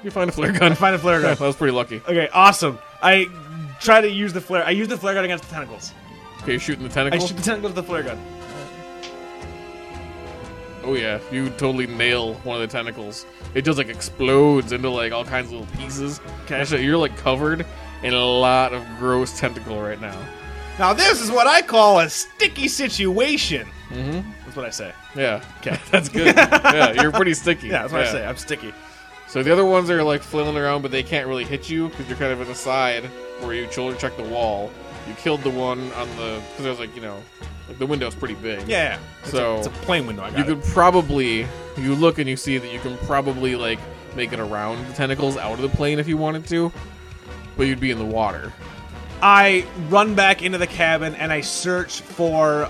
Speaker 6: You find a flare gun.
Speaker 5: Find a flare
Speaker 6: Yeah, *laughs*
Speaker 5: gun.
Speaker 6: that was pretty lucky.
Speaker 5: Okay, awesome. I try to use the flare. I use the flare gun against the tentacles.
Speaker 6: Okay, you're shooting the
Speaker 5: I
Speaker 6: tentacle.
Speaker 5: shoot the tentacles with the flare gun.
Speaker 6: Oh yeah, you totally nail one of the tentacles. It just like explodes into like all kinds of little pieces.
Speaker 5: Okay.
Speaker 6: Actually, you're like covered in a lot of gross tentacle right now.
Speaker 5: Now this is what I call a sticky situation. Mm-hmm. That's what I
Speaker 6: *laughs*
Speaker 5: say.
Speaker 6: Yeah. Okay.
Speaker 5: *laughs*
Speaker 6: That's good. yeah, you're pretty sticky.
Speaker 5: Yeah, that's what I say. I'm sticky.
Speaker 6: So the other ones are like flailing around, but they can't really hit you because you're kind of on the side where you shoulder check the wall. You killed the one on the because there's like you know, like the window's pretty big.
Speaker 5: Yeah. It's
Speaker 6: So-
Speaker 5: a, it's a plain window. I got
Speaker 6: You
Speaker 5: it.
Speaker 6: could probably you look and you see that you can probably like make it around the tentacles out of the plane if you wanted to, but you'd be in the water.
Speaker 5: I run back into the cabin and I search for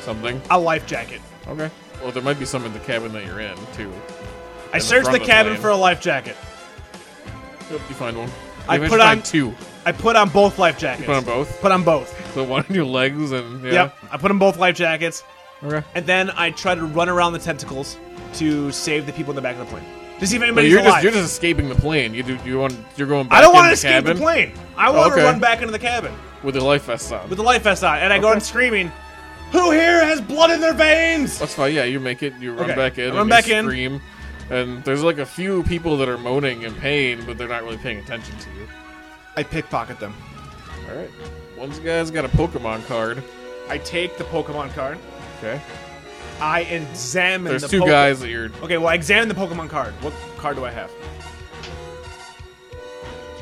Speaker 6: Something.
Speaker 5: a life jacket.
Speaker 6: Okay. Well, there might be some in the cabin that you're in too.
Speaker 5: I
Speaker 6: the
Speaker 5: search
Speaker 6: front
Speaker 5: the
Speaker 6: of the
Speaker 5: cabin
Speaker 6: plane.
Speaker 5: for a life jacket.
Speaker 6: Yep, you find one.
Speaker 5: I
Speaker 6: You
Speaker 5: put
Speaker 6: find
Speaker 5: on-
Speaker 6: two.
Speaker 5: I put on both life jackets.
Speaker 6: Put on both.
Speaker 5: Put on both.
Speaker 6: So one on your legs and yeah.
Speaker 5: Yep. I put on both life jackets,
Speaker 6: Okay.
Speaker 5: and then I try to run around the tentacles to save the people in the back of the plane to see if
Speaker 6: But
Speaker 5: anybody's
Speaker 6: you're
Speaker 5: alive.
Speaker 6: just you're just escaping the plane. You do you want you're going back
Speaker 5: I don't
Speaker 6: want to
Speaker 5: escape
Speaker 6: cabin
Speaker 5: the plane. I want
Speaker 6: Okay.
Speaker 5: to run back into the cabin
Speaker 6: with your life vests on.
Speaker 5: with the life vest on, and I go in screaming. Who here has blood in their veins?
Speaker 6: That's fine. Yeah, you make it. You run
Speaker 5: Okay,
Speaker 6: back
Speaker 5: I
Speaker 6: in.
Speaker 5: run
Speaker 6: and
Speaker 5: back
Speaker 6: you
Speaker 5: in.
Speaker 6: Scream, and there's like a few people that are moaning in pain, but they're not really paying attention to you.
Speaker 5: I pickpocket them.
Speaker 6: All right. One's guy's got a Pokemon card.
Speaker 5: I take the Pokemon card.
Speaker 6: Okay.
Speaker 5: I examine.
Speaker 6: There's
Speaker 5: the
Speaker 6: two
Speaker 5: Poke-
Speaker 6: guys that you're
Speaker 5: Okay, well, I examine the Pokemon card. What card do I have?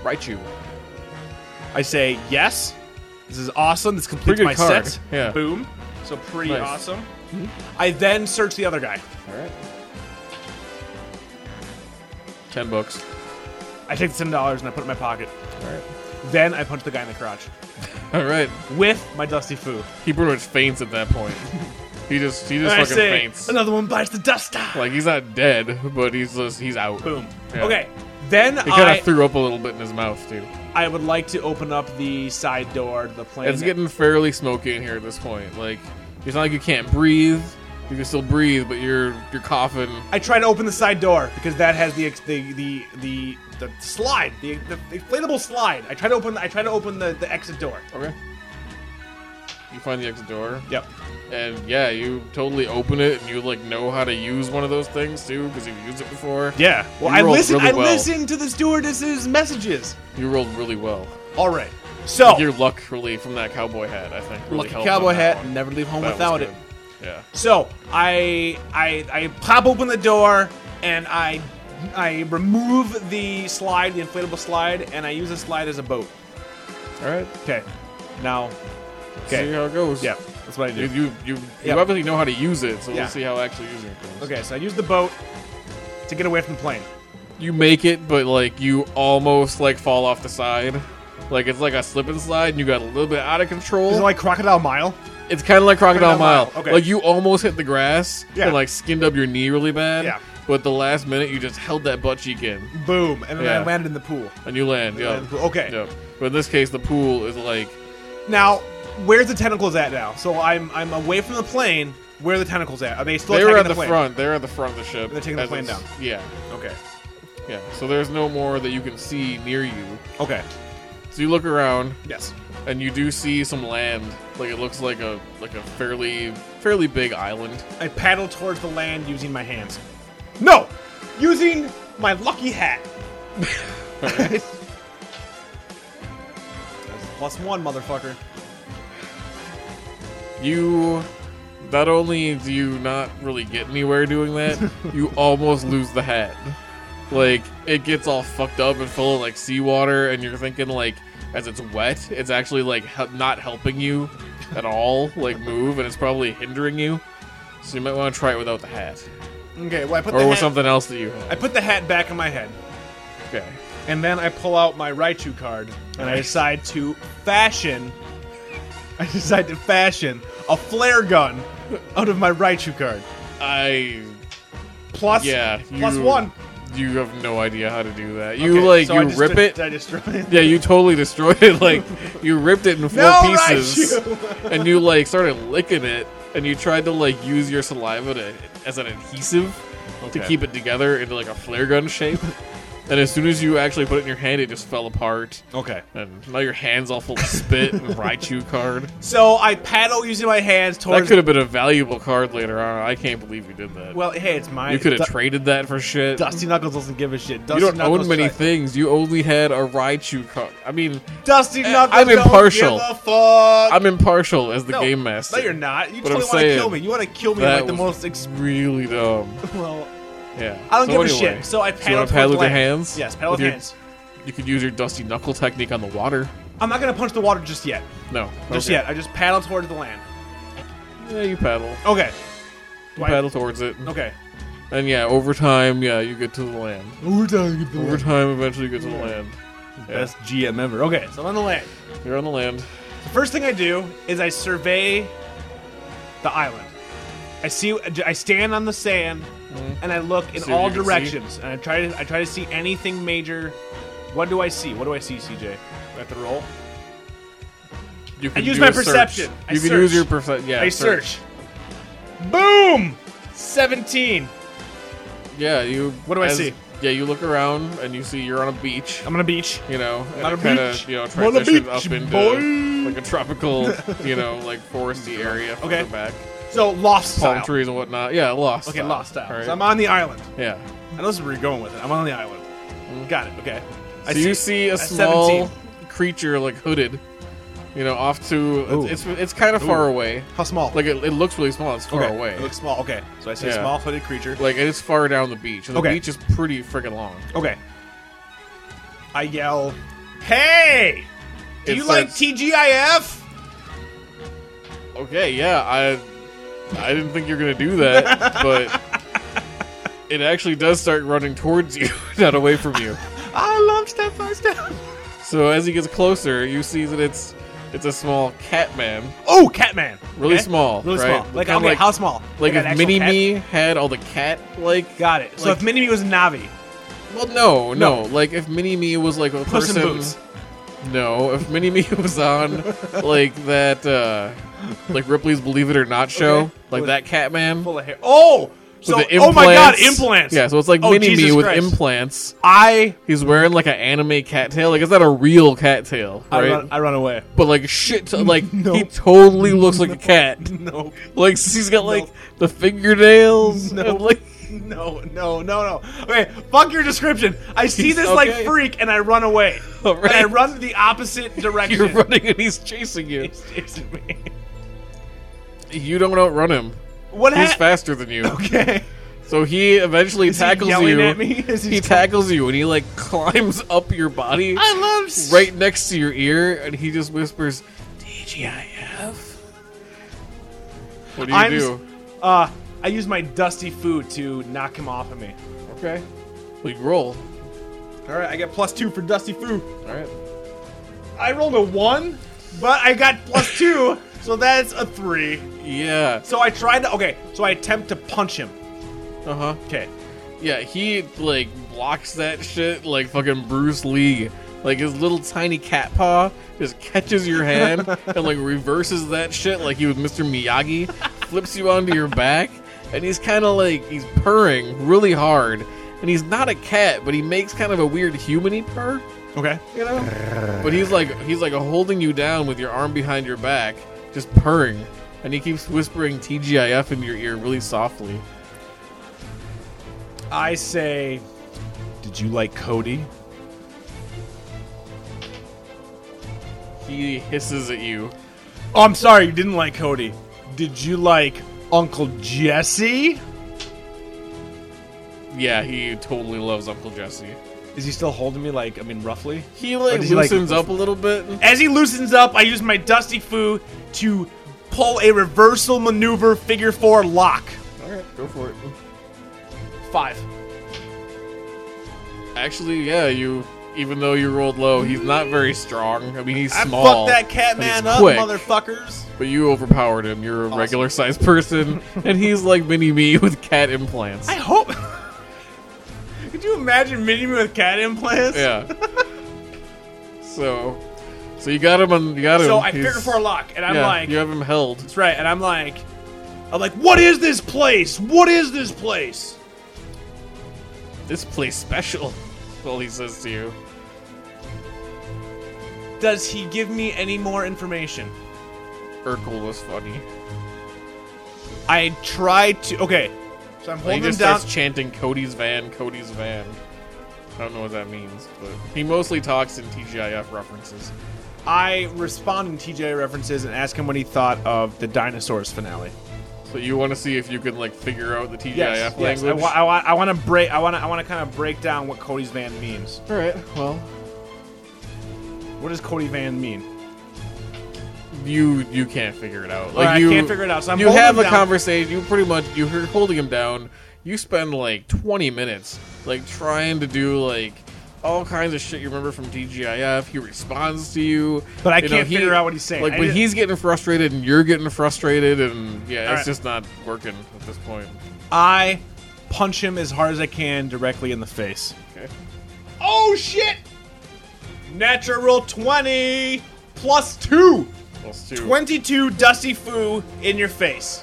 Speaker 6: Raichu.
Speaker 5: I say yes. This is awesome. This completes
Speaker 6: Pretty good
Speaker 5: my
Speaker 6: card.
Speaker 5: set.
Speaker 6: Yeah.
Speaker 5: Boom. So pretty
Speaker 6: Nice.
Speaker 5: awesome. I then search the other guy.
Speaker 6: All right. Ten bucks.
Speaker 5: I take the ten dollars and I put it in my pocket.
Speaker 6: All right.
Speaker 5: Then I punch the guy in the crotch
Speaker 6: All right.
Speaker 5: with my dusty foo.
Speaker 6: He pretty much faints at that point. he just he
Speaker 5: And
Speaker 6: just
Speaker 5: I
Speaker 6: fucking
Speaker 5: say,
Speaker 6: faints.
Speaker 5: another one bites the dust off.
Speaker 6: Like he's not dead, but he's just he's out.
Speaker 5: Boom.
Speaker 6: Yeah.
Speaker 5: Okay. Then
Speaker 6: He kind
Speaker 5: I,
Speaker 6: of threw up a little bit in his mouth too.
Speaker 5: I would like to open up the side door to the plane.
Speaker 6: It's getting fairly smoky in here at this point. Like it's not like you can't breathe. You can still breathe, but you're you're coughing.
Speaker 5: I try to open the side door because that has the ex- the the the, the slide, the, the inflatable slide. I try to open. I try to open the, the exit door.
Speaker 6: Okay. You find the exit door,
Speaker 5: Yep.
Speaker 6: and yeah, you totally open it, and you like know how to use one of those things too, because you've used it before.
Speaker 5: Yeah. Well,
Speaker 6: You
Speaker 5: I
Speaker 6: rolled
Speaker 5: listened.
Speaker 6: really
Speaker 5: I
Speaker 6: well.
Speaker 5: listened to the stewardess's messages.
Speaker 6: You rolled really well.
Speaker 5: All right. So
Speaker 6: Your luck really from that cowboy hat, I think. Really
Speaker 5: lucky
Speaker 6: helped
Speaker 5: cowboy
Speaker 6: on that
Speaker 5: hat.
Speaker 6: one.
Speaker 5: Never leave home
Speaker 6: That was
Speaker 5: without it.
Speaker 6: good. Yeah.
Speaker 5: So I I I pop open the door and I I remove the slide, the inflatable slide, and I use the slide as a boat.
Speaker 6: All right.
Speaker 5: Okay. Now.
Speaker 6: See
Speaker 5: Okay.
Speaker 6: how it goes.
Speaker 5: Yeah. That's what I
Speaker 6: You
Speaker 5: do.
Speaker 6: you you,
Speaker 5: Yeah.
Speaker 6: you obviously know how to use it, so
Speaker 5: Yeah.
Speaker 6: we'll see how actually using it goes.
Speaker 5: Okay. So I use the boat to get away from the plane.
Speaker 6: you make it, but like you almost like fall off the side. Like it's like a slip and slide, and you got a little bit out of control.
Speaker 5: Is it like Crocodile Mile?
Speaker 6: it's kind of like Crocodile
Speaker 5: Crocodile Mile,
Speaker 6: Mile.
Speaker 5: okay.
Speaker 6: Like you almost hit the grass
Speaker 5: Yeah.
Speaker 6: and like skinned up your knee really bad.
Speaker 5: Yeah.
Speaker 6: But the last minute, you just held that butt cheek in,
Speaker 5: Boom. And then I
Speaker 6: Yeah.
Speaker 5: landed in the pool.
Speaker 6: and you land.
Speaker 5: I landed
Speaker 6: Yeah.
Speaker 5: in the pool. Okay.
Speaker 6: Yep. But in this case, the pool is like
Speaker 5: Now, where's the tentacles at now? So I'm I'm away from the plane. Where are the tentacles at? Are they still
Speaker 6: they
Speaker 5: attacking
Speaker 6: were at the,
Speaker 5: plane?
Speaker 6: front. They're at the front of the ship.
Speaker 5: They're taking the
Speaker 6: as
Speaker 5: plane
Speaker 6: it's-
Speaker 5: down.
Speaker 6: Yeah.
Speaker 5: Okay.
Speaker 6: Yeah. So there's no more that you can see near you.
Speaker 5: Okay.
Speaker 6: So you look around.
Speaker 5: Yes.
Speaker 6: and you do see some land. Like it looks like a like a fairly fairly big island.
Speaker 5: I paddle towards the land using my hands. No, using my lucky hat. *laughs* That's plus one, motherfucker.
Speaker 6: You not only do you not really get anywhere
Speaker 5: *laughs*
Speaker 6: doing that, you almost lose the hat. Like it gets all fucked up and full of like seawater, and you're thinking like as it's wet, it's actually like he- not helping you at all, like move, and it's probably hindering you. So you might want to try it without the hat,
Speaker 5: Okay, well I put
Speaker 6: or
Speaker 5: the
Speaker 6: with
Speaker 5: hat,
Speaker 6: something else that you
Speaker 5: I
Speaker 6: have.
Speaker 5: put the hat back on my head,
Speaker 6: Okay.
Speaker 5: and then I pull out my Raichu card, and I decide to fashion. I decide to fashion a flare gun out of my Raichu card.
Speaker 6: I
Speaker 5: Plus,
Speaker 6: yeah,
Speaker 5: plus
Speaker 6: you-
Speaker 5: one.
Speaker 6: You have no idea how to do that. You
Speaker 5: Okay,
Speaker 6: like
Speaker 5: so I
Speaker 6: you
Speaker 5: just-
Speaker 6: rip it.
Speaker 5: I just
Speaker 6: *laughs* yeah, you totally destroyed it. Like you ripped it in four
Speaker 5: No,
Speaker 6: pieces,
Speaker 5: Raichu!
Speaker 6: *laughs* and you like started licking it, and you tried to like use your saliva to as an adhesive to
Speaker 5: Okay.
Speaker 6: keep it together into like a flare gun shape. *laughs* that as soon as you actually put it in your hand, it just fell apart.
Speaker 5: Okay.
Speaker 6: And now your hand's all full of
Speaker 5: *laughs*
Speaker 6: spit and Raichu card.
Speaker 5: So I paddle using my hands
Speaker 6: That
Speaker 5: towards.
Speaker 6: could have been a valuable card later on. I can't believe you did that.
Speaker 5: well, hey, it's mine.
Speaker 6: you could have
Speaker 5: Du-
Speaker 6: traded that for shit.
Speaker 5: Dusty Knuckles doesn't give a shit.
Speaker 6: you
Speaker 5: Dusty
Speaker 6: don't
Speaker 5: Knuckles
Speaker 6: own many
Speaker 5: tried-
Speaker 6: things. You only had a Raichu card. I mean,
Speaker 5: Dusty Knuckles.
Speaker 6: Eh, I'm
Speaker 5: don't
Speaker 6: impartial.
Speaker 5: Give a fuck.
Speaker 6: I'm impartial as the
Speaker 5: No,
Speaker 6: game master.
Speaker 5: No, you're not. You totally
Speaker 6: But I'm
Speaker 5: want to
Speaker 6: saying,
Speaker 5: kill me. You want to kill me in,
Speaker 6: That
Speaker 5: like the
Speaker 6: was
Speaker 5: most. Ex- *laughs*
Speaker 6: really dumb.
Speaker 5: well,
Speaker 6: Yeah.
Speaker 5: I don't
Speaker 6: So
Speaker 5: give
Speaker 6: anyway,
Speaker 5: a shit. So I
Speaker 6: you
Speaker 5: paddle
Speaker 6: wanna
Speaker 5: towards
Speaker 6: paddle with your
Speaker 5: land.
Speaker 6: hands?
Speaker 5: Yes, paddle with
Speaker 6: With your-
Speaker 5: hands.
Speaker 6: You could use your dusty knuckle technique on the water.
Speaker 5: I'm not gonna punch the water just yet.
Speaker 6: No,
Speaker 5: Just
Speaker 6: okay.
Speaker 5: yet. I just paddle towards the land.
Speaker 6: Yeah, you paddle.
Speaker 5: Okay.
Speaker 6: You
Speaker 5: Why-
Speaker 6: paddle towards it,
Speaker 5: Okay.
Speaker 6: and yeah, over time, yeah, you get to the land. Over time, eventually, you get to the land.
Speaker 5: Best GM ever. Okay, so I'm on the land.
Speaker 6: You're on the land.
Speaker 5: The first thing I do is I survey the island. I see. I stand on the sand and I look in
Speaker 6: Mm-hmm. See what
Speaker 5: all
Speaker 6: you can see.
Speaker 5: directions, and I try to. I try to see anything major. What do I see? What do I see, CJ? Do I have to roll?
Speaker 6: You can
Speaker 5: use my
Speaker 6: a search.
Speaker 5: perception. I
Speaker 6: You can
Speaker 5: search.
Speaker 6: use your perception. Yeah,
Speaker 5: I search. Boom! Seventeen.
Speaker 6: Yeah, you.
Speaker 5: What do I see?
Speaker 6: Yeah, you look around and you see you're on a beach.
Speaker 5: I'm on a beach.
Speaker 6: You know,
Speaker 5: on
Speaker 6: and
Speaker 5: a
Speaker 6: kind
Speaker 5: beach.
Speaker 6: of you know
Speaker 5: I'm on a
Speaker 6: transition
Speaker 5: beach,
Speaker 6: up into
Speaker 5: boy.
Speaker 6: like a tropical, you know, like
Speaker 5: *laughs*
Speaker 6: foresty area. further
Speaker 5: Okay.
Speaker 6: back
Speaker 5: So lost
Speaker 6: palm
Speaker 5: style.
Speaker 6: trees and whatnot. Yeah, lost.
Speaker 5: Okay,
Speaker 6: style.
Speaker 5: lost style.
Speaker 6: All right.
Speaker 5: So I'm on the island.
Speaker 6: yeah.
Speaker 5: I know this is where you're going with it. I'm on the island. Got it. Okay.
Speaker 6: Mm-hmm. So you see a small
Speaker 5: 17.
Speaker 6: creature like hooded, you know, off to it's it's, it's kind of far away.
Speaker 5: How small?
Speaker 6: Like it, it looks really small. It's far
Speaker 5: okay.
Speaker 6: away.
Speaker 5: It looks small. Okay. So I see a
Speaker 6: Yeah.
Speaker 5: small hooded creature.
Speaker 6: like it is far down the beach. And the
Speaker 5: Okay.
Speaker 6: beach is pretty freaking long.
Speaker 5: Okay. I yell, "Hey! Do
Speaker 6: It
Speaker 5: you like
Speaker 6: starts-
Speaker 5: TGIF?"
Speaker 6: Okay, yeah, I I didn't think you were gonna do that, but it actually does start running towards you, *laughs* not away from you.
Speaker 5: I love step by step.
Speaker 6: So as he gets closer, you see that it's it's a small cat man,
Speaker 5: Oh, Catman.
Speaker 6: really
Speaker 5: Okay.
Speaker 6: small,
Speaker 5: Really
Speaker 6: right?
Speaker 5: small. Like,
Speaker 6: Kinda
Speaker 5: okay, how small?
Speaker 6: like
Speaker 5: an
Speaker 6: if
Speaker 5: actual
Speaker 6: Mini
Speaker 5: cat?
Speaker 6: Me had all the cat like
Speaker 5: Got it. So
Speaker 6: like-
Speaker 5: if Mini Me was Navi,
Speaker 6: Well, no,
Speaker 5: No.
Speaker 6: no. Like if Mini Me was like a
Speaker 5: Puss in
Speaker 6: person.
Speaker 5: Boots.
Speaker 6: No, if Mini Me *laughs* was on like that, uh like Ripley's Believe It or
Speaker 5: *laughs*
Speaker 6: Not show,
Speaker 5: Okay.
Speaker 6: like
Speaker 5: With-
Speaker 6: that Catman.
Speaker 5: full of hair. Oh, so
Speaker 6: with the
Speaker 5: oh my God,
Speaker 6: implants.
Speaker 5: implants.
Speaker 6: Yeah, so it's like
Speaker 5: Oh,
Speaker 6: Mini Me
Speaker 5: Jesus
Speaker 6: with
Speaker 5: Christ.
Speaker 6: implants.
Speaker 5: I
Speaker 6: He's wearing like an anime cattail. Like it's not a real cattail,
Speaker 5: I,
Speaker 6: right?
Speaker 5: run, I run away. *laughs*
Speaker 6: but like shit, to- like he totally looks like a cat.
Speaker 5: No,
Speaker 6: Like *laughs* he's got like the fingernails.
Speaker 5: No.
Speaker 6: and, like *laughs*
Speaker 5: *laughs* no, no, no, no. Okay, fuck your description. I see this like
Speaker 6: Okay.
Speaker 5: freak and I run away.
Speaker 6: All right.
Speaker 5: And I run the *laughs* opposite direction.
Speaker 6: you're running and he's chasing you.
Speaker 5: It's chasing me.
Speaker 6: You don't outrun him.
Speaker 5: What
Speaker 6: He's
Speaker 5: happened?
Speaker 6: faster than you.
Speaker 5: *laughs* Okay.
Speaker 6: So he eventually tackles
Speaker 5: he yelling
Speaker 6: you.
Speaker 5: at me? *laughs* Is he-
Speaker 6: He tackles you and he like *laughs* climbs up your body
Speaker 5: I love s-
Speaker 6: right next to your ear and he just whispers, DGIF. What do you
Speaker 5: I'm s-
Speaker 6: do?
Speaker 5: Uh, I use my dusty food to knock him off of me.
Speaker 6: Okay. We roll.
Speaker 5: All right, I get plus two for dusty food.
Speaker 6: Alright.
Speaker 5: I rolled a one, but I got *laughs* plus two, so that's a three.
Speaker 6: Yeah.
Speaker 5: So I tried to. Okay, so I attempt to punch him.
Speaker 6: Uh huh.
Speaker 5: Okay.
Speaker 6: Yeah, he like blocks that shit like fucking Bruce Lee. Like his little tiny cat paw just catches your *laughs* hand and like reverses that shit like he was Mr. Miyagi, flips you onto your back, and he's kind of like he's purring really hard. And he's not a cat, but he makes kind of a weird humany purr,
Speaker 5: Okay.
Speaker 6: you know? But he's like he's like holding you down with your arm behind your back, just purring. And he keeps whispering TGIF in your ear really softly.
Speaker 5: I say, Did you like Cody?
Speaker 6: He hisses at you.
Speaker 5: Oh, I'm sorry, you didn't like Cody. Did you like Uncle Jesse?
Speaker 6: Yeah, he totally loves Uncle Jesse.
Speaker 5: Is he still holding me? Like, I mean, roughly.
Speaker 6: He like
Speaker 5: does he, like-
Speaker 6: loosens up a little bit.
Speaker 5: As he loosens up, I use my dusty foo to pull a reversal maneuver figure four lock.
Speaker 6: All right, go for it.
Speaker 5: Five.
Speaker 6: Actually, yeah, you. Even though you rolled low, he's not very strong. I mean, he's
Speaker 5: I
Speaker 6: small.
Speaker 5: fucked that cat
Speaker 6: and he's
Speaker 5: man up,
Speaker 6: quick,
Speaker 5: motherfuckers.
Speaker 6: But you overpowered him. You're a regular sized person, and he's like mini me *laughs* with cat implants.
Speaker 5: I hope. *laughs* Could you imagine meeting me with cat implants?
Speaker 6: yeah. so, so you got him on. You got him.
Speaker 5: So I
Speaker 6: He's-
Speaker 5: figure four lock, and I'm
Speaker 6: yeah,
Speaker 5: like,
Speaker 6: you have him held.
Speaker 5: that's right, and I'm like, I'm like, what is this place? What is this place?
Speaker 6: This place special. all he says to you.
Speaker 9: Does he give me any more information?
Speaker 6: Urkel was funny.
Speaker 9: I tried to. Okay. So I'm
Speaker 6: Like, he
Speaker 9: holding him
Speaker 6: just
Speaker 9: down.
Speaker 6: starts chanting Cody's van, Cody's van. I don't know what that means, but he mostly talks in TGIF references.
Speaker 5: I respond in TJ references and ask him what he thought of the dinosaurs finale.
Speaker 6: So you want to see if you can like figure out the TGIF
Speaker 5: Yes,
Speaker 6: language?
Speaker 5: yes. I, wa- I, wa- I want to break. I want to. I want to kind of break down what Cody's van means.
Speaker 6: All right. Well,
Speaker 5: What does Cody van mean?
Speaker 6: you you can't figure it out. Like
Speaker 5: Alright, I
Speaker 6: you
Speaker 5: can't figure it out, so I'm
Speaker 6: you
Speaker 5: holding
Speaker 6: have
Speaker 5: him
Speaker 6: a
Speaker 5: down.
Speaker 6: conversation. You pretty much you're holding him down. You spend like 20 minutes like trying to do like all kinds of shit you remember from DGIF. He responds to you,
Speaker 5: But I
Speaker 6: You know,
Speaker 5: can't
Speaker 6: he-
Speaker 5: figure out what he's saying.
Speaker 6: Like,
Speaker 5: I
Speaker 6: but
Speaker 5: didn't-
Speaker 6: he's getting frustrated and you're getting frustrated, and yeah, it's
Speaker 5: Alright.
Speaker 6: just not working at this point.
Speaker 5: I punch him as hard as I can directly in the face.
Speaker 6: Okay.
Speaker 5: Oh shit! Natural 20 plus 2.
Speaker 6: Plus two.
Speaker 5: 22 Dusty Foo in your face.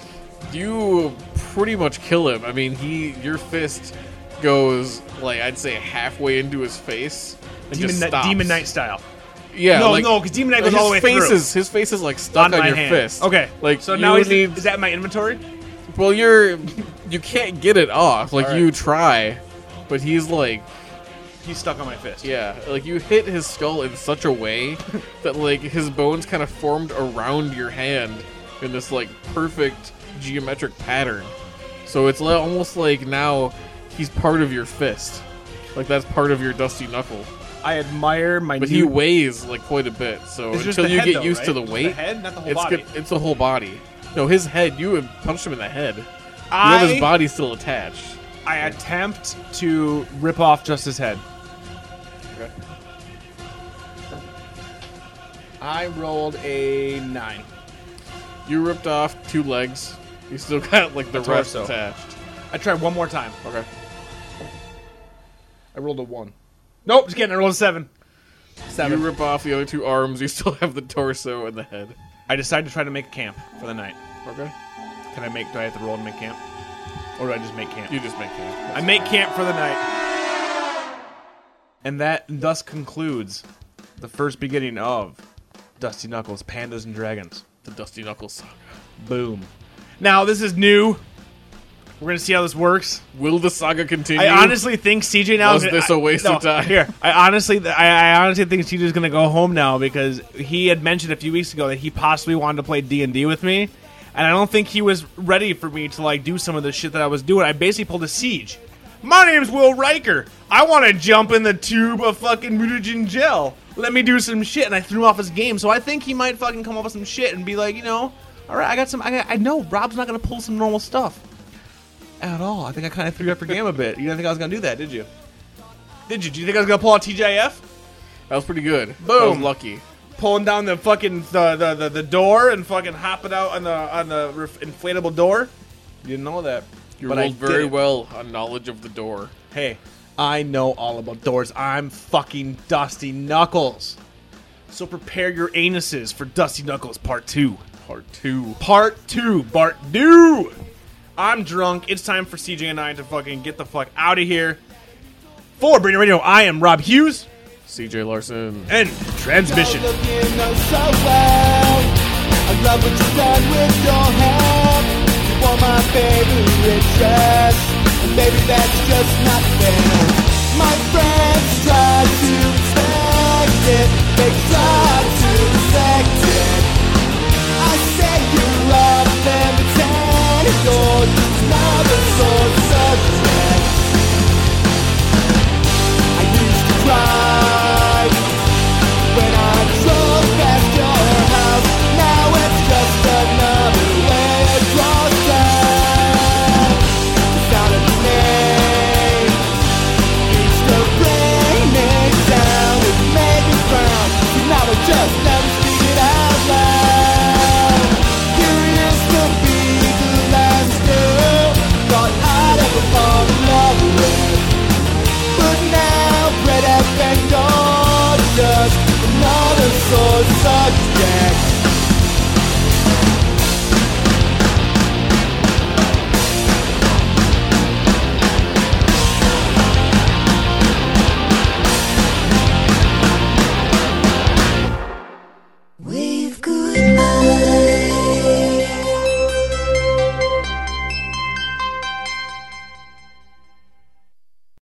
Speaker 6: you pretty much kill him. I mean, he your fist goes like I'd say halfway into his face and
Speaker 5: Demon,
Speaker 6: just
Speaker 5: Knight-
Speaker 6: stops.
Speaker 5: Demon Knight style.
Speaker 6: Yeah.
Speaker 5: no,
Speaker 6: like,
Speaker 5: no, because Demon Knight
Speaker 6: his
Speaker 5: goes all the way
Speaker 6: face
Speaker 5: through.
Speaker 6: is his face is like stuck on,
Speaker 5: my
Speaker 6: your
Speaker 5: hand.
Speaker 6: fist.
Speaker 5: Okay,
Speaker 6: Like
Speaker 5: so now is,
Speaker 6: need,
Speaker 5: is that in my inventory?
Speaker 6: well you're you can't get it off. Like you try, but he's like
Speaker 5: He's stuck on my fist.
Speaker 6: yeah, like you hit his skull in such a way
Speaker 5: *laughs*
Speaker 6: that like his bones kind of formed around your hand in this like perfect geometric pattern. So it's li- almost like now he's part of your fist. Like that's part of your dusty knuckle.
Speaker 5: I admire my
Speaker 6: But
Speaker 5: new.
Speaker 6: he weighs like quite a bit, so
Speaker 5: It's just
Speaker 6: until
Speaker 5: the
Speaker 6: you
Speaker 5: head,
Speaker 6: get
Speaker 5: though,
Speaker 6: used
Speaker 5: right?
Speaker 6: to the
Speaker 5: Just the
Speaker 6: weight,
Speaker 5: head, not the whole
Speaker 6: it's
Speaker 5: body.
Speaker 6: good- it's the whole body. No, his head. You had punched him in the head. You
Speaker 5: I,
Speaker 6: have his body still attached.
Speaker 5: I attempt to rip off just his head. I rolled a nine.
Speaker 6: You ripped off two legs. You still got like the rest
Speaker 5: torso.
Speaker 6: attached.
Speaker 5: I tried one more time.
Speaker 6: Okay.
Speaker 5: I rolled a one. Nope, just kidding. I rolled a seven.
Speaker 6: You rip off the other two arms. You still have the torso and the head.
Speaker 5: I decided to try to make camp for the night.
Speaker 6: Okay.
Speaker 5: Can I make? Do I have to roll to make camp, or do I just make camp?
Speaker 6: You just make it.
Speaker 5: I make camp for the night. And that thus concludes the first beginning of Dusty Knuckles, Pandas and Dragons.
Speaker 6: The Dusty Knuckles. saga.
Speaker 5: Boom. Now this is new. We're gonna see how this works.
Speaker 6: Will the saga continue?
Speaker 5: I honestly think CJ now
Speaker 6: Was
Speaker 5: is gonna-
Speaker 6: this a
Speaker 5: I-
Speaker 6: waste
Speaker 5: no,
Speaker 6: of time?
Speaker 5: Here, I honestly, I, I honestly think CJ's gonna go home now because he had mentioned a few weeks ago that he possibly wanted to play D and D with me, and I don't think he was ready for me to like do some of the shit that I was doing. I basically pulled a siege. My name's Will Riker. I want to jump in the tube of fucking mutagen gel. Let me do some shit, and I threw him off his game. So I think he might fucking come up with some shit and be like, you know, all right, I got some. I, got, I know Rob's not gonna pull some normal stuff at all. I think I kind of threw you up your game a bit. You didn't think I was gonna do that, did you? Did you? Do you think I was gonna pull out TJF,
Speaker 6: That was pretty good. Boom.
Speaker 5: Boom.
Speaker 6: lucky.
Speaker 5: pulling down the fucking the, the, the, the door and fucking hopping out on the on the ref- inflatable door? You didn't know that.
Speaker 6: You
Speaker 5: But I
Speaker 6: rolled very
Speaker 5: did.
Speaker 6: well on knowledge of the door.
Speaker 5: Hey, I know all about doors. I'm fucking Dusty Knuckles. So prepare your anuses for Dusty Knuckles Part Two.
Speaker 6: Part two.
Speaker 5: Part two, Bart Do. I'm drunk. It's time for CJ and I to fucking get the fuck out of here. For Brittany Radio, I am Rob Hughes
Speaker 6: CJ Larson.
Speaker 5: and Transmission.
Speaker 10: Just another sore subject